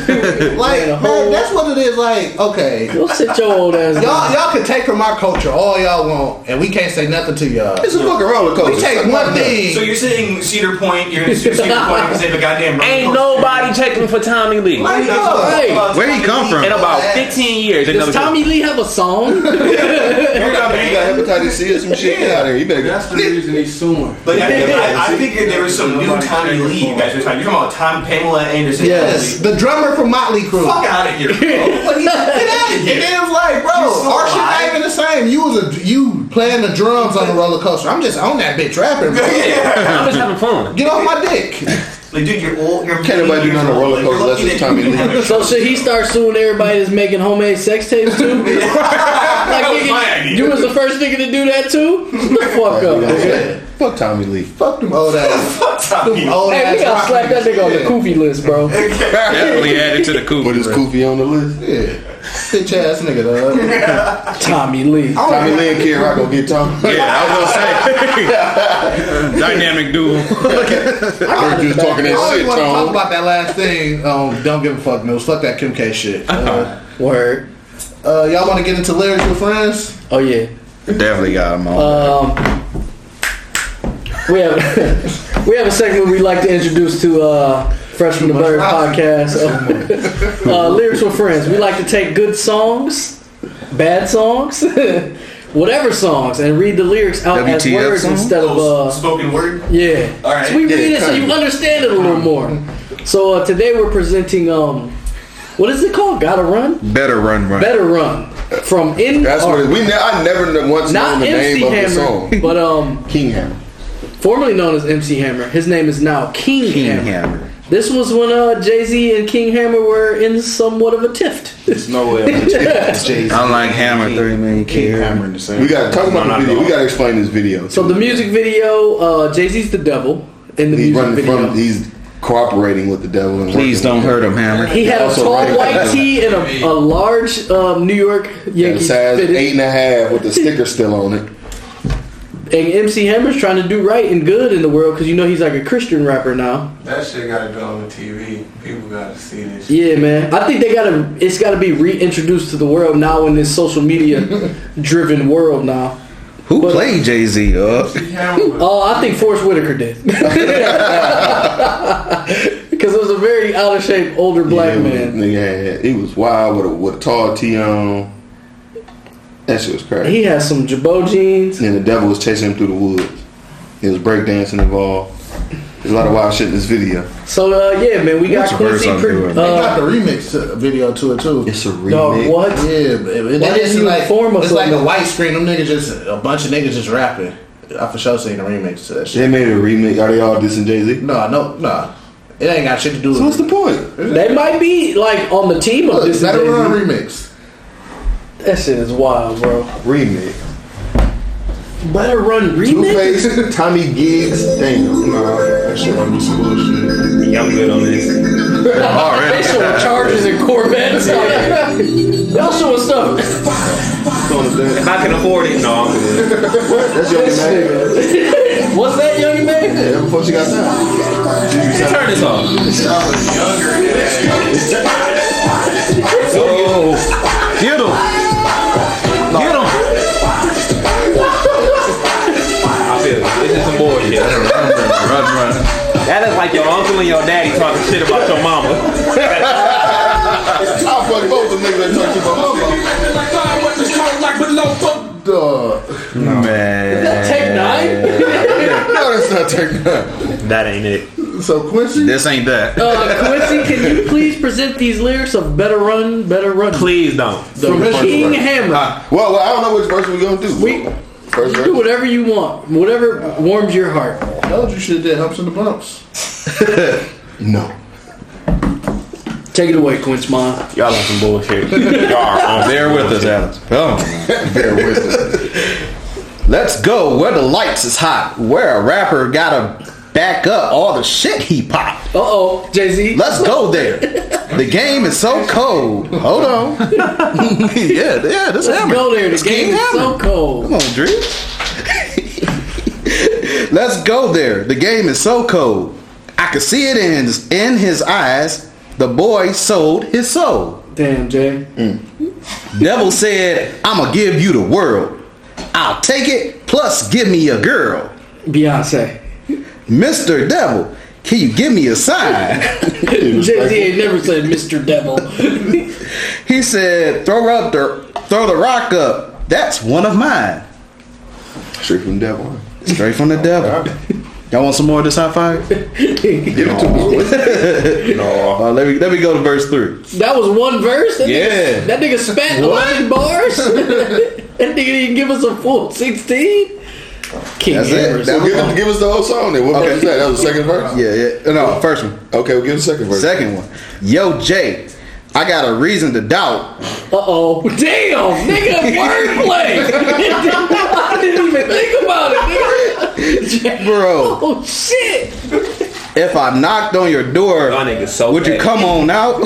G: Like, man, that's what it is. Like, okay,
I: Go sit your old ass
G: y'all,
I: down.
G: y'all can take from our culture all y'all want, and we can't say nothing to y'all.
H: It's a fucking roller coaster.
G: We take
H: Suck my
G: one
H: dick.
G: thing.
O: So you're saying Cedar Point, you're gonna sue Cedar Point because they have a goddamn
J: Ain't nobody checking for Tommy Lee.
O: Like,
G: uh,
J: That's
O: no.
J: what I'm talking
O: Hey. Where'd he
J: about.
O: come from?
J: In about 15 years,
I: Does
J: another
I: Tommy Lee have a song?
H: You got hepatitis C or some shit. Get out of here. You better get
N: That's the reason he's suing.
O: But I, I, I figured there was some new Tommy Lee you guys were talking. You're talking about Tom Pamela Anderson.
G: Yes, the drummer from Motley Crue.
O: Fuck out of here, bro.
G: Like, get out of here. And then it was like, bro,
O: You so
G: our shit
O: alive.
G: not even the same. You was a you playing the drums on the roller coaster. I'm just on that bitch rapping. Bro.
J: I'm just having fun.
G: Get off my dick.
O: Like, dude, you're old. You're
H: Can't nobody do nothing on a roller coaster. That's just Tommy Lee.
I: So should he start suing everybody that's making homemade sex tapes too? like, nigga, you was the first nigga to do that too. Shut the fuck up. nigga.
H: Fuck Tommy Lee.
G: Fuck them old ass.
O: Fuck Tommy.
J: Oh,
G: Them old
I: Hey,
G: ass
I: we gotta
G: rock
I: slap that nigga on the
G: Yeah.
I: koofy list, bro.
H: Definitely added to the Koofy. But is Koofy on the list?
G: Yeah. Stitch ass nigga, dog.
I: Tommy Lee.
P: Tommy Lee and Kid Rock go get Tommy.
H: Yeah, I was gonna say dynamic duo.
P: Heard you was talking
G: I
P: that
G: always
P: shit,
G: want to talk
P: Tom.
G: about that last thing. Um, don't give a fuck news. Fuck that Kim K shit. Uh,
I: Word.
G: Uh, y'all want to get into lyrics with friends?
I: Oh yeah.
H: Definitely got him on.
I: Um, we have we have a segment we'd like to introduce to uh, Fresh from the Bird podcast. uh, lyrics with friends. We like to take good songs, bad songs, whatever songs, and read the lyrics out as
Q: WTF
I: words
Q: songs?
I: instead of
Q: Oh,
I: uh,
Q: s- spoken word?
I: Yeah.
Q: All right.
I: So we
Q: Yeah,
I: read it so
Q: kinda.
I: you understand it a little more. So uh, today we're presenting um, what is it called? Gotta run.
H: Better run, run.
I: Better Run from In.
H: That's what it- we ne- I never kn- once
I: Not
H: known the
I: MC
H: name of the
I: Hammer,
H: song.
I: but um
P: King Hammer,
I: formerly known as MC Hammer. His name is now King, Hammer. This was when uh, Jay Z and King Hammer were in somewhat of a tiff.
P: There's no way.
I: I'm gonna check this, Jay-Z.
H: Unlike Hammer, thirty million King
P: Hammer in the same.
H: We gotta talk about
P: No, not
H: the video.
P: at
H: We
P: all.
H: gotta explain this video.
I: So the music video, uh, Jay Z's the devil in the
H: He's
I: music
H: running
I: video.
H: from. He's cooperating with the devil. And
L: Please
H: working
L: don't
H: with
L: hurt
H: him.
L: him, Hammer.
I: He had a
H: Also
I: tall
H: running from
I: white
H: the-
I: tee and a, a large um, New York
H: Yeah,
I: Yankees
H: size
I: fitted.
H: eight and a half with the sticker still on it.
I: And MC Hammer's trying to do right and good in the world because you know he's like a Christian rapper now.
R: That shit gotta go on the TV. People gotta see this.
I: Yeah, man. I think they gotta. It's gotta be reintroduced to the world now in this social media driven world now.
L: Who played Jay Z? Uh,
I: Oh, I think Forrest Whitaker did. Because it was a very out of shape older black
H: Yeah,
I: man.
H: Nigga had, he was wild with a, with a tall tee on. That shit was crazy.
I: He had some Jabot jeans.
H: And the devil was chasing him through the woods. It was breakdancing involved. There's a lot of wild shit in this video.
I: So uh, yeah, man, we got
H: What's your verse
I: Quincy.
H: on
I: Pre-
H: doing?
I: uh,
H: They got
G: The remix uh, video to it too. It's
H: a
I: Dog, remix? what?
G: Yeah, but it,
I: Why
G: that
I: didn't
G: is
I: you
G: like
I: inform us
G: it's
I: of
G: like
I: that?
G: a white screen. Them niggas just a bunch of niggas just rapping. I for sure seen the remix to that shit.
H: They made a remake. Are they all dissing Jay Z?
G: No, no, no. It ain't got shit to do.
H: So what's
G: with
H: the point?
I: they might be like on the team of
G: Look,
I: this.
G: Better
I: Jay-Z.
G: Run remix.
I: That shit is wild, bro.
H: Remix.
I: Better run remix.
H: Two-Face, Tommy Giggs. Damn. Nah, that shit on this bullshit.
J: Yeah, I'm good on this.
I: They showing Chargers and Corvettes. Y'all showing stuff.
J: If I can afford it, no, I'm good.
H: That's your man.
I: What's that, young man?
H: Yeah, before she got that.
J: Turn this off.
L: oh, get him! Get him!
J: I feel it. This is some bullshit. That is like your uncle and your daddy talking shit about your mama.
P: I fuck both the niggas that talk to my
L: Man,
I: That Tech Nine.
P: mama. No, that's not Tech Nine.
L: that ain't it.
G: So Quincy,
L: This ain't that.
I: Uh, Quincy, can you please present these lyrics of Better Run, Better Run?
J: Please don't.
I: From King Hammer.
P: Well, well, I don't know which verse we gonna do.
I: We
P: First
I: do
P: verse.
I: whatever you want, whatever warms your heart.
G: told you should have did humps in the bumps.
P: No.
I: Take it away, Quince Mon.
J: Y'all on some bullshit. Y'all are on
L: Bear with us, Adams. Oh,
P: Bear with us.
L: let's go where the lights is hot. Where a rapper gotta back up all the shit he popped.
I: Uh oh, Jay Z.
L: Let's go there. The game is so cold. Hold on. yeah, yeah, this
I: Let's
L: hammer.
I: go there. The
L: This King
I: game is
L: Hammer.
I: so cold.
L: Come on, Drew. Let's go there. The game is so cold. I can see it in in his eyes. The boy sold his soul.
I: Damn, Jay.
L: Devil Mm. said, "I'ma give you the world. I'll take it. Plus, give me a girl."
I: Beyonce.
L: Mister Devil, can you give me a sign?
I: Jay Z ain't never said Mr. Devil.
L: He said, "Throw up the throw the rock up. That's one of mine."
P: Straight from Devil.
L: Straight from the devil. Y'all want some more of this high five?
P: Give it to me.
H: No.
L: Uh, let me let me go to verse three.
I: that was one verse? That
L: Yeah.
I: Nigga, that nigga spat 11 bars? that nigga didn't give us a full 16? King
L: That's it.
I: Hammer.
P: Well, give, it, give us the whole song then. What
L: Okay.
P: verse is that? That was the second verse?
L: Yeah,
H: Uh,
L: yeah. No, first one.
P: Okay, we'll give the second verse.
L: Second one. Yo, Jay, I got a reason to doubt.
I: Uh oh. Damn, nigga, wordplay. I didn't even think about it, nigga. Jay-
L: Bro,
I: Oh, shit.
L: if I knocked on your door,
J: Y'all niggas so
L: would you
J: bad.
L: come on out?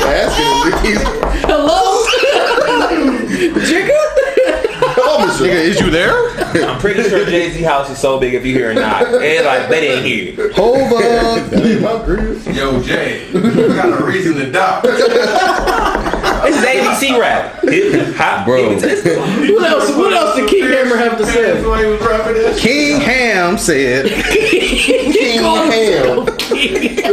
G: asking.
I: Hello?
J: Nigga, is you there? I'm pretty sure Jay Z house is so big if you hear or not. It's like they ain't here.
G: Hold up.
J: Yo, Jay, you got a reason to die. this is ABC rap. It- hot-
I: what else? What else did King Hammer have to say?
L: King Ham said,
I: King Ham.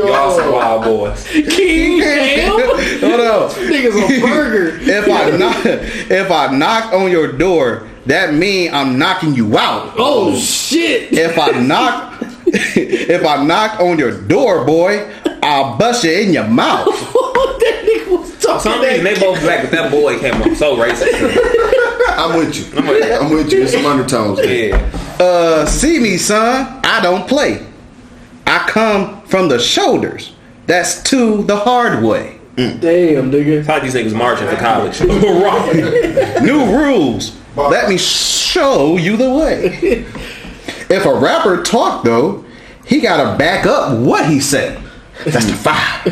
J: Y'all some wild boys.
I: King Ham.
L: "Hold up,
I: Niggas a burger.
L: if I knock, if I knock on your door, that mean I'm knocking you out."
I: Oh shit!
L: If I knock, if I knock on your door, boy, I'll bust it in your mouth.
I: that nigga was talking.
J: Some reason they both black, but that boy came up so racist.
L: I'm with you.
J: I'm with,
L: you. There's some undertones.
J: Yeah.
L: Uh, see me, son. I don't play. I come from the shoulders. That's to the hard way.
I: Damn, nigga.
J: How these niggas marching for college? Wrong.
L: New rules. Let me show you the way. If a rapper talk though, he gotta back up what he said. That's the five.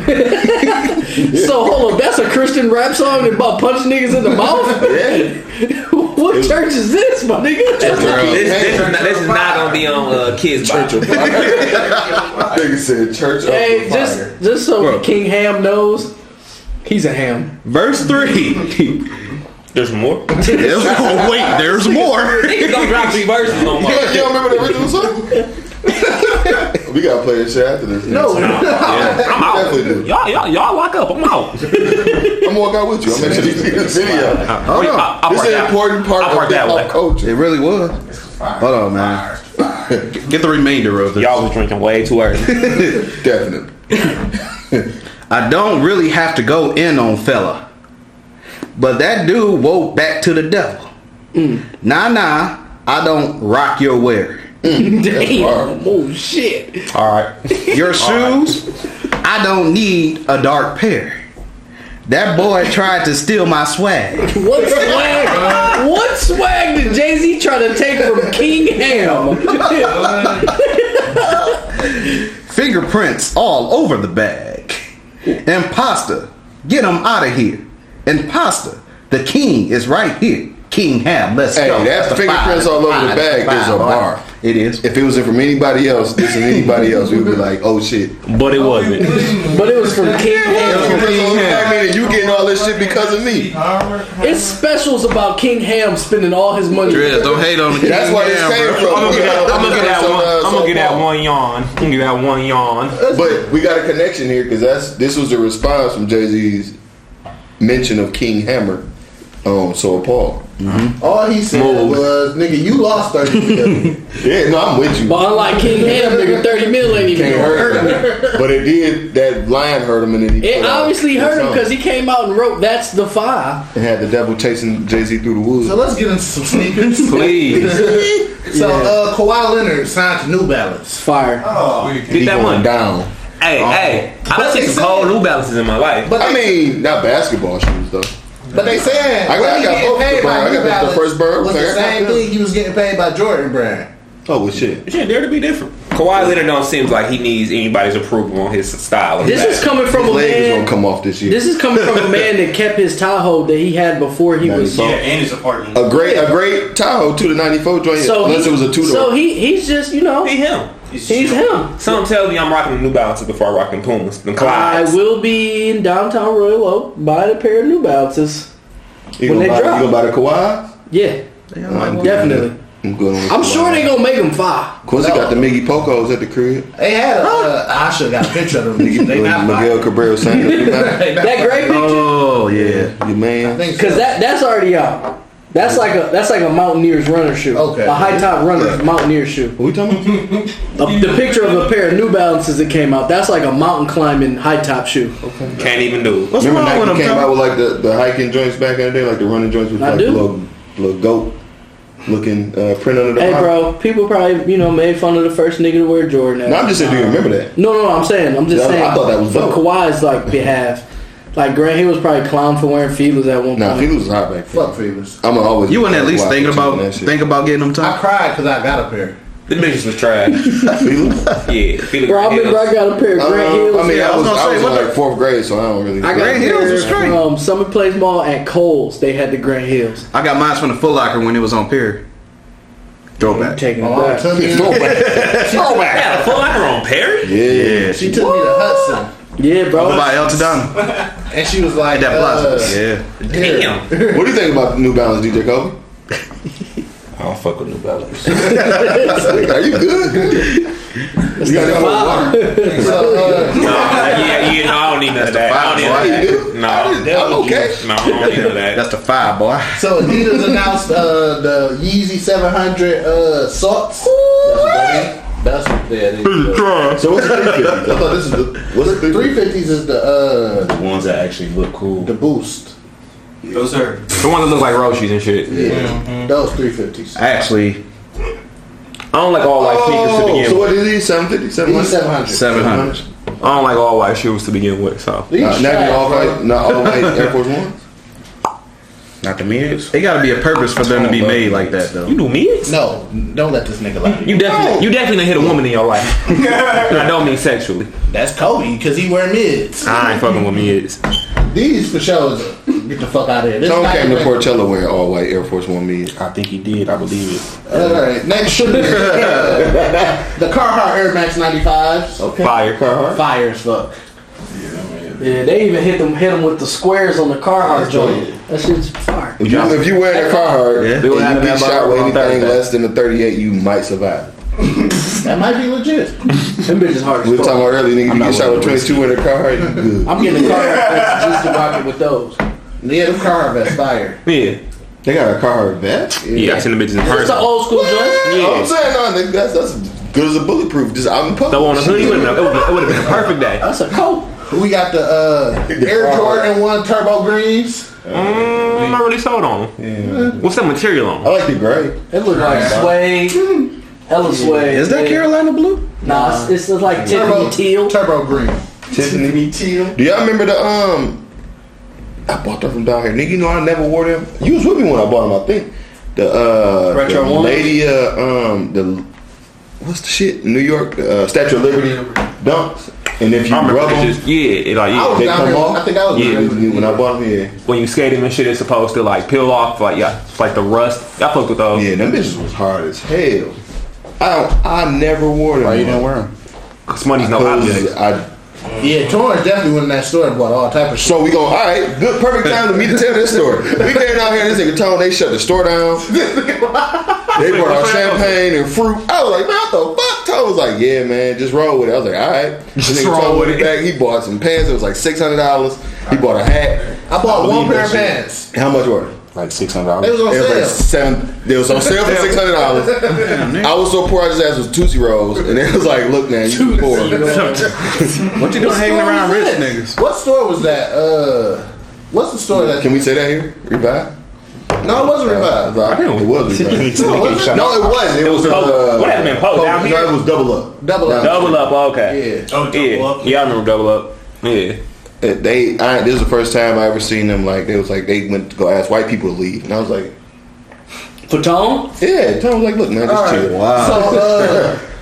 I: So hold on, that's a Christian rap song about punching niggas in the mouth. what church is this, my nigga?
J: This, this, is not, this is not gonna be on uh, kids. Church of
H: Nigga said church
I: Hey,
H: up for
I: just
H: fire.
I: just so
H: Bro.
I: King Ham knows, he's a ham.
L: Verse three.
J: There's more.
L: oh wait, there's more.
J: Niggas don't drop three verses no
H: You
J: more.
H: don't, you don't remember the original song? we gotta play this shit after this.
I: No.
H: Yeah.
J: I'm out. Y'all, y'all, y'all lock up. I'm out.
H: I'm walking out with you. I'm gonna show you the video.
L: Hold on.
J: I- I
H: This
J: marked
H: is an
J: that.
H: important part
J: I
H: of
J: marked
H: hip
J: that
H: hop
J: one.
H: culture.
L: It really was. Hold on, man. Get the remainder of this.
J: Y'all was drinking way too early.
H: Definitely.
L: I don't really have to go in on fella. But that dude woke back to the devil. Nah, nah, I don't rock your wear.
I: Damn. Oh shit.
L: All right. Your shoes, I don't need a dark pair. That boy tried to steal my swag.
I: What swag? what swag did Jay Z try to take from King Ham?
L: Fingerprints all over the bag. Imposter, get him out of here. Imposter, the king is right here. King Ham, let's
H: Hey, that
L: go. That's the
H: fingerprints
L: five,
H: all over the
L: five,
H: bag
L: five,
H: is a
L: boy.
H: bar.
L: It is.
H: If it was from anybody else, this is anybody else, we would be like, oh shit.
J: But it wasn't.
I: but it was from King
H: That's
I: Ham.
H: what it is. I mean, you getting all this shit because of me.
I: It's specials about King Ham spending all his money.
L: Driz, don't hate on the
H: That's
L: King
H: where this
L: Ham,
H: came
L: bro.
H: from.
J: I'm gonna get that. I'm gonna get that one.
H: So, uh,
J: I'm gonna get that
H: so-
J: one yawn. I'm gonna get that one yawn.
H: But we got a connection here because that's this was the response from Jay Z's mention of King Hammer um, on Soul Paul. Mm-hmm.
G: All he said was, nigga, you lost 30 million.
H: Yeah, no, I'm with you.
I: But unlike King Ham, nigga, thirty mil ain't even
H: Can't
I: gonna
H: hurt
I: hurt him.
H: him. But it did. That lion hurt him, and then he
I: It
H: put out
I: obviously
H: that
I: hurt him
H: song.
I: because he came out and wrote "That's the Five."
H: and had the devil chasing Jay Z through the woods.
G: so let's get into some sneakers.
J: Please
G: So uh, Kawhi Leonard signed to New Balance.
I: Fire.
G: Oh,
J: get that
H: going
J: one.
H: down.
J: Hey, hey. I've seen
G: they
J: some cold New Balances in my life.
G: but
H: I
G: they,
H: mean, not basketball shoes though.
G: but they said
H: I got-
G: what
H: I
G: he
H: got
G: getting
H: both
G: paid
H: the
G: by
H: brand. I
G: New
H: got the
G: Balance
H: first Bird.
G: was
H: I
G: the
H: got
G: same
H: the-
G: thing he was getting paid by Jordan Brand.
H: Oh well, shit.
J: Yeah, dare to be different. Kawhi Leonard don't seem like he needs anybody's approval on his style.
I: This is coming from
H: His
I: a
H: leg is gonna
I: man.
H: come off this year.
I: This is coming from a man that kept his Tahoe that he had before he was.
S: Yeah, and his apartment.
H: a great, a great Tahoe two to ninety four joint.
I: So
H: unless
I: he,
H: it was a two door.
I: So he he's just you know
J: Be him.
I: he's him.
J: Some tell me I'm rocking the New Balances before I rock them Pumas, them
I: I
J: Clydes.
I: will be in downtown Royal Oak buying a pair of New Balances.
H: you
I: when
H: gonna
I: they
H: buy,
I: drop.
H: you gonna buy the Kawhi?
I: Yeah,
H: I'm
I: definitely.
H: I'm good on the
I: I'm
H: Kawhi.
I: sure they gonna make him five.
H: Quincy got the Miggy Pocos at the crib.
G: They had a, uh, I should have got a picture of them. niggas. They not buying.
H: Miguel Cabrera Sanders.
I: That great picture,
L: Oh yeah.
H: Your man.
G: I think so.
I: cause that that's already out. That's like a that's like a Mountaineers runner shoe.
G: Okay.
I: a high top runner Mountaineer shoe.
H: What we talking about?
I: A- the picture of a pair of New Balances that came out. That's like a mountain climbing high top shoe.
J: Can't even do it.
L: What's
H: Remember
L: wrong with
H: Nike
L: him?
H: came
L: bro?
H: out with like the, the hiking joints back in the day, like the running joints with
I: I
H: like
I: do.
H: little little goat looking uh, print under the
I: Hey,
H: bottom.
I: bro, people probably you know made fun of the first nigga to wear Jordan.
H: No, I'm just saying, do you remember that?
I: No, no, I'm saying, I'm just
H: Yeah, I
I: saying.
H: thought that was
I: for
H: dope.
I: Kawhi's like behalf. Like Grant Hill was probably clown for wearing feelers at one
H: Nah,
I: point.
H: Felix was hot back then.
G: Fuck Phoebus.
H: I'm always.
L: You wouldn't at least
H: Why
L: thinking
H: put you on
L: about
H: that shit.
L: thinking about getting them
G: I
L: top.
G: cried because I got a pair.
J: The bitches was trash. yeah, Felix
I: Bro, I remember I got a pair of Grant Hills.
H: Uh, I mean, I was, I was in like fourth grade, so I don't really.
I: I got Grant Hills was straight. From Summit Place Mall at Coles. They had the Grant Hills.
F: I got mine from the Foot Locker when it was on Pier. Throwback.
I: Taking
F: Oh,
I: it back.
F: Throwback.
J: Yeah, Foot Locker on Perry.
F: Yeah.
G: She took me to Hudson.
I: Yeah, bro.
F: By El Tadano.
G: And she was like,
F: That plaza.
H: yeah.
J: Damn.
H: What do you think about the New Balance, DJ Kobe?
K: I don't fuck with New Balance.
H: Are you good? you got that water.
J: No, yeah, yeah, no, I don't need none of that. I don't need none of that. No, I'm okay. No, I don't need none of that.
F: That's the five, boy.
G: So Adidas announced uh, the Yeezy 700 uh, salts. That's what that is.
L: So what's the 350?
G: I thought this is the,
L: what's the
G: 350s is the uh,
L: The ones that actually look cool.
G: The boost.
O: Those are
J: The one that look like Roshi's and shit.
G: Those 350s.
F: Actually,
J: I don't like all white
F: Oh,
J: sneakers to begin
H: Oh, so what
J: with.
H: is he? 750? 700?
G: 700.
J: 700. I don't like all white shoes to begin with, so.
H: These Nah, not Uh, all trash, white- bro. not all white Air Force Ones?
F: Not the mids. It got to be a purpose for them to be made like that, though.
J: You do mids?
G: No, don't let this nigga lie.
J: You definitely, you definitely done hit a woman in your life. and I don't mean sexually.
G: That's Kobe because he wear mids.
J: I ain't fucking with mids.
G: These for sure. is- Get the fuck out of here. This
H: Tom
G: not
H: came
G: even-
H: to Coachella wearing all white Air Force One mid. I think he did. I believe it.
G: All right, next should be the Carhartt Air Max 95s.
I: Okay.
J: Fire.
G: Carhartt. Fire as fuck.
I: Yeah, they even hit them hit them with the squares on the Carhartt joint. That shit's fire.
H: If you, if you wear a Carhartt
J: Yeah.
H: and
J: They
H: you
J: would have
H: get
J: that
H: shot with
J: on
H: anything
J: Thursday.
H: less than a 38, you might survive.
G: That might be legit.
I: Them bitches hard
H: We
I: as
H: were talking
I: fuck.
H: about earlier, nigga, you get shot with 22 in a Carhartt, you good.
I: I'm getting a Carhartt just to rock it with those.
G: Yeah, the Carhartt vest fire.
J: Yeah.
H: They got a Carhartt vest?
J: Yeah, I seen the bitches in
I: It's the
J: person.
I: old school joint.
J: Yeah.
H: I'm saying, no, nigga, that's, that's as good as a bulletproof. Just out in public.
J: Throw on a hoodie, it would have been a perfect day.
I: That's a coat.
G: We got the uh, Air Jordan One Turbo Greens.
J: Mm, I'm not really sold on them. What's that material on
G: Oh,
H: I like the gray.
I: It look like suede. Hella suede.
F: Is that
I: yeah.
F: Carolina blue?
I: Nah, it's, it's just like Tiffany teal.
G: Turbo Green.
H: Tiffany teal. Do y'all remember the um? I bought them from down here, nigga. You know I never wore them. You was with me when I bought them, I think. The uh,
I: Retro
H: the
I: ones?
H: lady, uh, um, the what's the shit? New York uh, Statue of Liberty dunks. And if you
J: I remember
H: rub them,
J: it's just, yeah, it like, yeah.
G: I was
H: they
G: down
H: come
G: here-
H: off.
G: I think I was
H: yeah,
G: down here.
H: when I bought them. Yeah,
J: when you skate them and shit, it's supposed to like peel off, like yeah, it's like the rust. I fucked with those.
H: yeah, them bitches was hard as hell. I don't. I never wore them. Why you don't wear them?
J: Cause money's no object.
H: I
G: Yeah, Torrance definitely went in that store and bought all type of shit.
H: So we go, all right, good, perfect time for me to tell this story. We came down here, this nigga told they shut the store down. they brought out champagne and fruit. I was like, man, what the fuck? Todd was like, yeah, man, just roll with it. I was like, all right. This
J: Just
H: nigga
J: roll
H: told
J: with
H: me
J: it.
H: back. He bought some pants. It was like six hundred dollars. He bought a hat.
G: I bought
H: believe
G: one pair
H: that
G: of
H: shit.
G: pants.
H: How much were they? Like six hundred dollars.
G: It was on sale.
H: seven. It was on sale for six hundred dollars. I was so poor, I just asked for Tootsie rolls, and it was like, look, man, you poor.
F: What you doing hanging
G: store
F: around
G: was
F: rich
G: that?
F: niggas?
G: What store was that? Uh, what's the store that?
H: Can we say that here? Revive.
G: No, it wasn't Revive.
H: It was Revive.
G: No, it wasn't.
H: No, it wasn't. It,
J: It
H: was,
J: was Pope.
H: uh,
J: What happened, Pope,
H: Pope-
J: down
H: no,
J: here?
H: it was double up.
G: Double up.
J: Double up, okay.
G: Yeah.
O: Oh, double
J: yeah,
O: up.
J: yeah, I remember double up. Yeah,
H: Uh, They, I, this is the first time I ever seen them. Like they was like they went to go ask white people to leave, and I was like,
I: Fatone?
H: yeah. Tom was like, look, man, just
G: All right.
H: chill.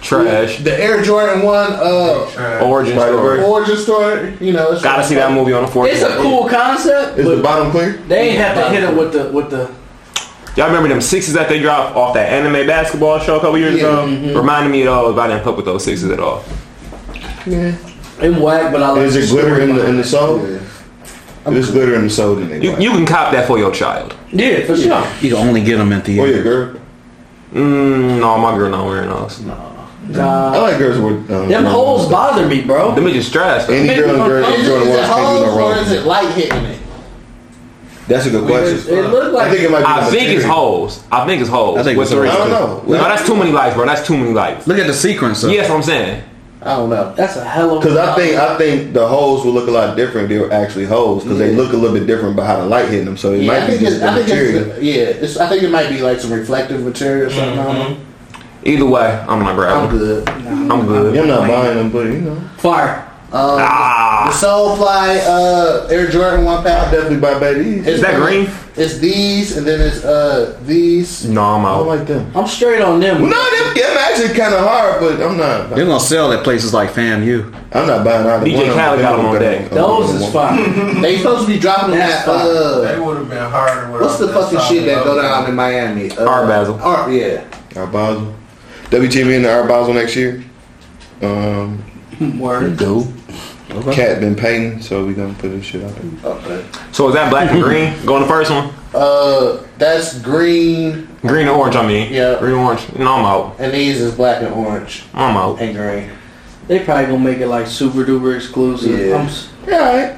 G: So uh,
J: trash.
G: the Air Jordan One uh,
J: Origin story.
G: origin store, you know, it's
J: Gotta see that movie on the fourth.
I: It's a cool concept,
H: Is the
I: but
H: bottom clear?
I: they ain't have to hit it with the with the
J: Y'all remember them sixes that they dropped off that anime basketball show a couple years
G: Yeah, mm-hmm.
J: ago? Reminded me of those, but I didn't fuck with those sixes at all.
I: it whack, but I like
H: Is
I: the
H: it
I: story
H: glitter in the in
I: behind
H: the
I: it.
H: soul? There's glitter in the soul, in
J: You,
H: there.
J: you can cop that for your child.
I: Yeah, for sure.
F: You can only get them at the
H: Oh
F: end.
H: yeah, girl.
J: Mm, no, my girl not wearing those.
H: I
I: Nah,
H: like girls with um,
I: them holes bother me, bro.
J: Them bitches trash. though.
H: Any
I: Make
H: girl
I: them
H: and girl
I: uncomfortable.
H: and
G: Is it
H: Jordan ones can't do
G: holes
H: no
G: or is it
H: wrong.
G: light hitting it?
H: That's a good question.
I: It look like
H: I think it might be.
J: I
H: the
J: think it's
H: material.
J: holes. I think it's holes.
F: I think
J: What's
F: it's
J: the
F: holes,
J: reason?
H: too. I don't know.
J: No, that's too many lights, bro. That's too many lights.
F: Look at the sequence. Of
J: Yes, I'm saying.
G: I don't know.
I: that's a hell of a
H: Because I think I think the holes will look a lot different. if They were actually holes because they look a little bit different by how the light hitting them. So it
G: Yeah,
H: might
G: I
H: be
G: think
H: just
G: it's,
H: the
G: I think
H: material.
G: it's, yeah, it's, I think it might be like some reflective material or something. I don't know.
J: Either way, I'm not grabbing.
G: I'm good.
J: I'm good.
H: I'm not buying them, but you know.
I: fire.
G: Um,
J: Ah.
G: The Soulfly uh, Air Jordan one pack. I definitely buy baby.
J: Is that green?
G: It's these, and then it's uh these.
J: No, I'm
G: I
J: out.
H: Oh
G: don't like them.
I: I'm straight on them.
G: No, them, them actually kind of hard, but I'm not.
F: They're gonna sell at places like FAMU.
G: I'm not buying either
J: DJ one of Khaled them. got 'em on deck.
I: Those is fine.
G: they supposed to be dropping that. Uh,
N: would have been harder.
G: what's the fucking shit that go down in Miami? Uh,
H: Art Basel.
G: Art, yeah.
H: Art Basel. WTV in the Art Basel next year. Um,
G: Word.
H: Dope. Cat been painting, so we gonna put this shit out there.
G: Okay.
J: So is that black and green? Go on the first one.
G: Uh, that's green.
J: Green and orange, I mean.
G: Yeah.
J: Green and orange. No, I'm out.
G: And these is black and orange.
J: I'm out.
G: And green.
I: They probably gonna make it like super duper exclusive.
G: Yeah.
I: I'm s-
G: All right.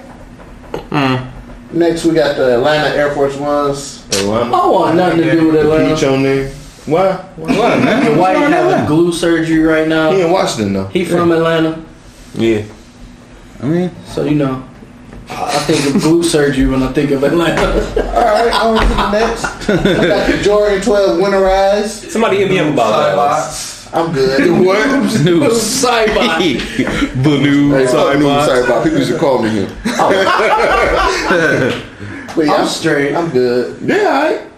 G: Next, we got the Atlanta Air Force Ones.
I: I
H: Oh,
G: Oh,
I: want nothing to do with Atlanta.
H: Peach on there. Why? Why, man?
I: The White having glue surgery right now.
H: He in Washington though.
I: He from Atlanta,
J: Yeah.
H: I mean,
I: so you know. I I think of glue surgery when I think of Atlanta.
G: All right, on to the next. We got the Jordan 12 Winterized.
J: Somebody hit me up about that.
G: I'm good.
I: Sidebot.
H: Blue Sidebot. Sidebot. People used to call me him.
G: But yeah,
I: I'm
G: I'm,
I: straight.
G: I'm good.
H: Yeah, all right.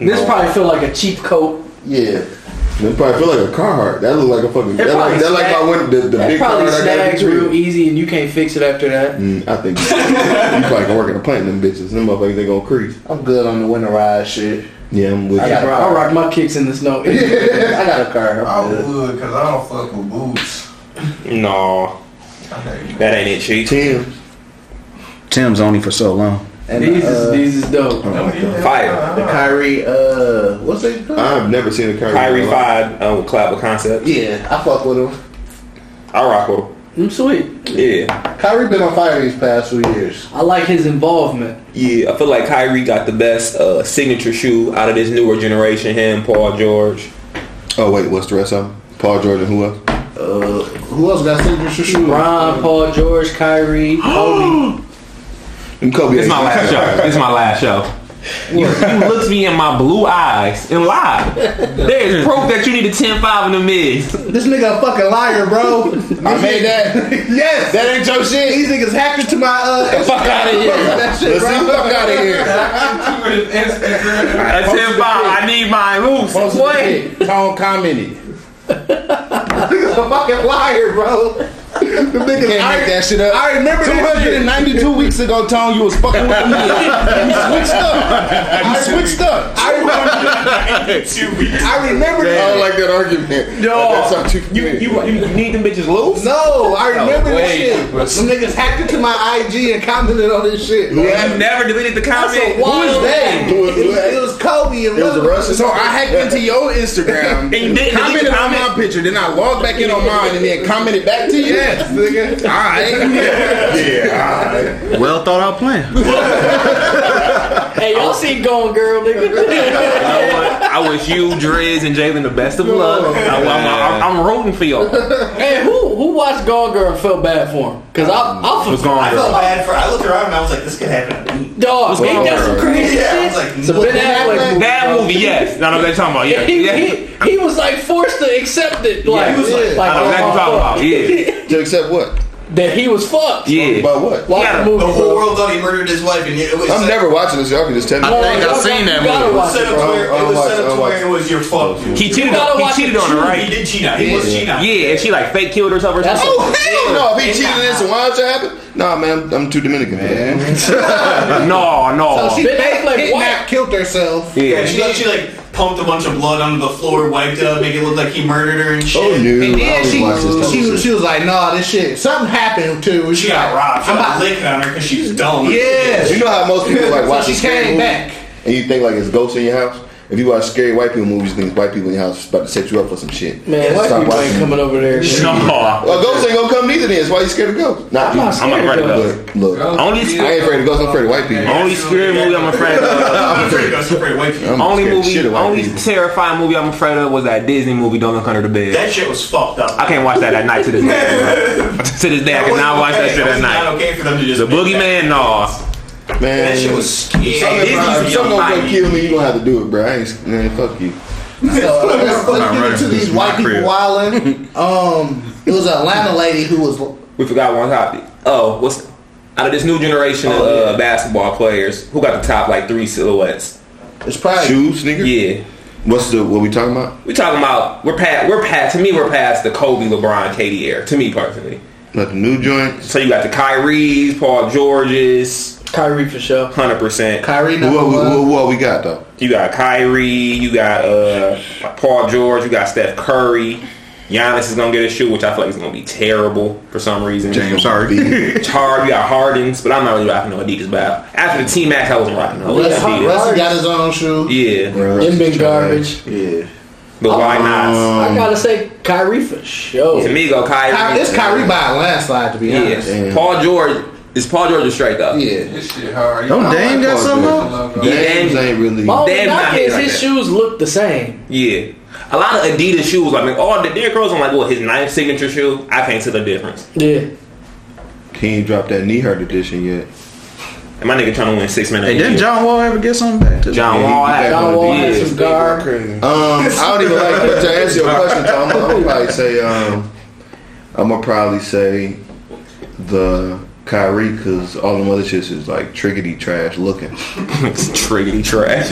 I: This
H: No.
I: probably feel like a cheap coat.
G: Yeah.
H: That probably feel like a Carhartt. That look like a fucking.
I: It
H: That
I: probably
H: like, that like my winter, the, the
I: That
H: big
I: probably
H: Carhartt I got at
I: snags
H: the crib.
I: real easy, and you can't fix it after that.
H: Mm, I think you probably can work in a plant. Them bitches, them motherfuckers, they gonna crease.
G: I'm good on the winterized shit.
H: Yeah, I'm with
I: I
H: you.
I: got rock, I rock my kicks in the snow.
G: I got a car.
N: I
G: I'm good.
N: would, cause I don't fuck with boots.
J: No. That ain't it, Chief.
H: Tim.
F: Tim's only for so long.
G: And
I: these
G: uh,
I: is these is dope.
J: Fire.
G: the Kyrie, uh, what's they called?
H: I've never seen a Kyrie.
J: Kyrie
H: in my life.
J: 5 uh, with Clapper Concept.
G: yeah, I fuck with him.
J: I rock with him.
I: I'm sweet.
J: Yeah.
G: Kyrie been on fire these past few years.
I: I like his involvement.
J: Yeah, I feel like Kyrie got the best uh, signature shoe out of this newer generation. Him, Paul George.
H: Oh wait, what's the rest of them? Paul George and who else?
G: Uh, who else got signature shoes?
I: Ron, Paul George, Kyrie, Kobe.
H: Them Kobe.
J: This is my last show. This is my last show. You, you looked me in my blue eyes and lied. There is proof that you need a 10-5 in the mid.
G: This nigga a fucking liar, bro. I made that. yes,
H: That ain't your shit.
G: these niggas hacked into my uh.
J: Fuck out of here.
G: that shit,
H: Let's see,
G: bro.
H: fuck out of here.
J: A 10-5. I need mine loose. What?
H: Tone commented.
G: Niggas a fucking liar, bro. The niggas
H: Can't
G: I-
H: make that shit up.
G: I remember that shit.
H: 292 weeks ago, Tone, you was fucking with me. You switched up. You switched up.
G: I remember. I remember
H: I
G: that.
H: don't like that argument.
J: No.
H: That's not too-
J: You, you, you need them bitches loose?
G: No, I remember this
J: wait.
G: shit. Some niggas hacked into my IG and commented on this shit.
J: You never deleted the
G: That's a
J: comment.
G: wild day.
H: Who is
G: It was,
H: that?
G: it was Kobe and
H: It was a
G: Lil-
H: Russian.
L: So I hacked into your Instagram,
J: And you didn't delete
L: commented
J: the
L: on my
J: comment?
L: picture, then I logged back in on mine, and then commented back to you.
G: Yes, nigga.
L: Alright. Yeah, alright.
F: Well thought out plan.
I: Hey, y'all see Gone Girl, nigga.
J: Oh. You know what? I wish you, Driz, and Jalen the best of luck. I, am rooting for y'all.
I: hey, who who watched Gone Girl and felt bad for him? Cause I I
J: What's
I: was
J: going on?
O: I felt
J: girl?
O: bad for. I looked around and I was like, this could happen to me.
I: dog. He
J: Gone
I: done some
J: Girl?
I: crazy
O: Yeah, I
I: shit.
O: was like,
I: It's a Ben Affleck movie,
J: That
I: bro.
J: movie, yes. No, no, they're talking about, yeah.
I: He,
J: yeah.
I: he, he was like forced to accept it. Like,
J: he was
G: like-
J: I know
I: oh, my
J: exactly what you're
I: fuck.
J: talking about,
H: To accept what?
I: that he was fucked.
J: yeah. Yeah.
H: About what?
I: Watch
J: Yeah,
I: the
O: The
I: movie,
O: whole
I: bro.
O: world thought he murdered his wife, and it was.
H: I'm never watching this. Y'all can just tell me.
F: I think I've
I: Y'all
F: seen that
I: gotta- you gotta
F: movie.
I: watch
O: Set
I: it,
O: up to
I: bro.
O: where
H: I'll
O: it was
H: watch-
O: set up
H: I'll
O: to
H: watch.
O: where it was your fault. He
J: He cheated
I: gotta
J: on, he
I: watch
J: cheated
I: the
J: on her,
I: truth.
J: right?
O: did cheat. on her. He was cheating. on her. Oh,
J: Yeah, and she like fake killed herself or
I: That's
J: something.
I: a-
H: Hell no! If he cheated in this, why don't you happen? Nah, man, I'm, I'm too Dominican. Man.
J: No, no.
G: So she
I: Ben Affleck
G: kidnapped,
I: white.
G: killed herself.
O: Yeah,
J: yeah.
O: she, she like pumped a bunch of blood onto the floor, wiped it up, make it look like he murdered her and shit.
H: Oh, no.
G: And
H: I
G: then
H: always
G: she,
H: watch this type of
G: she,
H: shit.
G: was, she was like, nah, this shit, something happened to her.
O: She got robbed. She
G: I'm
O: got
G: about-
O: licked on her because she's dumb.
G: Yeah.
H: You know how most people like
G: So
H: watch
G: she
H: a scary
G: came
H: movie
G: back.
H: and you think like it's ghosts in your house. If you watch scary white people movies, you think it's white people in your house is about to set you up for some shit.
I: Man, white
H: Stop
I: people ain't
H: watching.
I: coming over there. man.
J: No.
H: Well, ghosts ain't gonna come neither. Then, so why you scared of ghosts? Not you.
I: not
J: I'm afraid of ghosts.
H: Look, look.
J: Only
H: I
J: scary,
H: ain't afraid of ghosts. I'm afraid of white people.
J: only scary movie I'm afraid of.
O: I'm afraid that's a pretty white people.
H: I'm
J: Only
H: scared
J: movie,
H: shit of white
J: only
H: people.
J: terrifying movie I'm afraid of was that Disney movie Don't Look Under the Bed.
O: That shit was fucked up.
J: I can't watch that at night to this day. bro. to this day, I cannot watch that shit
O: Not
J: at night.
O: okay for them to just
J: The
O: make
J: Boogeyman, no.
H: man.
O: That, that shit was scary.
J: Hey,
H: If
J: Disney's
H: something gonna
J: fight.
H: come kill me, you gonna have to do it, bro. I ain't man. Fuck you.
G: So, let's, let's get
K: running
G: into
K: from
G: these
K: this my
G: white people
K: crib.
G: wilding. Um, it was an Atlanta lady who was
J: We forgot one topic. Oh, what's out of this new generation of uh, basketball players who got the top like three silhouettes?
G: It's probably
J: shoes, sneakers. Yeah.
H: What's the what we talking about?
J: We talking about we're past we're past to me we're past the Kobe, LeBron, KD era to me personally.
H: Like the new joint.
J: So you got the Kyrie's, Paul George's.
I: Kyrie for sure.
J: Hundred percent.
G: Kyrie
H: What, what, what, what we got though?
J: You got Kyrie, you got uh, Paul George, you got Steph Curry. Giannis is gonna get a shoe, which I feel like is gonna be terrible for some reason.
H: James Harden.
J: Hard, you got Harden's, but I'm not really rocking no Adidas. But after the T Max, I wasn't rocking no
G: Russ, Russ got
J: Adidas.
G: his own shoe.
J: Yeah,
I: Them been garbage.
G: Yeah.
J: But why
I: I
J: not?
I: gotta say Kyrie for sure.
J: To me, go Kyrie.
G: Ky- it's Kyrie by a landslide, to be honest.
J: Yeah. Paul George is Paul George is straight up.
G: Yeah.
J: This shit hard.
G: Don't Dame got
H: Oh,
G: something
J: Yeah, Dame ain't really.
I: My only
J: Dame not
I: knock
J: hit
I: is
J: like
I: his
J: that.
I: shoes look the same.
J: Yeah. A lot of Adidas shoes, I mean, all the Derrick Rose, I'm like, well, his ninth signature shoe, I can't see the difference.
I: Yeah.
H: He ain't dropped that knee hurt edition yet.
J: And my nigga trying to win six minutes.
H: Hey, didn't
J: John
F: Wall ever get something back?
J: John
H: Yeah,
J: Wall
H: he- he
J: had
H: got one of these.
I: guard.
H: Um, I don't even like but to answer your question. Tom, I'm, gonna probably say um, I'm gonna probably say the Kyrie because all the other shits is like triggity trash looking.
J: triggity trash.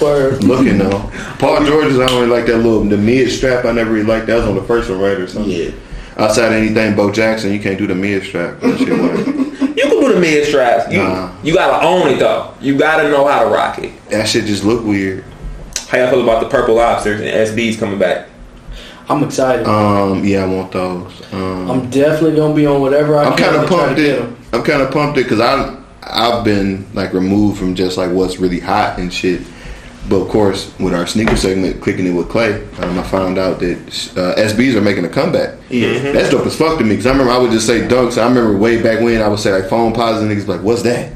I: Word.
H: looking though. Paul George is I don't really like that little the mid strap. I never really liked that. That was on the first one, right or something. Yeah. Outside of anything, Bo Jackson, you can't do the mid strap. That shit whack.
J: You can do the mid straps. You,
H: Nah.
J: you gotta own it though. You gotta know how to rock it.
H: That shit just look weird.
J: How y'all feel about the purple lobsters and SB's coming back?
I: I'm excited.
H: Um, yeah, I want those. Um,
I: I'm definitely gonna be on whatever I
H: I'm
I: can.
H: kind of
I: to try to
H: pumped
I: get
H: it. I'm kind of pumped it because I I've been like removed from just like what's really hot and shit. But of course, with our sneaker segment, clicking it with Clay, um, I found out that uh, SBs are making a comeback.
G: Yeah.
H: That's dope as fuck to me because I remember I would just say dunks. I remember way back when I would say like phone positive niggas be like what's that,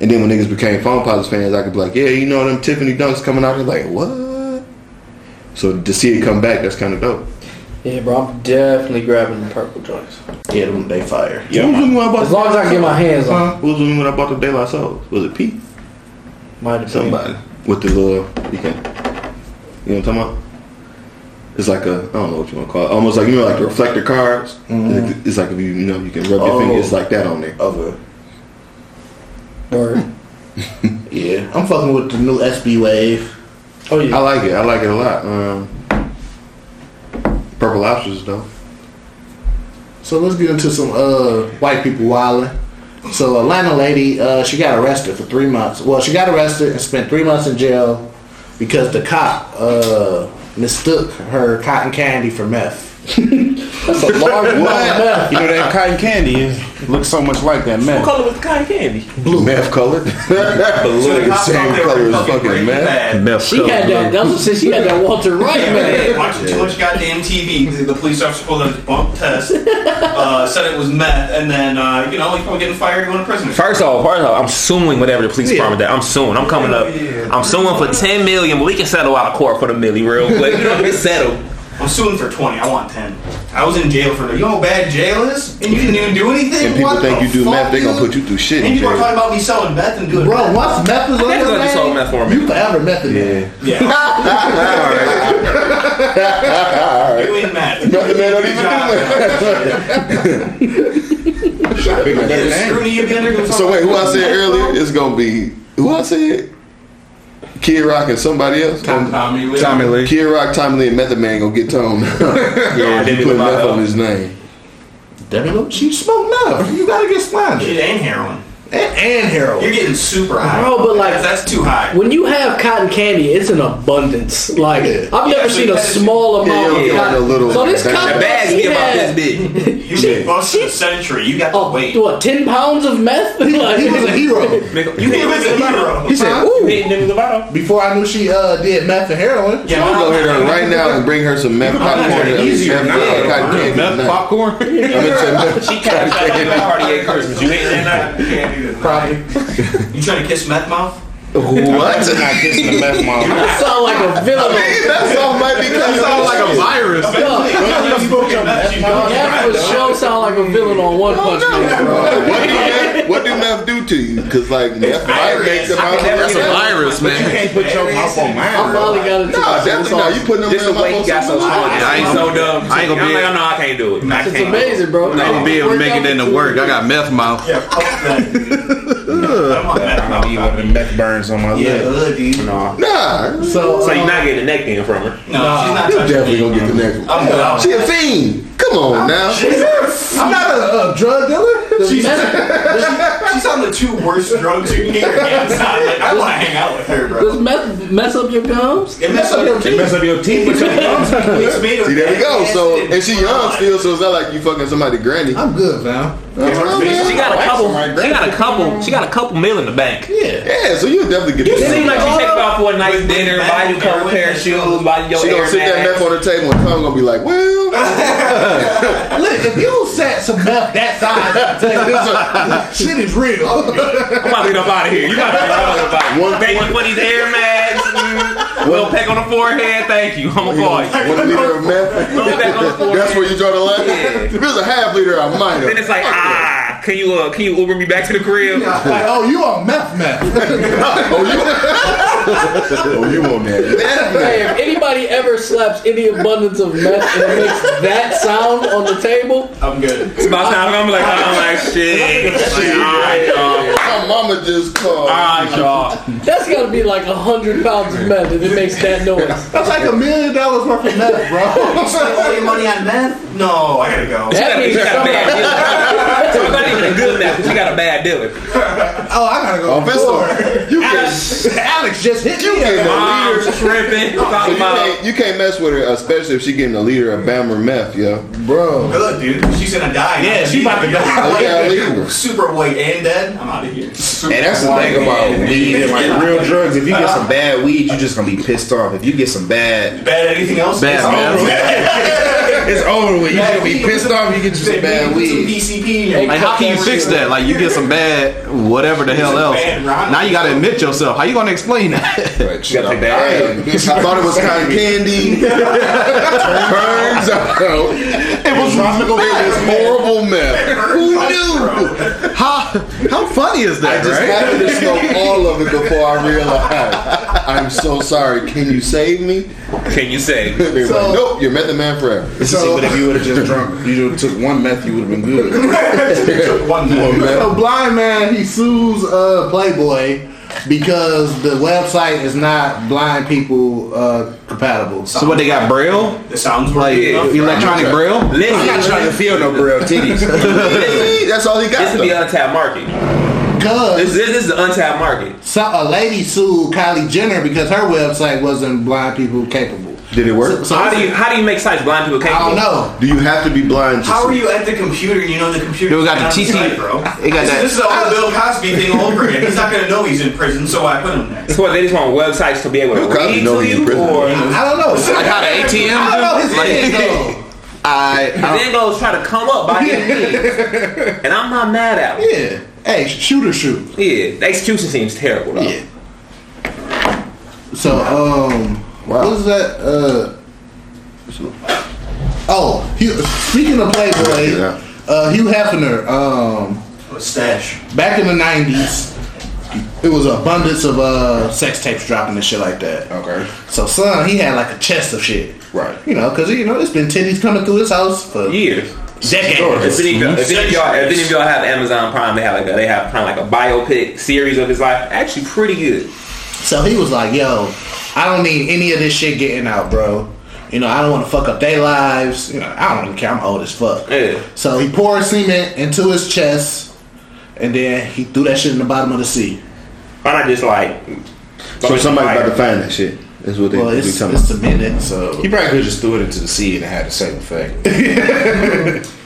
H: and then when niggas became phone positive fans, I could be like yeah you know them Tiffany dunks coming out. They're like what? So to see it come back, that's kind of dope.
I: Yeah, bro, I'm definitely grabbing the purple joints.
G: Yeah, them they fire.
H: Yeah, Who's when I bought
I: As long as I can get my hands on.
H: Huh? Who's when I bought the Daylight Souls? Was it Pete?
I: Might have
H: somebody with the little you can you know what I'm talking about? It's like a I don't know what you want to call it. Almost like you know like the reflector cards.
G: Mhm.
H: It's like if you, you know you can rub your
G: Oh.
H: finger. It's like that on there.
G: Other.
I: Word.
G: yeah, I'm fucking with the new SB wave.
I: Oh yeah,
H: I like it. I like it a lot. Um, purple lobsters though.
G: So let's get into some uh, white people wilding. So Atlanta lady, uh, she got arrested for three months. Well, she got arrested and spent three months in jail because the cop uh, mistook her cotton candy for meth.
I: That's a large amount of meth.
L: You know that cotton candy is, looks so much like that
J: What
L: meth.
J: color was the cotton candy?
H: Blue meth color.
L: the same color as fucking
H: meth.
L: Meth
I: She had that. That was she had that Walter Wright
O: Hey,
I: man.
O: watch too much goddamn TV. The police officer pulled out his bump test, uh, said it was meth, and then uh, you know he's probably getting fired. He went to prison.
J: First off, first off, I'm suing whatever the police department that I'm suing. I'm coming up. I'm suing for ten million, but we can settle out of court for the milli real quick. You know, we can settle.
O: I'm suing for twenty. I want ten. I was in jail for the. You know how bad jail is, and you didn't even do anything.
H: And people
O: What
H: think
O: the
H: you do
O: fuck,
H: meth, they gonna
O: dude?
H: put you through shit. in
O: And people are
H: jail.
O: talking about me selling meth and doing.
G: Bro, once meth is on
O: I
G: your
O: thought you sold
G: name,
J: meth for
G: you forever meth.
H: Yeah.
O: All right. You ain't mad.
H: Brother man don't even do So wait, who I said earlier is gonna be who I said? Kid Rock and somebody else.
O: Tommy Lee.
L: Tommy Lee.
H: Kid Rock, Tommy Lee, and Method Man gonna get toned. yeah,
J: didn't
H: you put
J: buy
H: enough
J: that.
H: on his name.
G: Devin, she smoked meth. You gotta get slandered.
O: Shit ain't heroin.
G: And, and heroin.
O: You're getting super high.
I: Bro, but like
O: that's too high.
I: When you have cotton candy, it's an abundance. Like I've
O: Yeah,
I: never
O: so
I: seen
O: you
I: a
O: had to-
I: small
O: Yeah,
I: amount.
O: yeah,
I: of cotton.
O: like a little-
I: Oh, so this
O: the
I: cotton
O: bag's
I: she
O: get about
I: had,
O: You should bust the century. You got the weight.
I: Oh, What ten pounds of meth? He,
G: was a hero.
O: You hit with a hero.
G: He said,
I: "Ooh."
G: Before I knew she uh, did meth and heroin.
H: Yeah, I'm gonna go hit her right now and bring her some meth popcorn. and
G: Easier
H: meth
G: now.
H: cotton candy tonight.
L: popcorn.
J: she can't Cartier Christmas. You ain't that night.
G: Probably.
O: You trying to kiss meth mouth?
H: What?
L: I'm not kissing the meth mom.
I: That sound like a villain.
H: That sound might be
L: That sound like a virus.
I: That for sure sound like a villain on One Punch Man, bro.
H: What do you what do Neff do to you? Because like Neff might
L: virus.
H: make them
L: I
H: out.
L: can never get over it. But you
H: can't
L: put your mouth on mine, I bro. finally got it.
H: No, definitely not. You putting them
J: Just the way he got so
H: someone
J: small.
H: else.
J: I ain't so dumb. I ain't gonna be. I'm like, no, I can't do it. I can't.
I: bro.
T: I'm not gonna be able to make it into work. I got meth mouth.
L: I'll be one of the meth burns on my lip. Nah.
H: Nah.
L: So,
J: So you're not getting the neck thing from her.
L: No, she's not
H: You
L: touching
H: definitely gonna get the next
J: I'm
H: one.
J: good.
H: She a fiend. Come on now.
G: I'm not a, uh drug dealer.
O: She's, she's on the two worst drugs you can get your hands on. Like, I want to hang out with her, bro.
I: Does meth mess up your gums?
O: It mess up your teeth.
H: Mess up your teeth.
O: But your gums are mixed made of
H: See, there we go.
O: acid
H: So,
O: and
H: and she young still, so it's not like you fucking somebody granny. I'm
G: good, man.
J: She got a couple. She got a couple. She got a couple mil in the bank.
G: Yeah.
H: Yeah. So you definitely get.
J: You
H: the next
J: seem like
H: one.
J: she takes off for a nice dinner, buy you a couple pair of shoes, buy you your
H: She
J: air
H: gonna sit that
J: mask.
H: meth on the table and come gonna be like, well.
G: Look, if you sat some meth that size, this shit is real.
J: I'm about to get up out of here. You got to get up out of here. Thank you for these air masks. Mm. Little peck on the forehead. Thank you. I'm a boy.
H: One liter of meth. That's where you draw the line. If it's a half liter, I might
J: Then
H: have.
J: it's like, ah, can you uh, can you Uber me back to the crib?
G: Like, oh, you on meth, meth.
H: oh, you on that?
I: Hey, if anybody ever slaps any abundance of meth and makes that sound on the table,
O: I'm good.
J: It's about time. I'm like, I'm like, shit. Like, all right, y'all.
H: My mama just called. All
J: right, y'all.
I: that's got to be like a hundred pounds of meth if it makes that noise.
G: That's like a million dollars worth of meth, bro.
O: You spend all your money on meth? No, I gotta go.
J: She got a- she got a bad dealer. So it's not even a good meth. She got a bad dealer.
G: Oh, I gotta go.
H: you
J: Alex,
G: Alex just hit
H: You
G: me.
H: getting a
J: I'm
H: liter?
J: tripping.
H: So
J: Talking
H: you,
J: about.
H: can't, you can't mess with her, especially if she getting a liter of Bam or meth, yo.
G: Bro.
O: Good, dude. She's gonna die.
J: Yeah, she about to die.
H: Look how legal.
O: Super white and dead. I'm out of here. Super
L: And that's the
O: white
L: thing about
O: and
L: weed and
O: dead.
L: like real drugs. If you get some bad weed, you're just gonna be pissed off. If you get some bad,
O: bad anything else, Oh,
L: bad
O: it's over
L: meth, it's over with. You're gonna be pissed off. You get you some bad
O: Some
L: weed.
O: PCP.
T: Like, how can you fix that? Like, you get some bad, whatever the hell else. Now you gotta admit yourself. How you gonna explain that?
L: She got the
H: Damn. I thought it was cotton candy. Turns out it was tropical. It was horrible meth. Who knew?
T: How how funny is
H: I
T: that,
H: just
T: right?
H: happened to smoke all of it before I realized. I'm so sorry. Can you save me?
J: Can you say?
H: They were
L: So-
H: like, nope, you're method man forever.
L: So, See, but if you would have just drunk, you would have took one meth, you would have been good.
O: one
L: more
G: So blind man, he sues uh, Playboy because the website is not blind people uh, compatible.
T: So what they got braille?
O: It sounds
T: like electronic braille.
J: Listen,
L: feel no braille titties.
H: That's all he got.
J: This is the untapped market. This,
G: Because
J: this, this is the untapped market.
G: so, a lady sued Kylie Jenner because her website wasn't blind people capable.
H: Did it work?
J: So how do you how do you make sites blind people capable?
G: I don't know.
H: Do you have to be blind?
O: How are you at the computer? and You know the computer.
T: Dude, we got the TT.
O: bro.
T: They got
O: this,
T: that-
O: this is all Bill Cosby thing all over again. He's not gonna know he's in prison, so I put him there.
J: That's what they just want websites to be able to
H: Bill Cosby
J: read
H: know
J: to
H: he's in
J: you,
H: prison.
J: or
G: I don't know.
T: Like how the ATM
G: I don't know
T: do?
G: his
T: Like-
G: name though.
T: I, I don't-
J: then goes try to come up by his knees, and I'm not mad at him.
G: Yeah. Hey, shoot or shoot.
J: Yeah, the execution seems terrible though.
G: Yeah. So um, what was that? Uh, oh, Hugh, speaking of Playboy, uh, Hugh Hefner. Um,
O: stash.
G: Back in the nineties, it was abundance of uh sex tapes dropping and shit like that.
L: Okay.
G: So son, he had like a chest of shit.
L: Right.
G: You know, because you know it's been titties coming through his house for
J: Years.
G: decades.
J: If any, of y'all, if, any of y'all, if any of y'all have Amazon Prime, they have like a, they have kind of like a biopic series of his life. Actually, pretty good.
G: So he was like, "Yo, I don't need any of this shit getting out, bro. You know, I don't want to fuck up their lives. You know, I don't even care. I'm old as fuck."
J: Yeah.
G: So he poured cement into his chest, and then he threw that shit in the bottom of the sea.
J: Why not just like?
H: So somebody's about to find that shit. That's what they
G: Well,
H: we
G: it's,
H: talking
G: it's
H: about.
G: a minute, so
L: He probably could have just threw it into the sea and it had the same effect.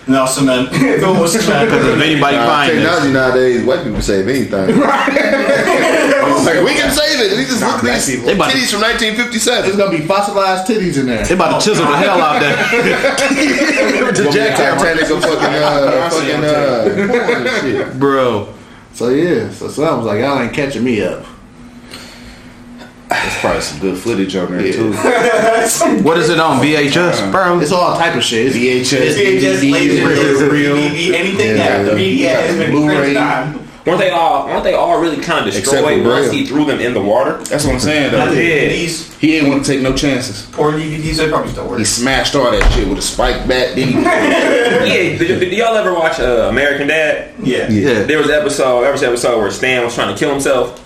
O: No cement. It's almost cement.
T: anybody
H: Nah,
T: find this?
H: technology nowadays, white people save anything. Like, we can save it. We just
L: Nah,
H: look at
L: black
H: these
L: people.
T: They about to-
H: titties from 1957.
G: it's gonna be fossilized titties in there.
T: They about to chisel the hell out there.
H: Gonna be a Titanic of fucking uh, fucking uh, porn and shit.
T: Bro.
G: So yeah, so son was like, "Y'all ain't catching me up."
L: That's probably some good footage on there too.
T: What is it on? VHS, bro?
G: It's all type of shit. It's
L: VHS,
O: VHS,
L: DVD,
O: latest
L: real,
O: release,
L: real.
O: DVD, anything
L: Yeah.
O: after media has been
L: Blu-ray.
O: Blu-ray. time.
J: Weren't they all? Weren't they all really kind of
H: Except for
J: destroyed once
H: Braille.
J: he threw them in the water?
L: That's what I'm saying. Though. He didn't want to take no chances.
O: Poor DVDs, they probably still work.
L: He smashed all that shit with a spike bat. Then
J: yeah, did, did y'all ever watch uh, American Dad? Yeah.
L: Yeah.
J: There was an episode, there was an episode where Stan was trying to kill himself.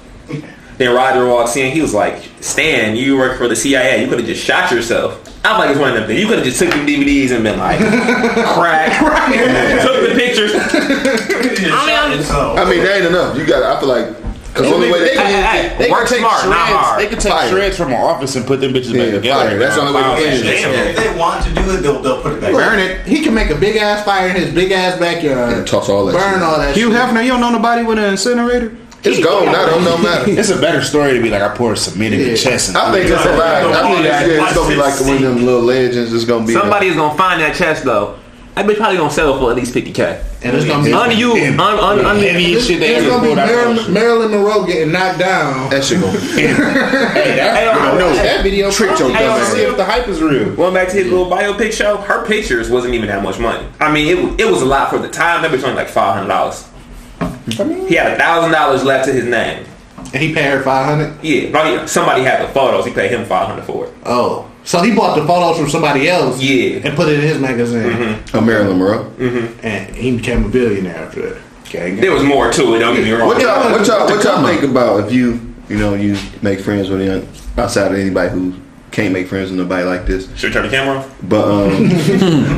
J: Then Roger walks in. He was like, "Stan, you work for the CIA. You could have just shot yourself." I'm like, "It's one of them things. You could have just took the DVDs and been like, crack, took the pictures." I mean,
H: I mean, that ain't enough. You got. I feel like because
L: They-
H: only way they,
L: they- hey, hey,
H: can, they
L: work
H: can take
L: smart, not
H: shreds.
L: hard.
H: They can take
L: Fire.
H: shreds from an office and put them bitches back together.
L: fire. That's the only way we can do it.
O: If they want to do it, they'll, they'll put it back.
G: Burn it. He can make a big ass fire in his big ass backyard.
H: And toss all that.
G: Burn
H: shit.
G: all that
T: Hugh
G: shit.
T: Hefner, you don't know nobody with an incinerator?
H: It's gone now. Don't don't matter.
L: It's a better story to be like I poured cement in
H: Yeah.
L: the chest. And
H: I think it's a lie. I think it's, yeah, it's gonna be like one of them little legends. It's gonna be
J: Somebody's gonna find that chest though. That bitch probably gonna sell for at least 50k.
G: And it's gonna be-
J: unused, un, un, un,
G: It's- It's gonna be Marilyn, Marilyn Monroe getting knocked down.
H: That shit gonna. hey,
J: that,
H: no, that video tricked your dumb ass.
J: if
L: the hype is real.
J: Going back to his little biopic show, her pictures wasn't even that much money. I mean, it, it was a lot for the time. That bitch only like five hundred dollars. He had a thousand dollars left to his name.
G: And he paid her five hundred.
J: Yeah, but he- somebody had the photos. He paid him five hundred for it.
G: Oh, so he bought the photos from somebody else.
J: Yeah,
G: and put it in his magazine.
H: Oh, Marilyn Monroe.
G: Mm-hmm. And he became a billionaire after that. Okay.
J: There was more to it. Don't get me wrong.
H: What y'all, what y'all, what y'all think about if you, you know, you make friends with young outside of anybody who can't make friends with nobody like this?
J: Should we turn the camera off?
H: But um,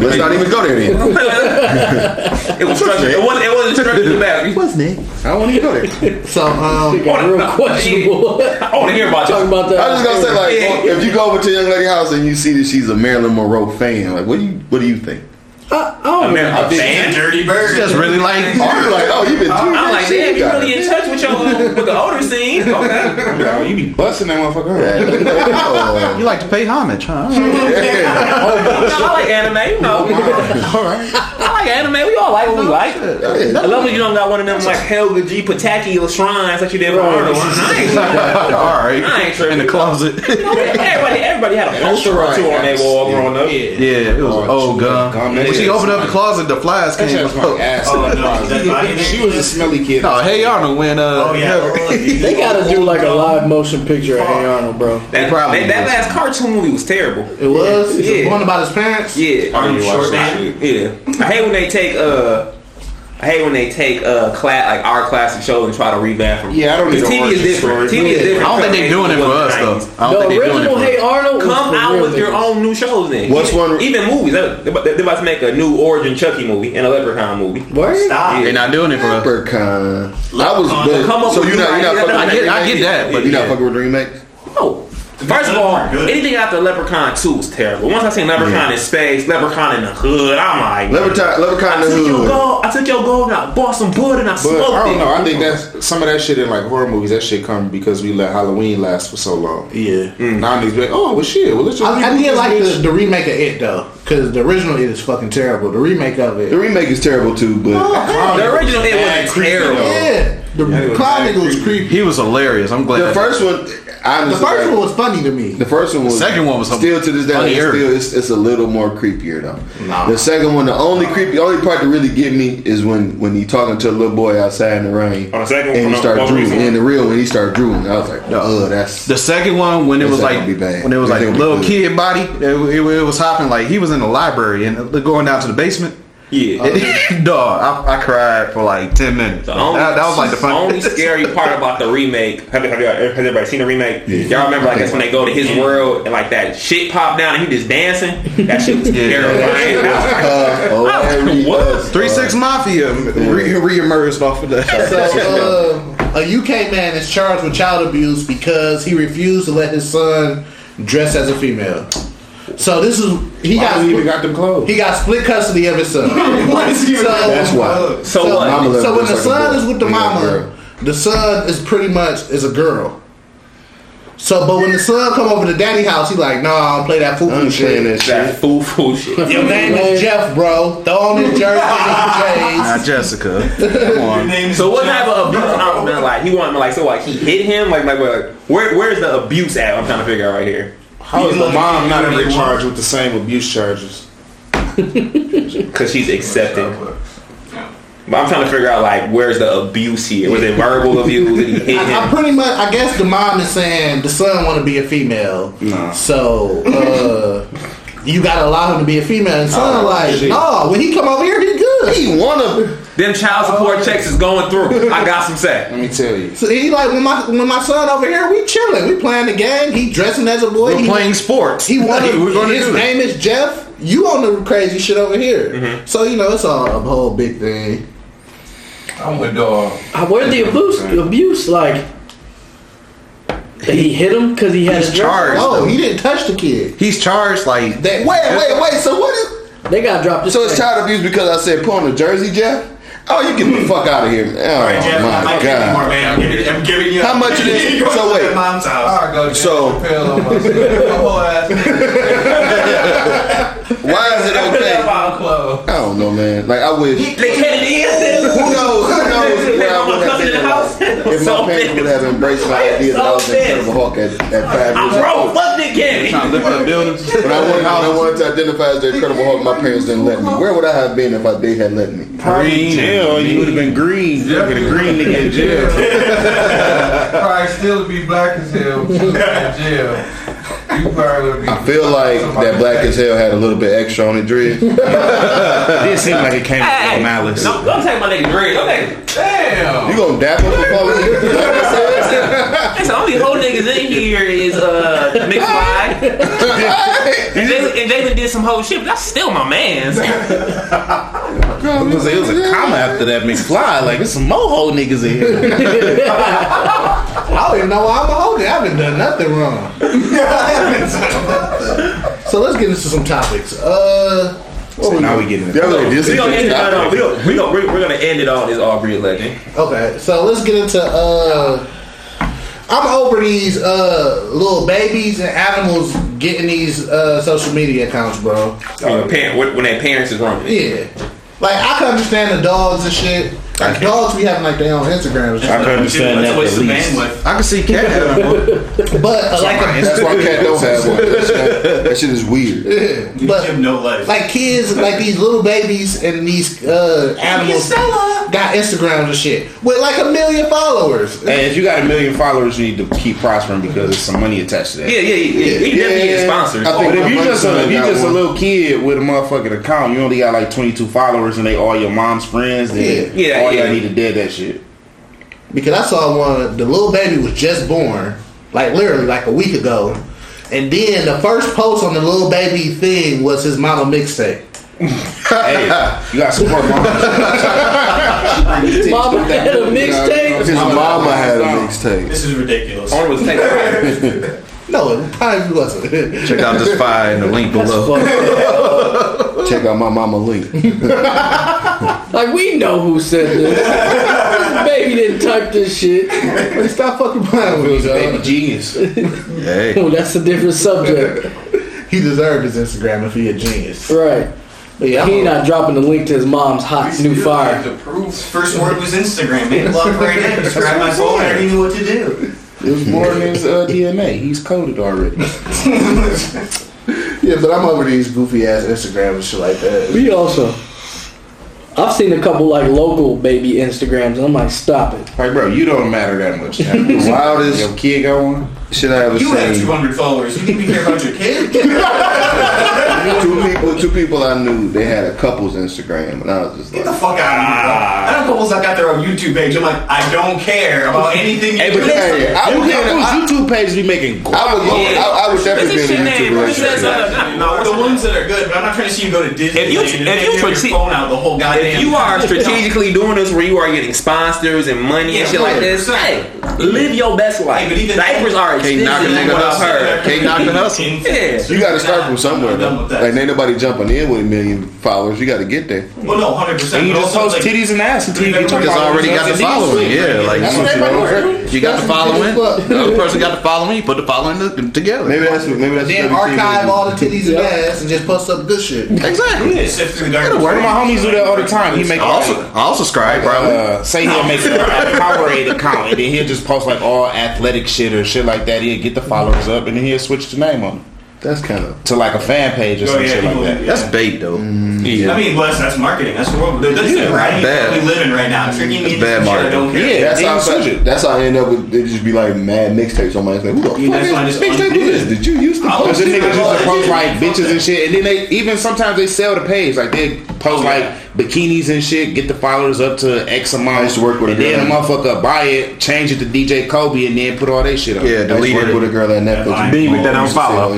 H: let's not even go there then.
J: It was structured. It wasn't. It wasn't structured to matter.
H: What's next? I want to go there.
G: So um,
I: real questionable.
J: I want to hear about
I: Talking about that.
H: I was just gonna say like, well, if you go over to young lady house and you see that she's a Marilyn Monroe fan, like, what do you, what do you think?
I: oh,
J: American fan,
O: Dirty Bird.
T: Just really like.
H: I'm like, oh, you been doing
J: I'm like, damn, you really in touch with your uh, with the older scene? Okay.
L: Bro, you be busting that motherfucker.
H: Yeah.
T: You like to pay homage, huh?
J: No, I like anime. You know,
H: all right.
J: I like anime. We all like what we like. I love that you don't got one of them like Helga G. Pataki little shrines like you did with Arnold. I ain't
T: All right.
J: I ain't
T: In the closet.
J: Everybody, everybody had a poster or two on their wall growing up. Yeah.
T: Yeah, it was
G: Oh,
T: an
H: Oh,
T: old gun. When she opened up the closet, the flies
L: That shit
T: came
L: was my
T: out.
L: ass.
O: Oh, no, that's not
L: She- she was a smelly kid.
T: No, Hey Arnold when uh,
O: Oh, yeah.
I: They gotta do like a live motion picture of Hey Arnold, bro.
J: That,
T: probably
J: that, that last cartoon movie was terrible.
G: It was. It's
J: Yeah.
G: the one about his parents.
J: Yeah,
O: Are you sure
J: Yeah, I hate when they take uh, I hate when they take uh, class like our classic shows and try to revamp them.
L: Yeah, I don't need
J: Because
L: an
J: TV is
L: origin
J: different.
L: story.
J: TV is
L: Yeah.
J: different.
T: I don't think they're doing it for us though. I don't
I: The
T: think they're doing it
I: original
T: for
I: Hey
T: us.
I: Arnold was
J: Come
I: for
J: out
I: real
J: with your
I: niggas.
J: own new shows then.
H: What's
J: even,
H: one-
J: Even movies. They're about they're about to make a new origin Chucky movie and a Leprechaun movie.
I: Word?
O: Stop.
T: They're not doing it for us.
H: Leprechaun. I was,
J: Leprechaun. Come
H: but,
J: up
H: so
J: with
H: you not, you not
J: new
H: fucking. with
J: ideas. I get-
T: I
H: remakes?
T: get that, but
H: you
T: yeah.
H: not fucking with remakes.
J: No. First of all, anything after Leprechaun 2 was terrible. Once I seen Leprechaun in space, Leprechaun in the hood, I'm like,
H: Leprechaun, Leprechaun
J: I
H: in the
J: took your
H: hood.
J: gold, I took your gold and I bought some wood and I
L: But
J: smoked
L: I don't
J: it.
L: know. I think that's some of that shit in like horror movies. That shit come because we let Halloween last for so long.
G: Yeah.
L: Now I'm just like, oh well, shit. Well, let's just.
G: I, I
L: reboot
G: did
L: this
G: like
L: bitch.
G: the, the remake of it though, because the original it is fucking terrible. The remake of
H: The
G: it.
H: remake is terrible too, but
J: the original it was terrible.
G: Yeah. The
L: was
G: Clown
L: bad
G: Nigga was creepy.
T: He was hilarious. I'm glad.
H: the first one, I
G: The
H: honestly,
G: first
H: like,
G: one was funny to me.
H: The first one was
T: Second one was
H: still to this day. Like, it's
T: funnier.
H: still, it's, it's a little more creepier though. The second one, the only creepy, only part that really get me is when when he talking to a little boy outside in the rain,
J: On Oh, the second
H: and
J: one,
H: he
J: on
H: start
J: the-
H: drooling.
J: on the
H: And the real when he start drooling, I was like, oh, that's
T: The second one when it
H: It's
T: was
H: not
T: like
H: gonna be bad.
T: when it was
H: It's
T: like
H: gonna be
T: little
H: good.
T: kid body, it, it- it was hopping like he was in the library and going down to the basement.
J: Yeah.
H: Uh,
T: And- dog, I, I cried for like ten minutes.
J: The only,
T: that, that was like the fun.
J: only scary part about the remake. Have, have, y'all- has everybody seen the remake? Y'all remember like that's when they go to his world and like that shit pop down and he just dancing. That shit was terrifying.
H: uh, hilarious.
T: Three
H: Uh,
T: Six Mafia re- reemerged off of that.
G: So uh, a UK man is charged with child abuse because he refused to let his son dress as a female. So this is he
L: Why
G: got
L: we even got them clothes.
G: he got split custody of his son. so,
H: That's why.
J: So what?
H: Mama left
G: so when
H: us like
G: the
H: a
G: son
H: boy.
G: is with the
H: We got a
G: mama,
H: girl.
G: the son is pretty much is a girl. So, but when the son come over to daddy house, he like, nah, I don't play that
H: I
G: football
H: ain't playing
G: shit.
H: that shit.
J: That fool fool shit.
G: Your name is Jeff, bro. Throw on his jersey and his
T: Nah, Jessica, come on.
J: So what type of abuse? I'm not like he wanted like so like he hit him like like, like where where's the abuse at? I'm trying to figure out right here.
L: How is the mom not ever charged with the same abuse charges?
J: Cause she's accepting. But I'm trying to figure out like where's the abuse here? Was it verbal abuse? Did he hit
G: I, I
J: him?
G: pretty much, I guess the mom is saying the son want to be a female, so uh, you gotta allow him to be a female. And son,
J: Oh,
G: like,
J: shit.
G: no, when he come over here, he good. He wanna.
J: Them child support checks is going through. I got some say. Let
H: me tell you.
G: So he like when my when my son over here, we chilling, we playing the game. He dressing as a boy.
L: We're
G: he,
L: playing sports.
G: He wanna,
L: Like, we're gonna
G: his
L: do that.
G: name is Jeff. You on the crazy shit over here. So you know it's all a whole big thing.
H: I'm with dog.
I: Uh, Where the abuse? Abuse like he hit him because he had
L: He's
I: his jersey
L: charged.
I: on?
L: though.
G: touch the kid.
L: He's charged like
G: Wait, wait, wait. So what is?
I: They got dropped.
H: So it's child abuse because I said put on a jersey, Jeff. Oh, you get the fuck out of here, man! Oh
U: Jeff, I
H: my
U: like you
H: god!
U: more, man. I'm giving- I'm giving you-
H: How much it is?
U: You're
H: So
U: going to
H: wait.
U: mom's house.
H: So why is it okay? I don't know, man. Like I wish. Who knows? Who knows? Where I would have been in If my parents would have embraced my idea that I was an incredible Hulk at, at five years old.
J: fuck the game.
H: Trying to lift up buildings. When I wanted, when I wanted to identify as the Incredible Hulk, my parents didn't let me. Where would I have been if I, they had let me?
L: Green jail. You would have been green. You would have been green to get in jail.
V: probably still be black as hell too, in jail. You probably would be.
H: I feel like that black as hell had a little bit extra on it, Dread. it didn't seem like it came
J: Hey, hey.
H: malice.
J: No, don't take my nigga Dre. Don't take. Damn.
H: You gonna dap him for
J: That's the only whole niggas in here is uh McFly. and, Jalen, and Jalen did some whole shit, but that's still my man's.
L: Because it was a comma after that McFly. Like it's some moho niggas in here.
G: I don't even know why I'm a holding. I haven't done nothing wrong. so let's get into some topics. Uh, what was it?
J: We gonna end it on. We gonna, we gonna, we're, we're gonna end it on this Aubrey legend.
G: Okay, so let's get into. uh I'm over these uh little babies and animals getting these uh social media accounts, bro.
J: When, the parent, when- when their parents is wrong.
G: Yeah, like I can understand the dogs and shit. Like dogs be having like their own Instagram. and shit.
L: I can understand that at least. I can see cat having one.
G: But uh, like a-
H: That's why cat don't have one. That shit is weird.
G: Yeah, but like kids, like these little babies and these uh, animals got Instagrams and shit with like a million followers.
L: And if you got a million followers, you need to keep prospering because there's some money attached to that.
J: Yeah, yeah, yeah. You definitely get sponsors.
L: I think
J: Oh,
L: but if you
J: my
L: just
J: son
L: a, if you
J: got
L: just
J: one.
L: a little kid with a motherfucking account, you only got like 22 followers, and they all your mom's friends. Then
G: Yeah. Yeah,
L: all
G: yeah.
L: y'all need to dead that shit.
G: Because I saw one, the little baby was just born, like literally like a week ago, and then the first post on the little baby thing was his mama mixtape.
L: hey, you got support mama.
G: Mama had a mixtape?
H: His mama had a mixtape.
O: This is ridiculous.
J: Arnold was
H: tape.
G: No, it probably wasn't.
H: Check out this fire in the link below. Check out my mama link.
I: Like we know who said this. Baby didn't type this shit.
G: Stop fucking playing with me, dog.
L: Baby genius.
G: Hey.
I: Well, that's a different subject.
G: he deserved his Instagram if he a genius.
I: Right.
G: Yeah,
I: he not dropping the link to his mom's hot new fire.
O: First word was Instagram. Made love right in. Just grabbed my phone. I already knew what to do.
H: It was born in his uh, DNA. He's coded already.
G: Yeah, but I'm over these goofy ass Instagram and shit like that.
I: We also. I've seen a couple like local baby Instagrams, and I'm like, stop it.
L: Like, bro, you don't matter that much.
H: Wildest
L: your kid got one.
H: Should I ever
L: You had 200
H: followers? You didn't care about your
O: kid.
H: two people, two people I knew, they had a couple's Instagram, and I was just like,
O: Get the fuck out of here.
J: Ah.
O: bro. I know couples that got their own YouTube page. I'm like, I don't care about anything.
L: Hey,
O: you
L: but
O: do.
L: hey, I would get
O: I-
L: YouTube pages be making.
H: I would, go, I, I would definitely
O: It's
H: be
O: a
H: in a
O: shit
H: YouTube
O: name. Who says
H: relationship.
O: that? No, the ones that are good, but I'm not trying to see you go to Disney.
J: If you-
O: and
J: if you
O: have your
J: proceed-
O: phone out the whole goddamn.
J: If you are strategically doing this where you are getting sponsors and money and shit like this, hey, live your best life. Diapers are
H: Can't
J: expensive.
H: knock a nigga
J: Well,
H: hustle.
J: heard.
H: Can't knock a hustle.
J: Yeah.
H: You got to start from somewhere. though. Like ain't nobody jumping in with a million followers. You got to get there.
O: Well, no, hundred percent.
H: And you just post
L: titties and ass until you get
H: Because I already got the following. Yeah, like
L: That's
H: you,
L: what everybody
H: know,
L: wants.
H: you got the following.
L: That's
H: The other person got the following. You put the following to- together. Maybe that's what- maybe that's
G: Then
H: what WT
G: archive
H: would
G: all
H: do.
G: the titties and ass and just post up good shit.
H: Exactly.
L: Yeah.
O: Sift through the
L: It'll work. My homies do that all the time. He make
H: I'll,
L: also
H: su- I'll subscribe, probably.
L: uh, say he'll make a Powerade account and then he'll just post like all athletic shit or shit like that. He'll get the followers up and then he'll switch the name on. it. That's kind of to like a fan page or
O: Oh,
L: some
O: yeah,
L: shit like
O: people-
L: that.
O: yeah. That's
L: bait though.
G: Mm.
O: I mean, bless. That's marketing. That's the world. That's
L: Yeah,
O: the writing
L: bad.
O: we live in right now. Tricking me into some shit I don't care.
L: Yeah, that's how,
O: Switch it.
L: I, that's how I end up with. They just be like mad mixtapes on my Instagram. Who the fuck
O: Yeah, that's
L: is
O: why I
L: this
O: just
L: mixtape?
O: undid
L: Who is
O: it.
L: this? Did you used
G: Oh,
L: to
O: I
L: post?
O: was
L: This
O: in
L: nigga
O: the
L: just
O: club.
L: approach like bitches and shit, and then they even sometimes they sell the page. Like they post like bikinis and shit, get the followers up to X amount. I used to work with
H: a
L: and then a
H: girl.
L: motherfucker buy it, change it to DJ Kobe, and then put all that shit up.
H: Yeah, delete
L: I used to
H: it.
L: work with a girl that Netflix.
H: Then you get that unfollow.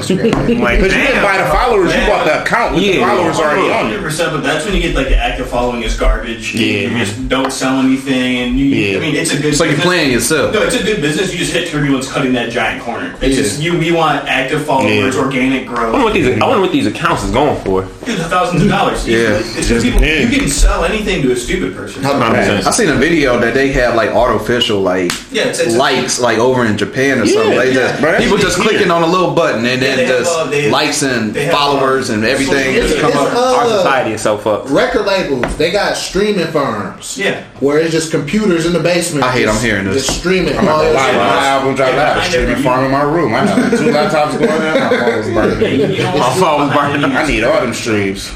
L: Like, Cause you didn't buy the followers, you bought the account with the followers already on it.
O: 100%, but that's when you get like the act of following is garbage.
L: Yeah.
O: you just don't sell anything, and you, I mean, it's a good.
T: So you're
O: business.
T: playing yourself.
O: No, it's a good business. You just hit for everyone's cutting that giant corner. It's
J: Yeah.
O: just you. We want active followers, organic growth.
J: I wonder what these I wonder what these accounts is going for.
O: Dude, the thousands of dollars.
J: Yeah.
O: it's just people. You can sell anything to a stupid person.
T: I seen a video that they have like artificial like
O: Yeah, it's- it's-
T: likes like over in Japan or
O: Yeah,
T: something. They
O: yeah,
T: just
O: bro, that's
T: people
O: what
T: just
O: they hear.
T: clicking on a little button and
O: Yeah,
T: then
O: they have,
T: just
O: uh, they have-
T: likes and
O: they have,
T: followers
O: uh,
T: and everything
O: it's-
T: just come
O: it's,
T: up.
O: uh,
J: Our society is so fucked.
G: Record labels, they got streaming firms.
O: Yeah.
G: Where it's just computers in the basement.
L: I hate
G: just-
L: I'm hearing this.
G: Just streaming.
L: I'm about to lie. My album dropped out.
G: I
L: I should be farming my room. I have two laptops going on. My phone was burning.
O: My
L: phone was burning. I need all them streams.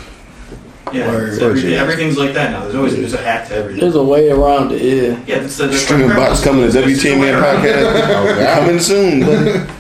O: Yeah,
L: Word.
O: it's everything-
L: Budget.
O: everything's like that now. There's always there's a hack to everything.
I: There's a way around it. Yeah.
O: Yeah, that's the
L: Streaming box coming to WTM Man podcast. Coming soon. buddy.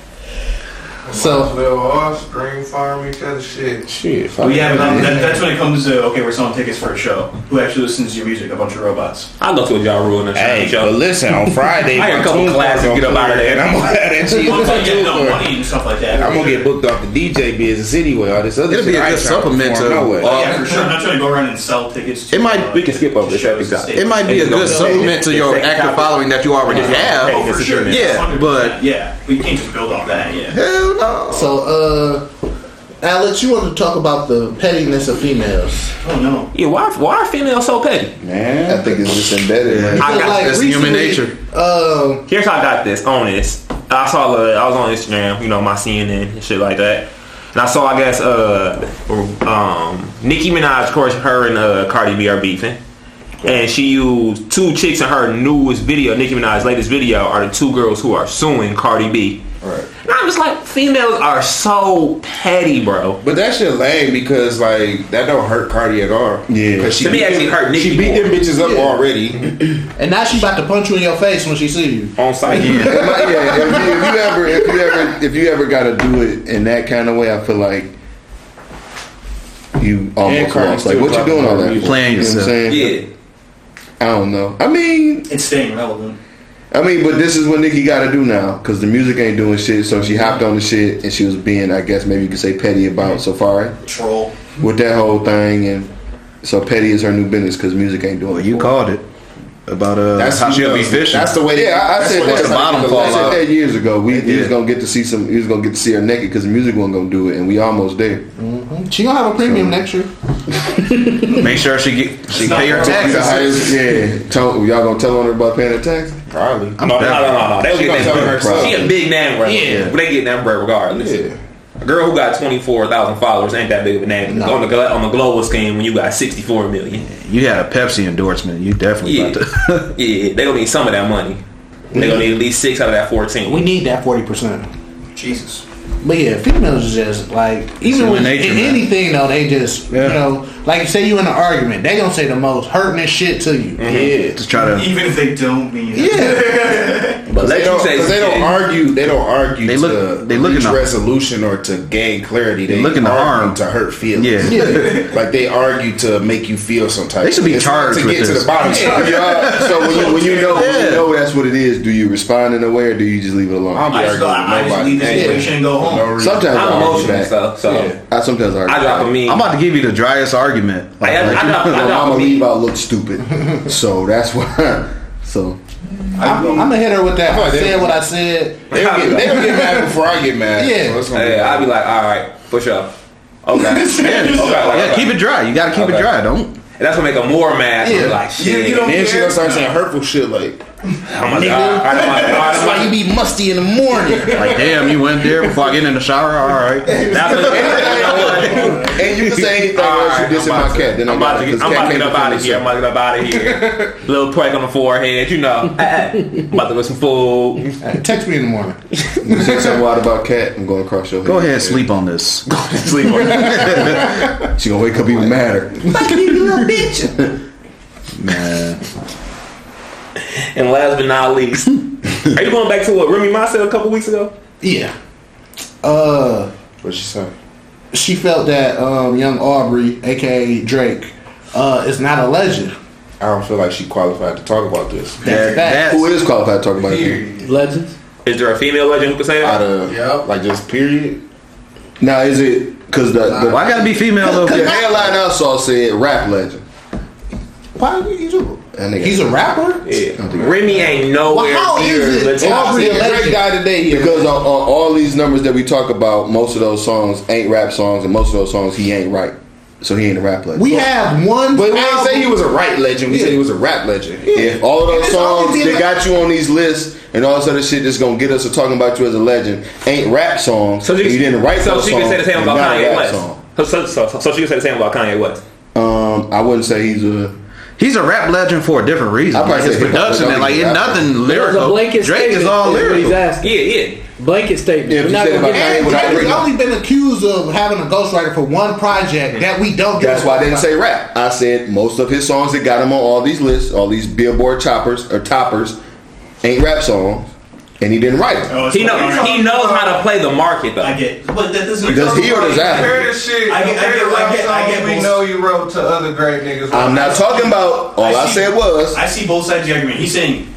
G: So
N: little off, string farm each other shit.
L: Shit.
O: Well, yeah, but um, that, that's when it comes to okay, we're selling tickets for a show. Who actually listens to your music? A bunch of robots.
J: I looked with y'all ruling that
L: Hey, but listen, on Friday,
J: I got a
L: my
J: couple
L: tune's
J: classes
L: gonna
J: get up out of there.
L: and I'm gonna have that shit.
O: Once I get no money and stuff like that.
L: I'm gonna get booked off the DJ business anyway. All this other
O: It'll
L: shit.
O: be a
L: I
O: good
L: ain't trying
O: supplement
L: perform
O: to-
L: no way.
O: Oh, yeah, for sure. I'm not trying to go around and sell tickets. To,
T: uh, It might-
J: we can skip over this episode.
T: It might be a good supplement to your active following that you already have.
O: Oh, for sure.
T: Yeah, but
O: yeah, we can't just build off that. Yeah.
T: hell no.
G: So, uh, Alex, you want to talk about the pettiness of females?
O: Oh no.
J: Yeah, why why are females so petty?
L: Man, I think it's just embedded.
J: I
L: man.
J: got
G: Like,
J: this human
G: recently,
J: nature.
L: uh,
G: Um,
J: Here's how I got this. Honest, I saw. Uh, I was on Instagram, you know, my CNN and shit like that, and I saw. I guess uh, um, Nicki Minaj, of course, her and uh, Cardi B are beefing, and she used two chicks in her newest video, Nicki Minaj's latest video, are the two girls who are suing Cardi B. Right. And I'm just like, females are so petty, bro.
L: But that shit lame because like that don't hurt Cardi at all. Yeah, because
J: To me, actually hurt Nicki
L: She beat them bitches up
G: Yeah.
L: already
G: and now she about to punch you in your face when she see you.
J: on site.
L: yeah, yeah, if, you, if you ever, if you ever, if you ever got to do it in that kind of way, I feel like you almost
H: Cardi
L: lost. Like,
H: still
L: what you doing
H: dropping
L: all
H: her
L: that?
H: music. Playing
L: You know what I'm
H: yourself.
L: saying? I don't know. I mean,
O: it's staying relevant.
L: I mean, but this is what Nikki got to do now because the music ain't doing shit. So she hopped on the shit and she was being, I guess, maybe you could say petty about Safari
O: Troll.
L: with that whole thing. And so petty is her new business because music ain't doing. it. you called it
T: about uh, how she'll be fishing.
L: Yeah, I, I said
T: Let
L: that.
T: the bottom fall
L: I said
T: out.
L: that years ago. We, we was gonna get to see some. We was gonna get to see her naked because the music wasn't gonna do it, and we almost there.
G: She gonna have a premium next year.
T: Make sure she get she pay her taxes.
L: yeah, tell, y'all gonna tell on her about paying her taxes? Probably.
J: No, no, no, no, no. They
L: She
J: would
L: gonna
J: get
L: tell
J: that bread.
L: herself.
J: She a big name brand. Yeah. But they get that bread regardless. A girl who got 24,000 followers ain't that big of a name. On, the, glo- on the global scheme, when you got 64 million.
T: You had a Pepsi endorsement. You definitely
J: Yeah.
T: about to.
J: yeah, they gonna need some of that money. They gonna need at least six out of that 14.
G: We need that forty percent.
O: Jesus.
G: But yeah, females is just like even
T: human
G: with
T: nature,
G: in
T: man.
G: anything though, they just you know, like say you in an argument, they gonna say the most hurting as shit to you.
T: Mhm. Just try to-
O: Even if they don't mean it.
G: Yeah.
L: But they don't, 'cause they don't argue. They don't argue. They look. To
T: they looking
L: reach
T: to-
L: resolution or to gain clarity. They,
T: They looking to
L: argue
T: harm.
L: to hurt feelings.
T: Yeah. Yeah.
L: like they argue to make you feel some type.
T: They should be
L: It's not
T: charged
L: to
T: with
L: get to
T: this.
L: the bottom.
T: Yeah.
L: Yeah. So when you when you know when
T: Yeah.
L: you know that's what it is, do you respond in a way or do you just leave it alone?
O: I just go- I just leave the situation and go home.
L: Sometimes
O: I'm
L: I argue
O: emotional,
L: back.
J: so- so-
L: I sometimes argue.
J: I drop a meme.
T: I'm about to give you the driest argument.
J: I- I- I drop- I drop a
L: I'm gonna
J: meme.
L: leave out look stupid. so that's why. So
G: I'm, I'm gonna hit her with that.
L: I
G: I
L: thought they-
G: said what I said.
L: They don't get, they don't get mad before I get mad.
G: Yeah.
L: So it's gonna
J: Hey,
L: be-
J: I'll be like, all right, push up. Okay.
L: Yeah,
T: yeah, keep it dry. You gotta keep it dry. Don't.
J: And that's what make them more mad. Yeah. Like,
L: Yeah,
J: shit.
L: you don't then she gonna start saying hurtful shit like,
J: Oh my god.
F: That's why you be musty in the morning.
T: Like, damn, you went there before I get in the shower. All right.
J: and you can say anything else you diss my cat. Then I'm about to get, I'm about to get up out of here. I'm about to get up out of here. Little prick on the forehead, you know. I'm about to get some food.
F: Text me in the morning.
H: You said something wild about cat. I'm going to cross your head.
T: Go ahead, and sleep on this. Go ahead, sleep on
H: this. she gonna wake up even madder.
J: Fucking you, little bitch.
T: Man.
J: And last but not least, are you going back to what Remy Ma said a couple weeks ago?
G: Yeah. Uh,
H: What'd she say?
G: she felt that um, young Aubrey, aka Drake, uh, is not a legend.
H: I don't feel like she qualified to talk about this.
G: That's facts.
H: who is qualified to talk about it?
I: Legends.
J: Is there a female legend who can say that?
H: Out of like just period. Now is it because the, the
T: Why gotta be female though?
H: Because the headline I saw said rap legend.
G: Why would you do
H: That nigga-
G: He's a rapper?
J: Yeah. Remy ain't nowhere
G: Well, how
J: near
G: is it?
J: legend.
H: Aubrey
G: Aubrey
H: a great
G: Legend.
H: guy today because on, on all these numbers that we talk about, most of those songs ain't rap songs, and most of those songs he ain't right, so he ain't a rap legend.
G: We have one.
H: But we ain't
G: album-
H: say he was a right legend. We
G: Yeah.
H: said he was a rap legend. If all of
G: And
H: those
G: that's all
H: songs
G: he did,
H: that got you on these lists and all this other shit that's gonna get us to talking about you as a legend ain't rap songs, so
J: she-
H: you didn't write
J: So
H: those
J: she
H: songs.
J: can say the same
H: you're
J: about
H: not a
J: Kanye
H: rap
J: West.
H: song.
J: So, so, so, so she can say the same about Kanye West.
H: Um, I wouldn't say he's a.
T: He's a rap legend for a different reason.
H: I'd probably
T: Like his
H: say hip-hop,
T: production,
H: but
T: and
H: don't
T: like
H: get
T: it
H: rap.
T: nothing
I: There's a
T: lyrical.
I: blanket
T: Drake
I: statement.
T: is all
I: what he's
T: lyrical.
I: asking.
J: Yeah, yeah.
I: Blanket statement.
H: Yeah, if
I: We're
H: you
I: not
H: said
I: gonna
H: about
I: get
H: Kanye,
G: And
H: would I
G: Drake's
H: bring up?
G: only been accused of having a ghostwriter for one project that we don't. give
H: That's
G: a
H: why I
G: fuck
H: didn't
G: about.
H: say rap. I said most of his songs that got him on all these lists, all these Billboard choppers or toppers, ain't rap songs, and he didn't write them.
O: Oh, it's
J: He knows
O: like-
J: he knows how to play the market though.
O: I get, but that doesn't.
H: Does he or does
N: Compare
H: Apple?
N: the shit.
O: I get- I
N: compare
O: get-
N: the
O: I
N: rap
O: get- I
N: songs
O: get
N: we
O: both-
N: know you wrote to other great niggas.
H: I'm not talking about. All I,
O: see-
H: said was
O: I see both sides of the argument. He's saying,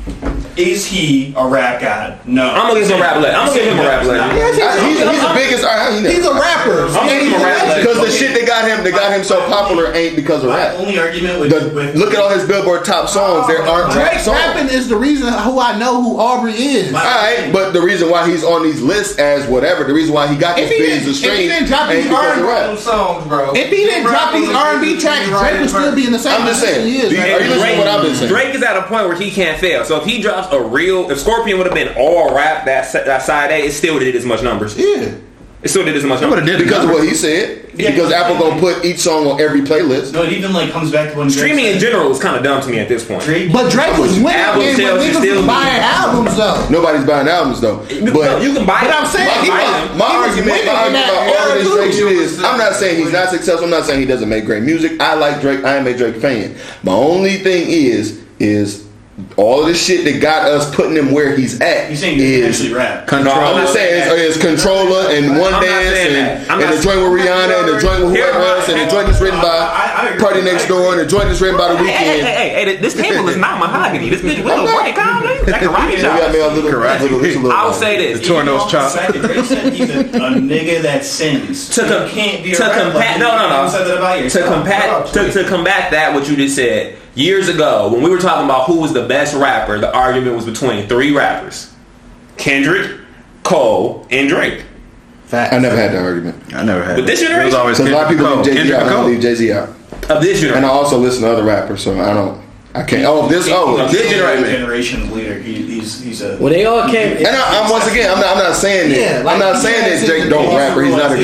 O: is he a rap god? No.
J: I'm gonna give him a rap legend. I'm gonna give him a rap legend.
H: Yes, he's, he's, he's the biggest. I, he
G: He's a rapper.
J: I'm gonna give him a rap legend.
H: Because the shit that got him, that got him so popular, ain't because of
O: My
H: rap.
O: only argument with,
H: The,
O: with
H: look at all his Billboard top songs. There aren't rap
G: Drake
H: songs.
G: Oh, rapping is the reason who I know who Aubrey is.
H: All right, but the reason why he's on these lists as whatever, the reason why he got
G: If
H: these
G: he
H: billions
G: didn't-
H: of
G: if he
H: streams,
G: didn't drop
H: ain't
G: these
H: because of
G: R&B
H: rap.
N: Them songs, bro.
G: If he didn't drop these R&B tracks, Drake would still be in the same
H: I'm just
G: position
H: saying,
G: he is
H: do you-
G: right
H: are you
G: now.
H: listening to what I've been saying?
J: Drake is at a point where he can't fail. So if he drops a real, if Scorpion would have been all rap that se- that side A, it still would have did as much numbers.
H: Yeah.
J: It still did as much numbers.
T: did
H: Because of what he said.
O: Yeah.
H: Because Apple gonna put each song on every playlist.
O: No, it even like comes back to when Drake
J: Streaming in
O: said-
J: general is kind of dumb to me at this point.
O: Drake,
G: But Drake was winning
J: Album
G: and
J: sales
G: when
J: is
G: niggas
J: still
G: was buying
J: winning.
G: albums though.
H: Nobody's buying albums though. But
J: No, you can buy.
G: But I'm
J: it.
G: saying
J: You can
G: he
J: buy
G: was-
J: them.
H: My
G: He was
H: argument, my
G: winning in
H: argument
G: that
H: about all
G: era,
H: of this
G: too.
H: Drake shit is, I'm not saying he's not successful. I'm not saying he doesn't make great music. I like Drake. I am a Drake fan. My only thing is, is all of this shit that got us putting him where he's at
O: he's saying he doesn't
H: is.
O: actually rap.
H: No, I'm just saying it's, it's controller and one
J: not saying
H: dance
J: that. I'm
H: and, and
J: not
H: the joint with Rihanna and the joint with
J: Here
H: whoever
J: are my-
H: else and the joint that's written
O: I- I
H: by
O: agree.
H: Party Next Door and the joint that's written by the
J: Hey, hey, hey,
H: weekend.
J: hey, hey, this table is not mahogany. This bitch will break. Calm down. Like a rocket
H: Maybe I
J: shot.
H: made a little, little, little, little
J: I'll say this.
T: The tornadoes
O: Even off
T: chop.
O: the second, Drake said he's a, a nigga that sins.
J: to,
O: You
J: com-
O: can't be a
J: to
O: rap legend
J: combat no
O: if you
J: no
O: haven't said that about
J: no to
O: yourself.
J: combat to, to combat that what you just said years ago when we were talking about who was the best rapper the argument was between three rappers Kendrick Cole and Drake
H: I never had that argument.
T: I never had.
J: But this
T: it. It was
J: generation-
T: always
H: Because a lot of people leave Jay Z
T: Kendrick
H: out. I don't
T: Cole.
H: leave Jay Z out.
J: of this
H: And I
J: generation
H: also listen to other rappers, so I don't. I can't. Oh, this. Oh,
O: He's a
H: this generation.
O: generation leader. He, he's he's a.
I: When they all came,
H: And I, I'm once again, I'm not, I'm not saying that.
G: Yeah, like,
H: I'm not
G: he
H: saying
G: has
H: that
G: his
H: Drake don't
G: advantages.
H: rap or he's not a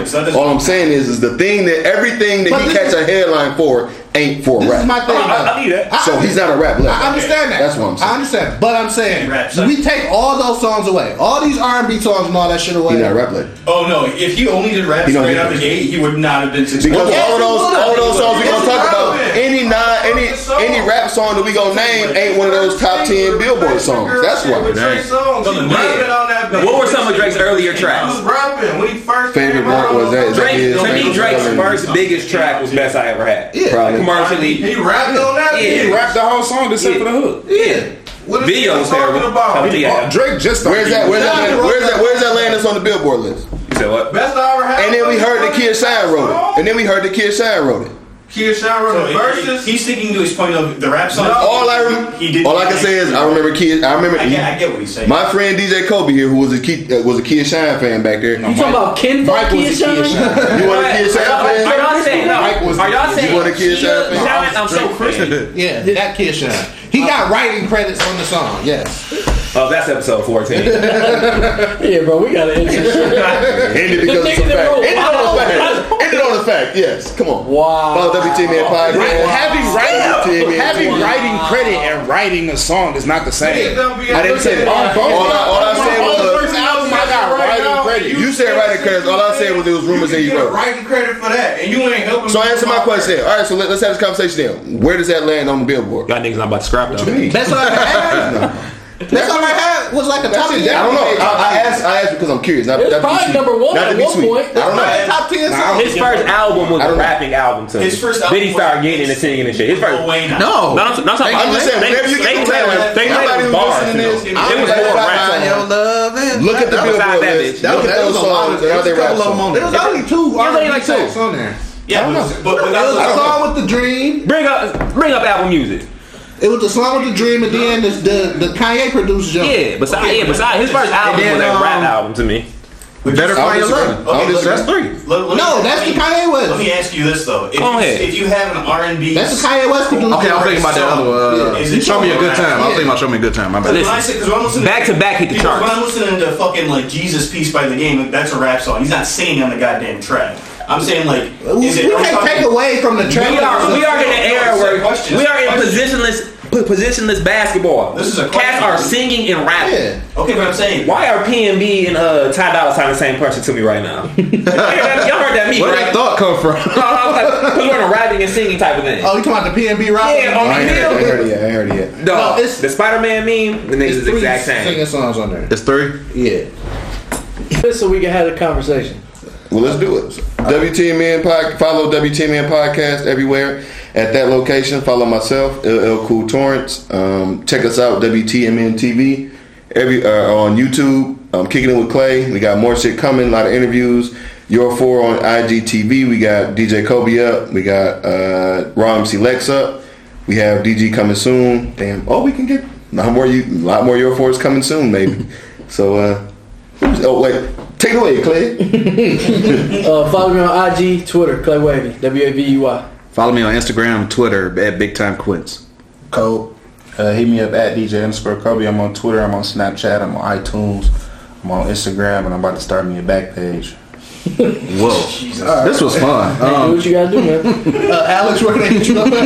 H: good
O: Yeah.
H: rapper. All I'm saying is, is the thing that everything that
G: But
H: he
G: this
H: catch
G: is-
H: a headline for ain't for
G: This is my
H: rap.
G: thing.
J: I- I-
G: though.
J: I need that.
G: I-
H: So he's not a rap
G: I
H: legend.
G: understand that.
H: That's what I'm saying.
G: I understand, that. but I'm saying
O: He raps, huh?
G: we take all those songs away, all these R&B songs and all that shit away.
H: He's not a rap legend.
O: Oh no! If he only did rap
H: He don't
O: straight
H: get
O: out the
H: it.
O: gate, he would not have been successful.
H: Because
G: Well,
H: all those,
G: yes, he
H: all
G: would.
H: those songs we
G: Yes,
H: gonna
G: he
H: talk about,
G: would.
H: any nine, any any rap song that we gonna name ain't one of those top ten Billboard songs. That's why.
N: Drake songs. He
O: Yeah.
N: was rapping on that bitch.
J: what were some of Drake's
N: He
J: earlier
N: was
J: tracks
N: rapping when he first came
H: Favorite
N: out
H: rap was
N: on
H: that- is that
N: Drake.
H: his?
J: Drake to me
H: Famous
J: Drake's
H: Governor.
J: first biggest track was Best I Ever Had
H: Probably.
J: commercially
N: He rapped on that
J: Yeah.
N: bitch.
J: He
L: Rap the whole song except for the hook.
J: yeah
N: What is he
J: video was
N: talking
J: terrible
N: about?
J: Come to you.
L: Oh, Drake just
H: Where's that? Where's that? land- Where's that? Where's that land that's on the Billboard list?
J: you said what
N: Best I ever had.
H: And then we
N: was
H: heard the Kid Shine wrote it. And then we heard the Kid Shine wrote it.
N: Kid Shine wrote
O: So
N: the
O: he-
N: verses.
O: he's sticking to his point of the rap song.
H: All I rem-
O: he did.
H: all I can say is I remember Kid. I remember. E
O: I get, I get what he's saying.
H: my friend DJ Kobe here, who was a Kid, uh, was a Kid Shine fan back there.
I: You talking about Ken
H: Mike
I: Funky and
H: was a Kid
I: Shine?
H: Shine. You want a Kid Shine
J: Are y'all- are y'all
H: fan?
J: saying- no.
H: Mike was.
J: Are y'all
H: You
J: saying
H: want a Kid
J: Shine?
H: Shine fan?
J: I'm so crazy.
G: Yeah, that kid shine. He got writing credits on the song. Yes.
J: Oh, that's episode 14.
I: yeah, bro, we gotta end this shit.
H: End it because
I: The
H: it's a
I: nigga that
H: fact.
I: wrote
H: End it on a
I: Wild.
H: fact. End it on a fact. Yes. Come on.
I: Wow.
H: Follow WT Man Podcast.
L: Right, having
H: WT
L: writing,
H: Man
L: having
H: Podcast.
L: writing credit and writing a song is not the same. I didn't say that.
H: All I, all I said was.
L: First album I got writing credit.
H: You, said writing credits. All I said was it was rumors that you wrote.
W: Writing credit for that, and you ain't helping.
H: So answer my question. All right, so let, us have this conversation then. Where does that land on the billboard?
J: Y'all niggas not about to scrap
H: though. That's all I had.
G: That's all I had was like a top
H: That's
G: ten.
H: it. I don't know. I, I asked. I asked because I'm curious. Not,
G: It's
H: not to be
G: probably
H: sweet.
G: number one
H: Not to
G: at
H: be
G: one
H: sweet.
G: point.
H: I don't know.
G: Top ten.
J: His first album was
H: I
J: a
H: don't know.
J: rapping album to
H: His first album
J: Then he
H: was-
J: started getting into singing and shit. His first
H: No.
J: no, I'm, not talking
H: I'm
J: about.
H: just saying,
J: they,
H: whenever you get
J: they
H: to
J: played
H: that,
J: they
H: nobody
J: played with
H: who's
J: bars.
H: listening
J: To
H: to this,
J: this,
H: I'm
J: it was
H: glad
J: more
H: I
J: rap
H: found
J: songs.
H: your Look at the
J: Outside
H: billboard
J: that
H: list.
J: bitch.
H: Look
J: That
H: at those
J: was a lot
H: songs
J: of-
H: and are they
J: there was a
H: rap
J: couple of them on
H: songs?
J: there. There was only two
H: Yeah,
J: R&B
H: they like
J: songs
H: two.
J: on
W: there.
J: Yeah,
H: I don't know.
J: but,
W: It was the song with the dream.
J: Bring up, bring up Apple Music.
G: It was the song with the dream, and then the the, the Kanye produced jump.
J: Yeah, besides, yeah, besides his first album was a
O: um,
J: rap album to me.
G: Better Find Your Love. Okay, that's
J: three.
O: Let- let me-
G: No, that's the Kanye West.
O: Let me ask you this though: if,
J: Go
O: you-
J: ahead.
O: if you have an R and B,
G: That's the Kanye West produced.
X: Okay, I'm thinking about that other one. Uh,
O: Is it
X: show me a
O: your
X: good
O: rap?
X: time. I was
O: Yeah.
X: thinking about show me a good time. My
O: Because
X: bad.
O: when I say- 'cause when I'm listening
X: Back to back hit the
O: because
X: charts.
O: When I'm listening to fucking like Jesus Piece by the Game, like, that's a rap song. He's not singing on the goddamn track. I'm saying like, is it?
G: We
O: I'm
G: can't
O: talking-
G: take away from the track.
J: We are, we are in an era where
O: Questions.
J: we are in
O: Questions.
J: positionless, p- positionless basketball.
O: This is a
J: cats
O: question.
J: are singing and rapping.
O: Okay, but I'm saying
J: Why are PNB and uh, Ty Dolla Sign the same person to me right now? y'all heard that me?
X: Where that thought come from?
J: Because we're in a rapping and singing type of thing.
O: Uh,
G: Oh, you talking about the PNB rock?
J: Yeah, on
H: I ain't
J: the
H: heard it. I ain't
J: hill.
H: heard it yet. I ain't heard it yet.
J: No, the Spider Man meme, the niggas is
G: three
J: exact same.
G: singing songs on there.
X: It's three.
G: Yeah.
I: so we can have a conversation.
H: Well, let's do it. WT Man Pod, follow WT Man Podcast everywhere at that location. Follow myself, LL Cool Torrance. Um, check us out, WTMN TV, every uh, on YouTube. Um, Kicking it with Clay. We got more shit coming. A lot of interviews. Your four on IGTV. We got DJ Kobe up. We got uh, Raw MC Lex up. We have DG coming soon. Damn. Oh, we can get a lot more. You, a lot more. Your four is coming soon, maybe. so. uh Oh wait, take it away, Clay.
I: Uh, follow me on IG, Twitter, Clay Wavy, W A V U Y.
X: Follow me on Instagram, Twitter at Big Time Quince.
L: Code. Uh, hit me up at DJ underscore Kobe. I'm on Twitter. I'm on Snapchat. I'm on iTunes. I'm on Instagram, and I'm about to start me a back page.
X: Whoa, this was fun.
I: Hey, do
X: Um,
I: what you gotta do, man.
G: Uh, Alex, where can they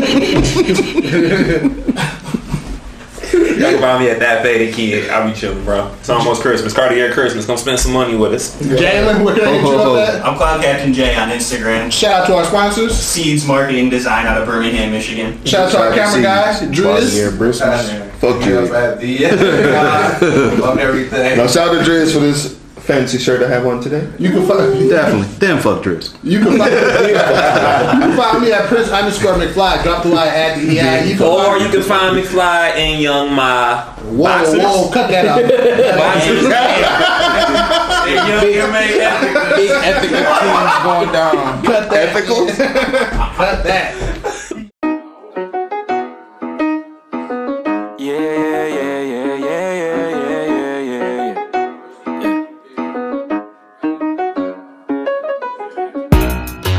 G: hit you up
J: Y'all can find me at that faded kid. I'll be chilling, bro. It's almost Christmas. Cartier Christmas. Come spend some money with us.
G: Jalen, where can they hit you up at?
O: I'm Cloud Captain J on Instagram.
G: Shout out to our sponsors.
O: Seeds Marketing Design out of Birmingham, Michigan.
G: Shout out to our camera guy, Driz. Uh,
H: Fuck you.
W: on everything.
H: Now shout out to Driz for this fancy shirt I have on today.
G: You can find
X: Definitely. Damn fuck Driz.
G: you can find, you can find me at Prince underscore McFly. Drop the line at the EI. You can
J: Or
G: find-
J: you can find McFly and Young Ma.
G: Whoa, whoa, cut that out.
J: Big ethical
L: things going down.
G: Cut that.
H: Ethical.
G: Cut that.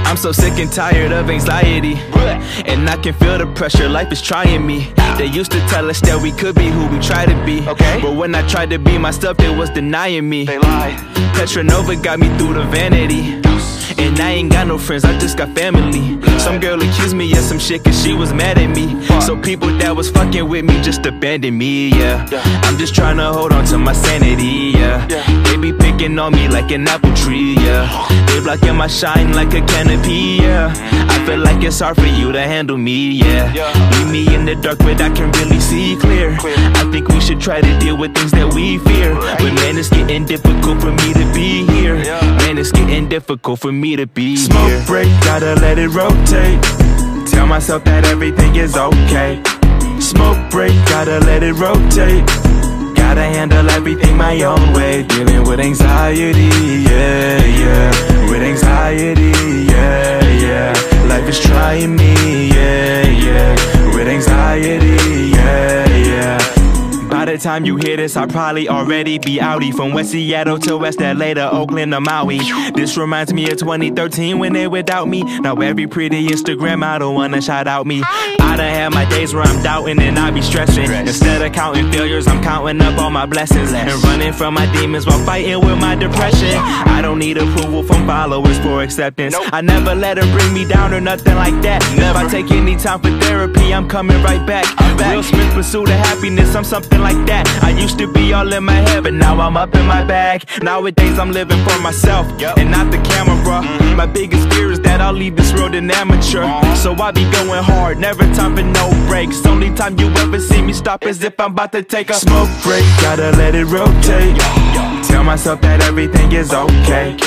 E: I'm so sick and tired of anxiety. And I can feel the pressure, life is trying me. They used to tell us that we could be who we try to be. Okay. But when I tried to be myself, they was denying me. They lied. Petra Nova got me through the vanity. And I ain't got no friends, I just got family. Some girl accused me of some shit cause she was mad at me. So people that was fucking with me just abandoned me, yeah. I'm just trying to hold on to my sanity, yeah. They be picking on me like an apple tree, yeah. They blocking my shine like a canopy, yeah. I feel like it's hard for you to handle me, yeah. Leave me in the dark, but I can really see clear. I think we should try to deal with things that we fear. But man, it's getting difficult for me to be here. Man, it's getting difficult for me to be Smoke here. break, gotta let it rotate. Tell myself that everything is okay. Smoke break, gotta let it rotate. Gotta handle everything my own way. Dealing with anxiety, yeah, yeah. With anxiety, yeah, yeah. Life is trying me, yeah, yeah. With anxiety, yeah, yeah. By the time you hear this, I'll probably already be outie. From West Seattle to West LA to Oakland to Maui. This reminds me of 2013 when they without me. Now every pretty Instagram model wanna shout out me. I done had my days where I'm doubting and I be stressing. Instead of counting failures, I'm counting up all my blessings. And running from my demons while fighting with my depression. I don't need approval from followers for acceptance. I never let it bring me down or nothing like that. If I take any time for therapy, I'm coming right back. Will Smith pursuit of happiness, I'm something like that. I used to be all in my head, but now I'm up in my bag. Nowadays I'm living for myself and not the camera. My biggest fear is that I'll leave this world an amateur. So I be going hard, never time for no breaks. Only time you ever see me stop is if I'm about to take a smoke break. Gotta let it rotate. Tell myself that everything is okay.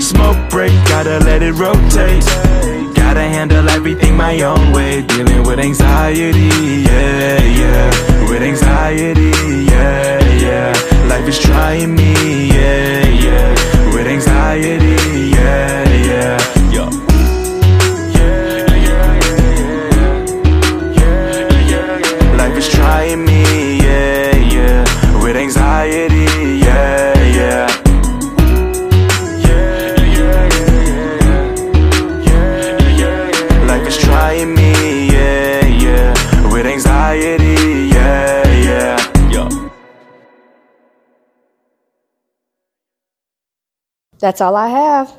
E: Smoke break, gotta let it rotate. Gotta handle everything my own way. Dealing with anxiety, yeah, yeah. With anxiety, yeah, yeah. Life is trying me, yeah, yeah. With anxiety, yeah, yeah. Yo. Life is trying me, yeah, yeah. With anxiety, yeah, yeah. Life is trying me, yeah, yeah. With anxiety, yeah, yeah. Yo.
G: That's all I have.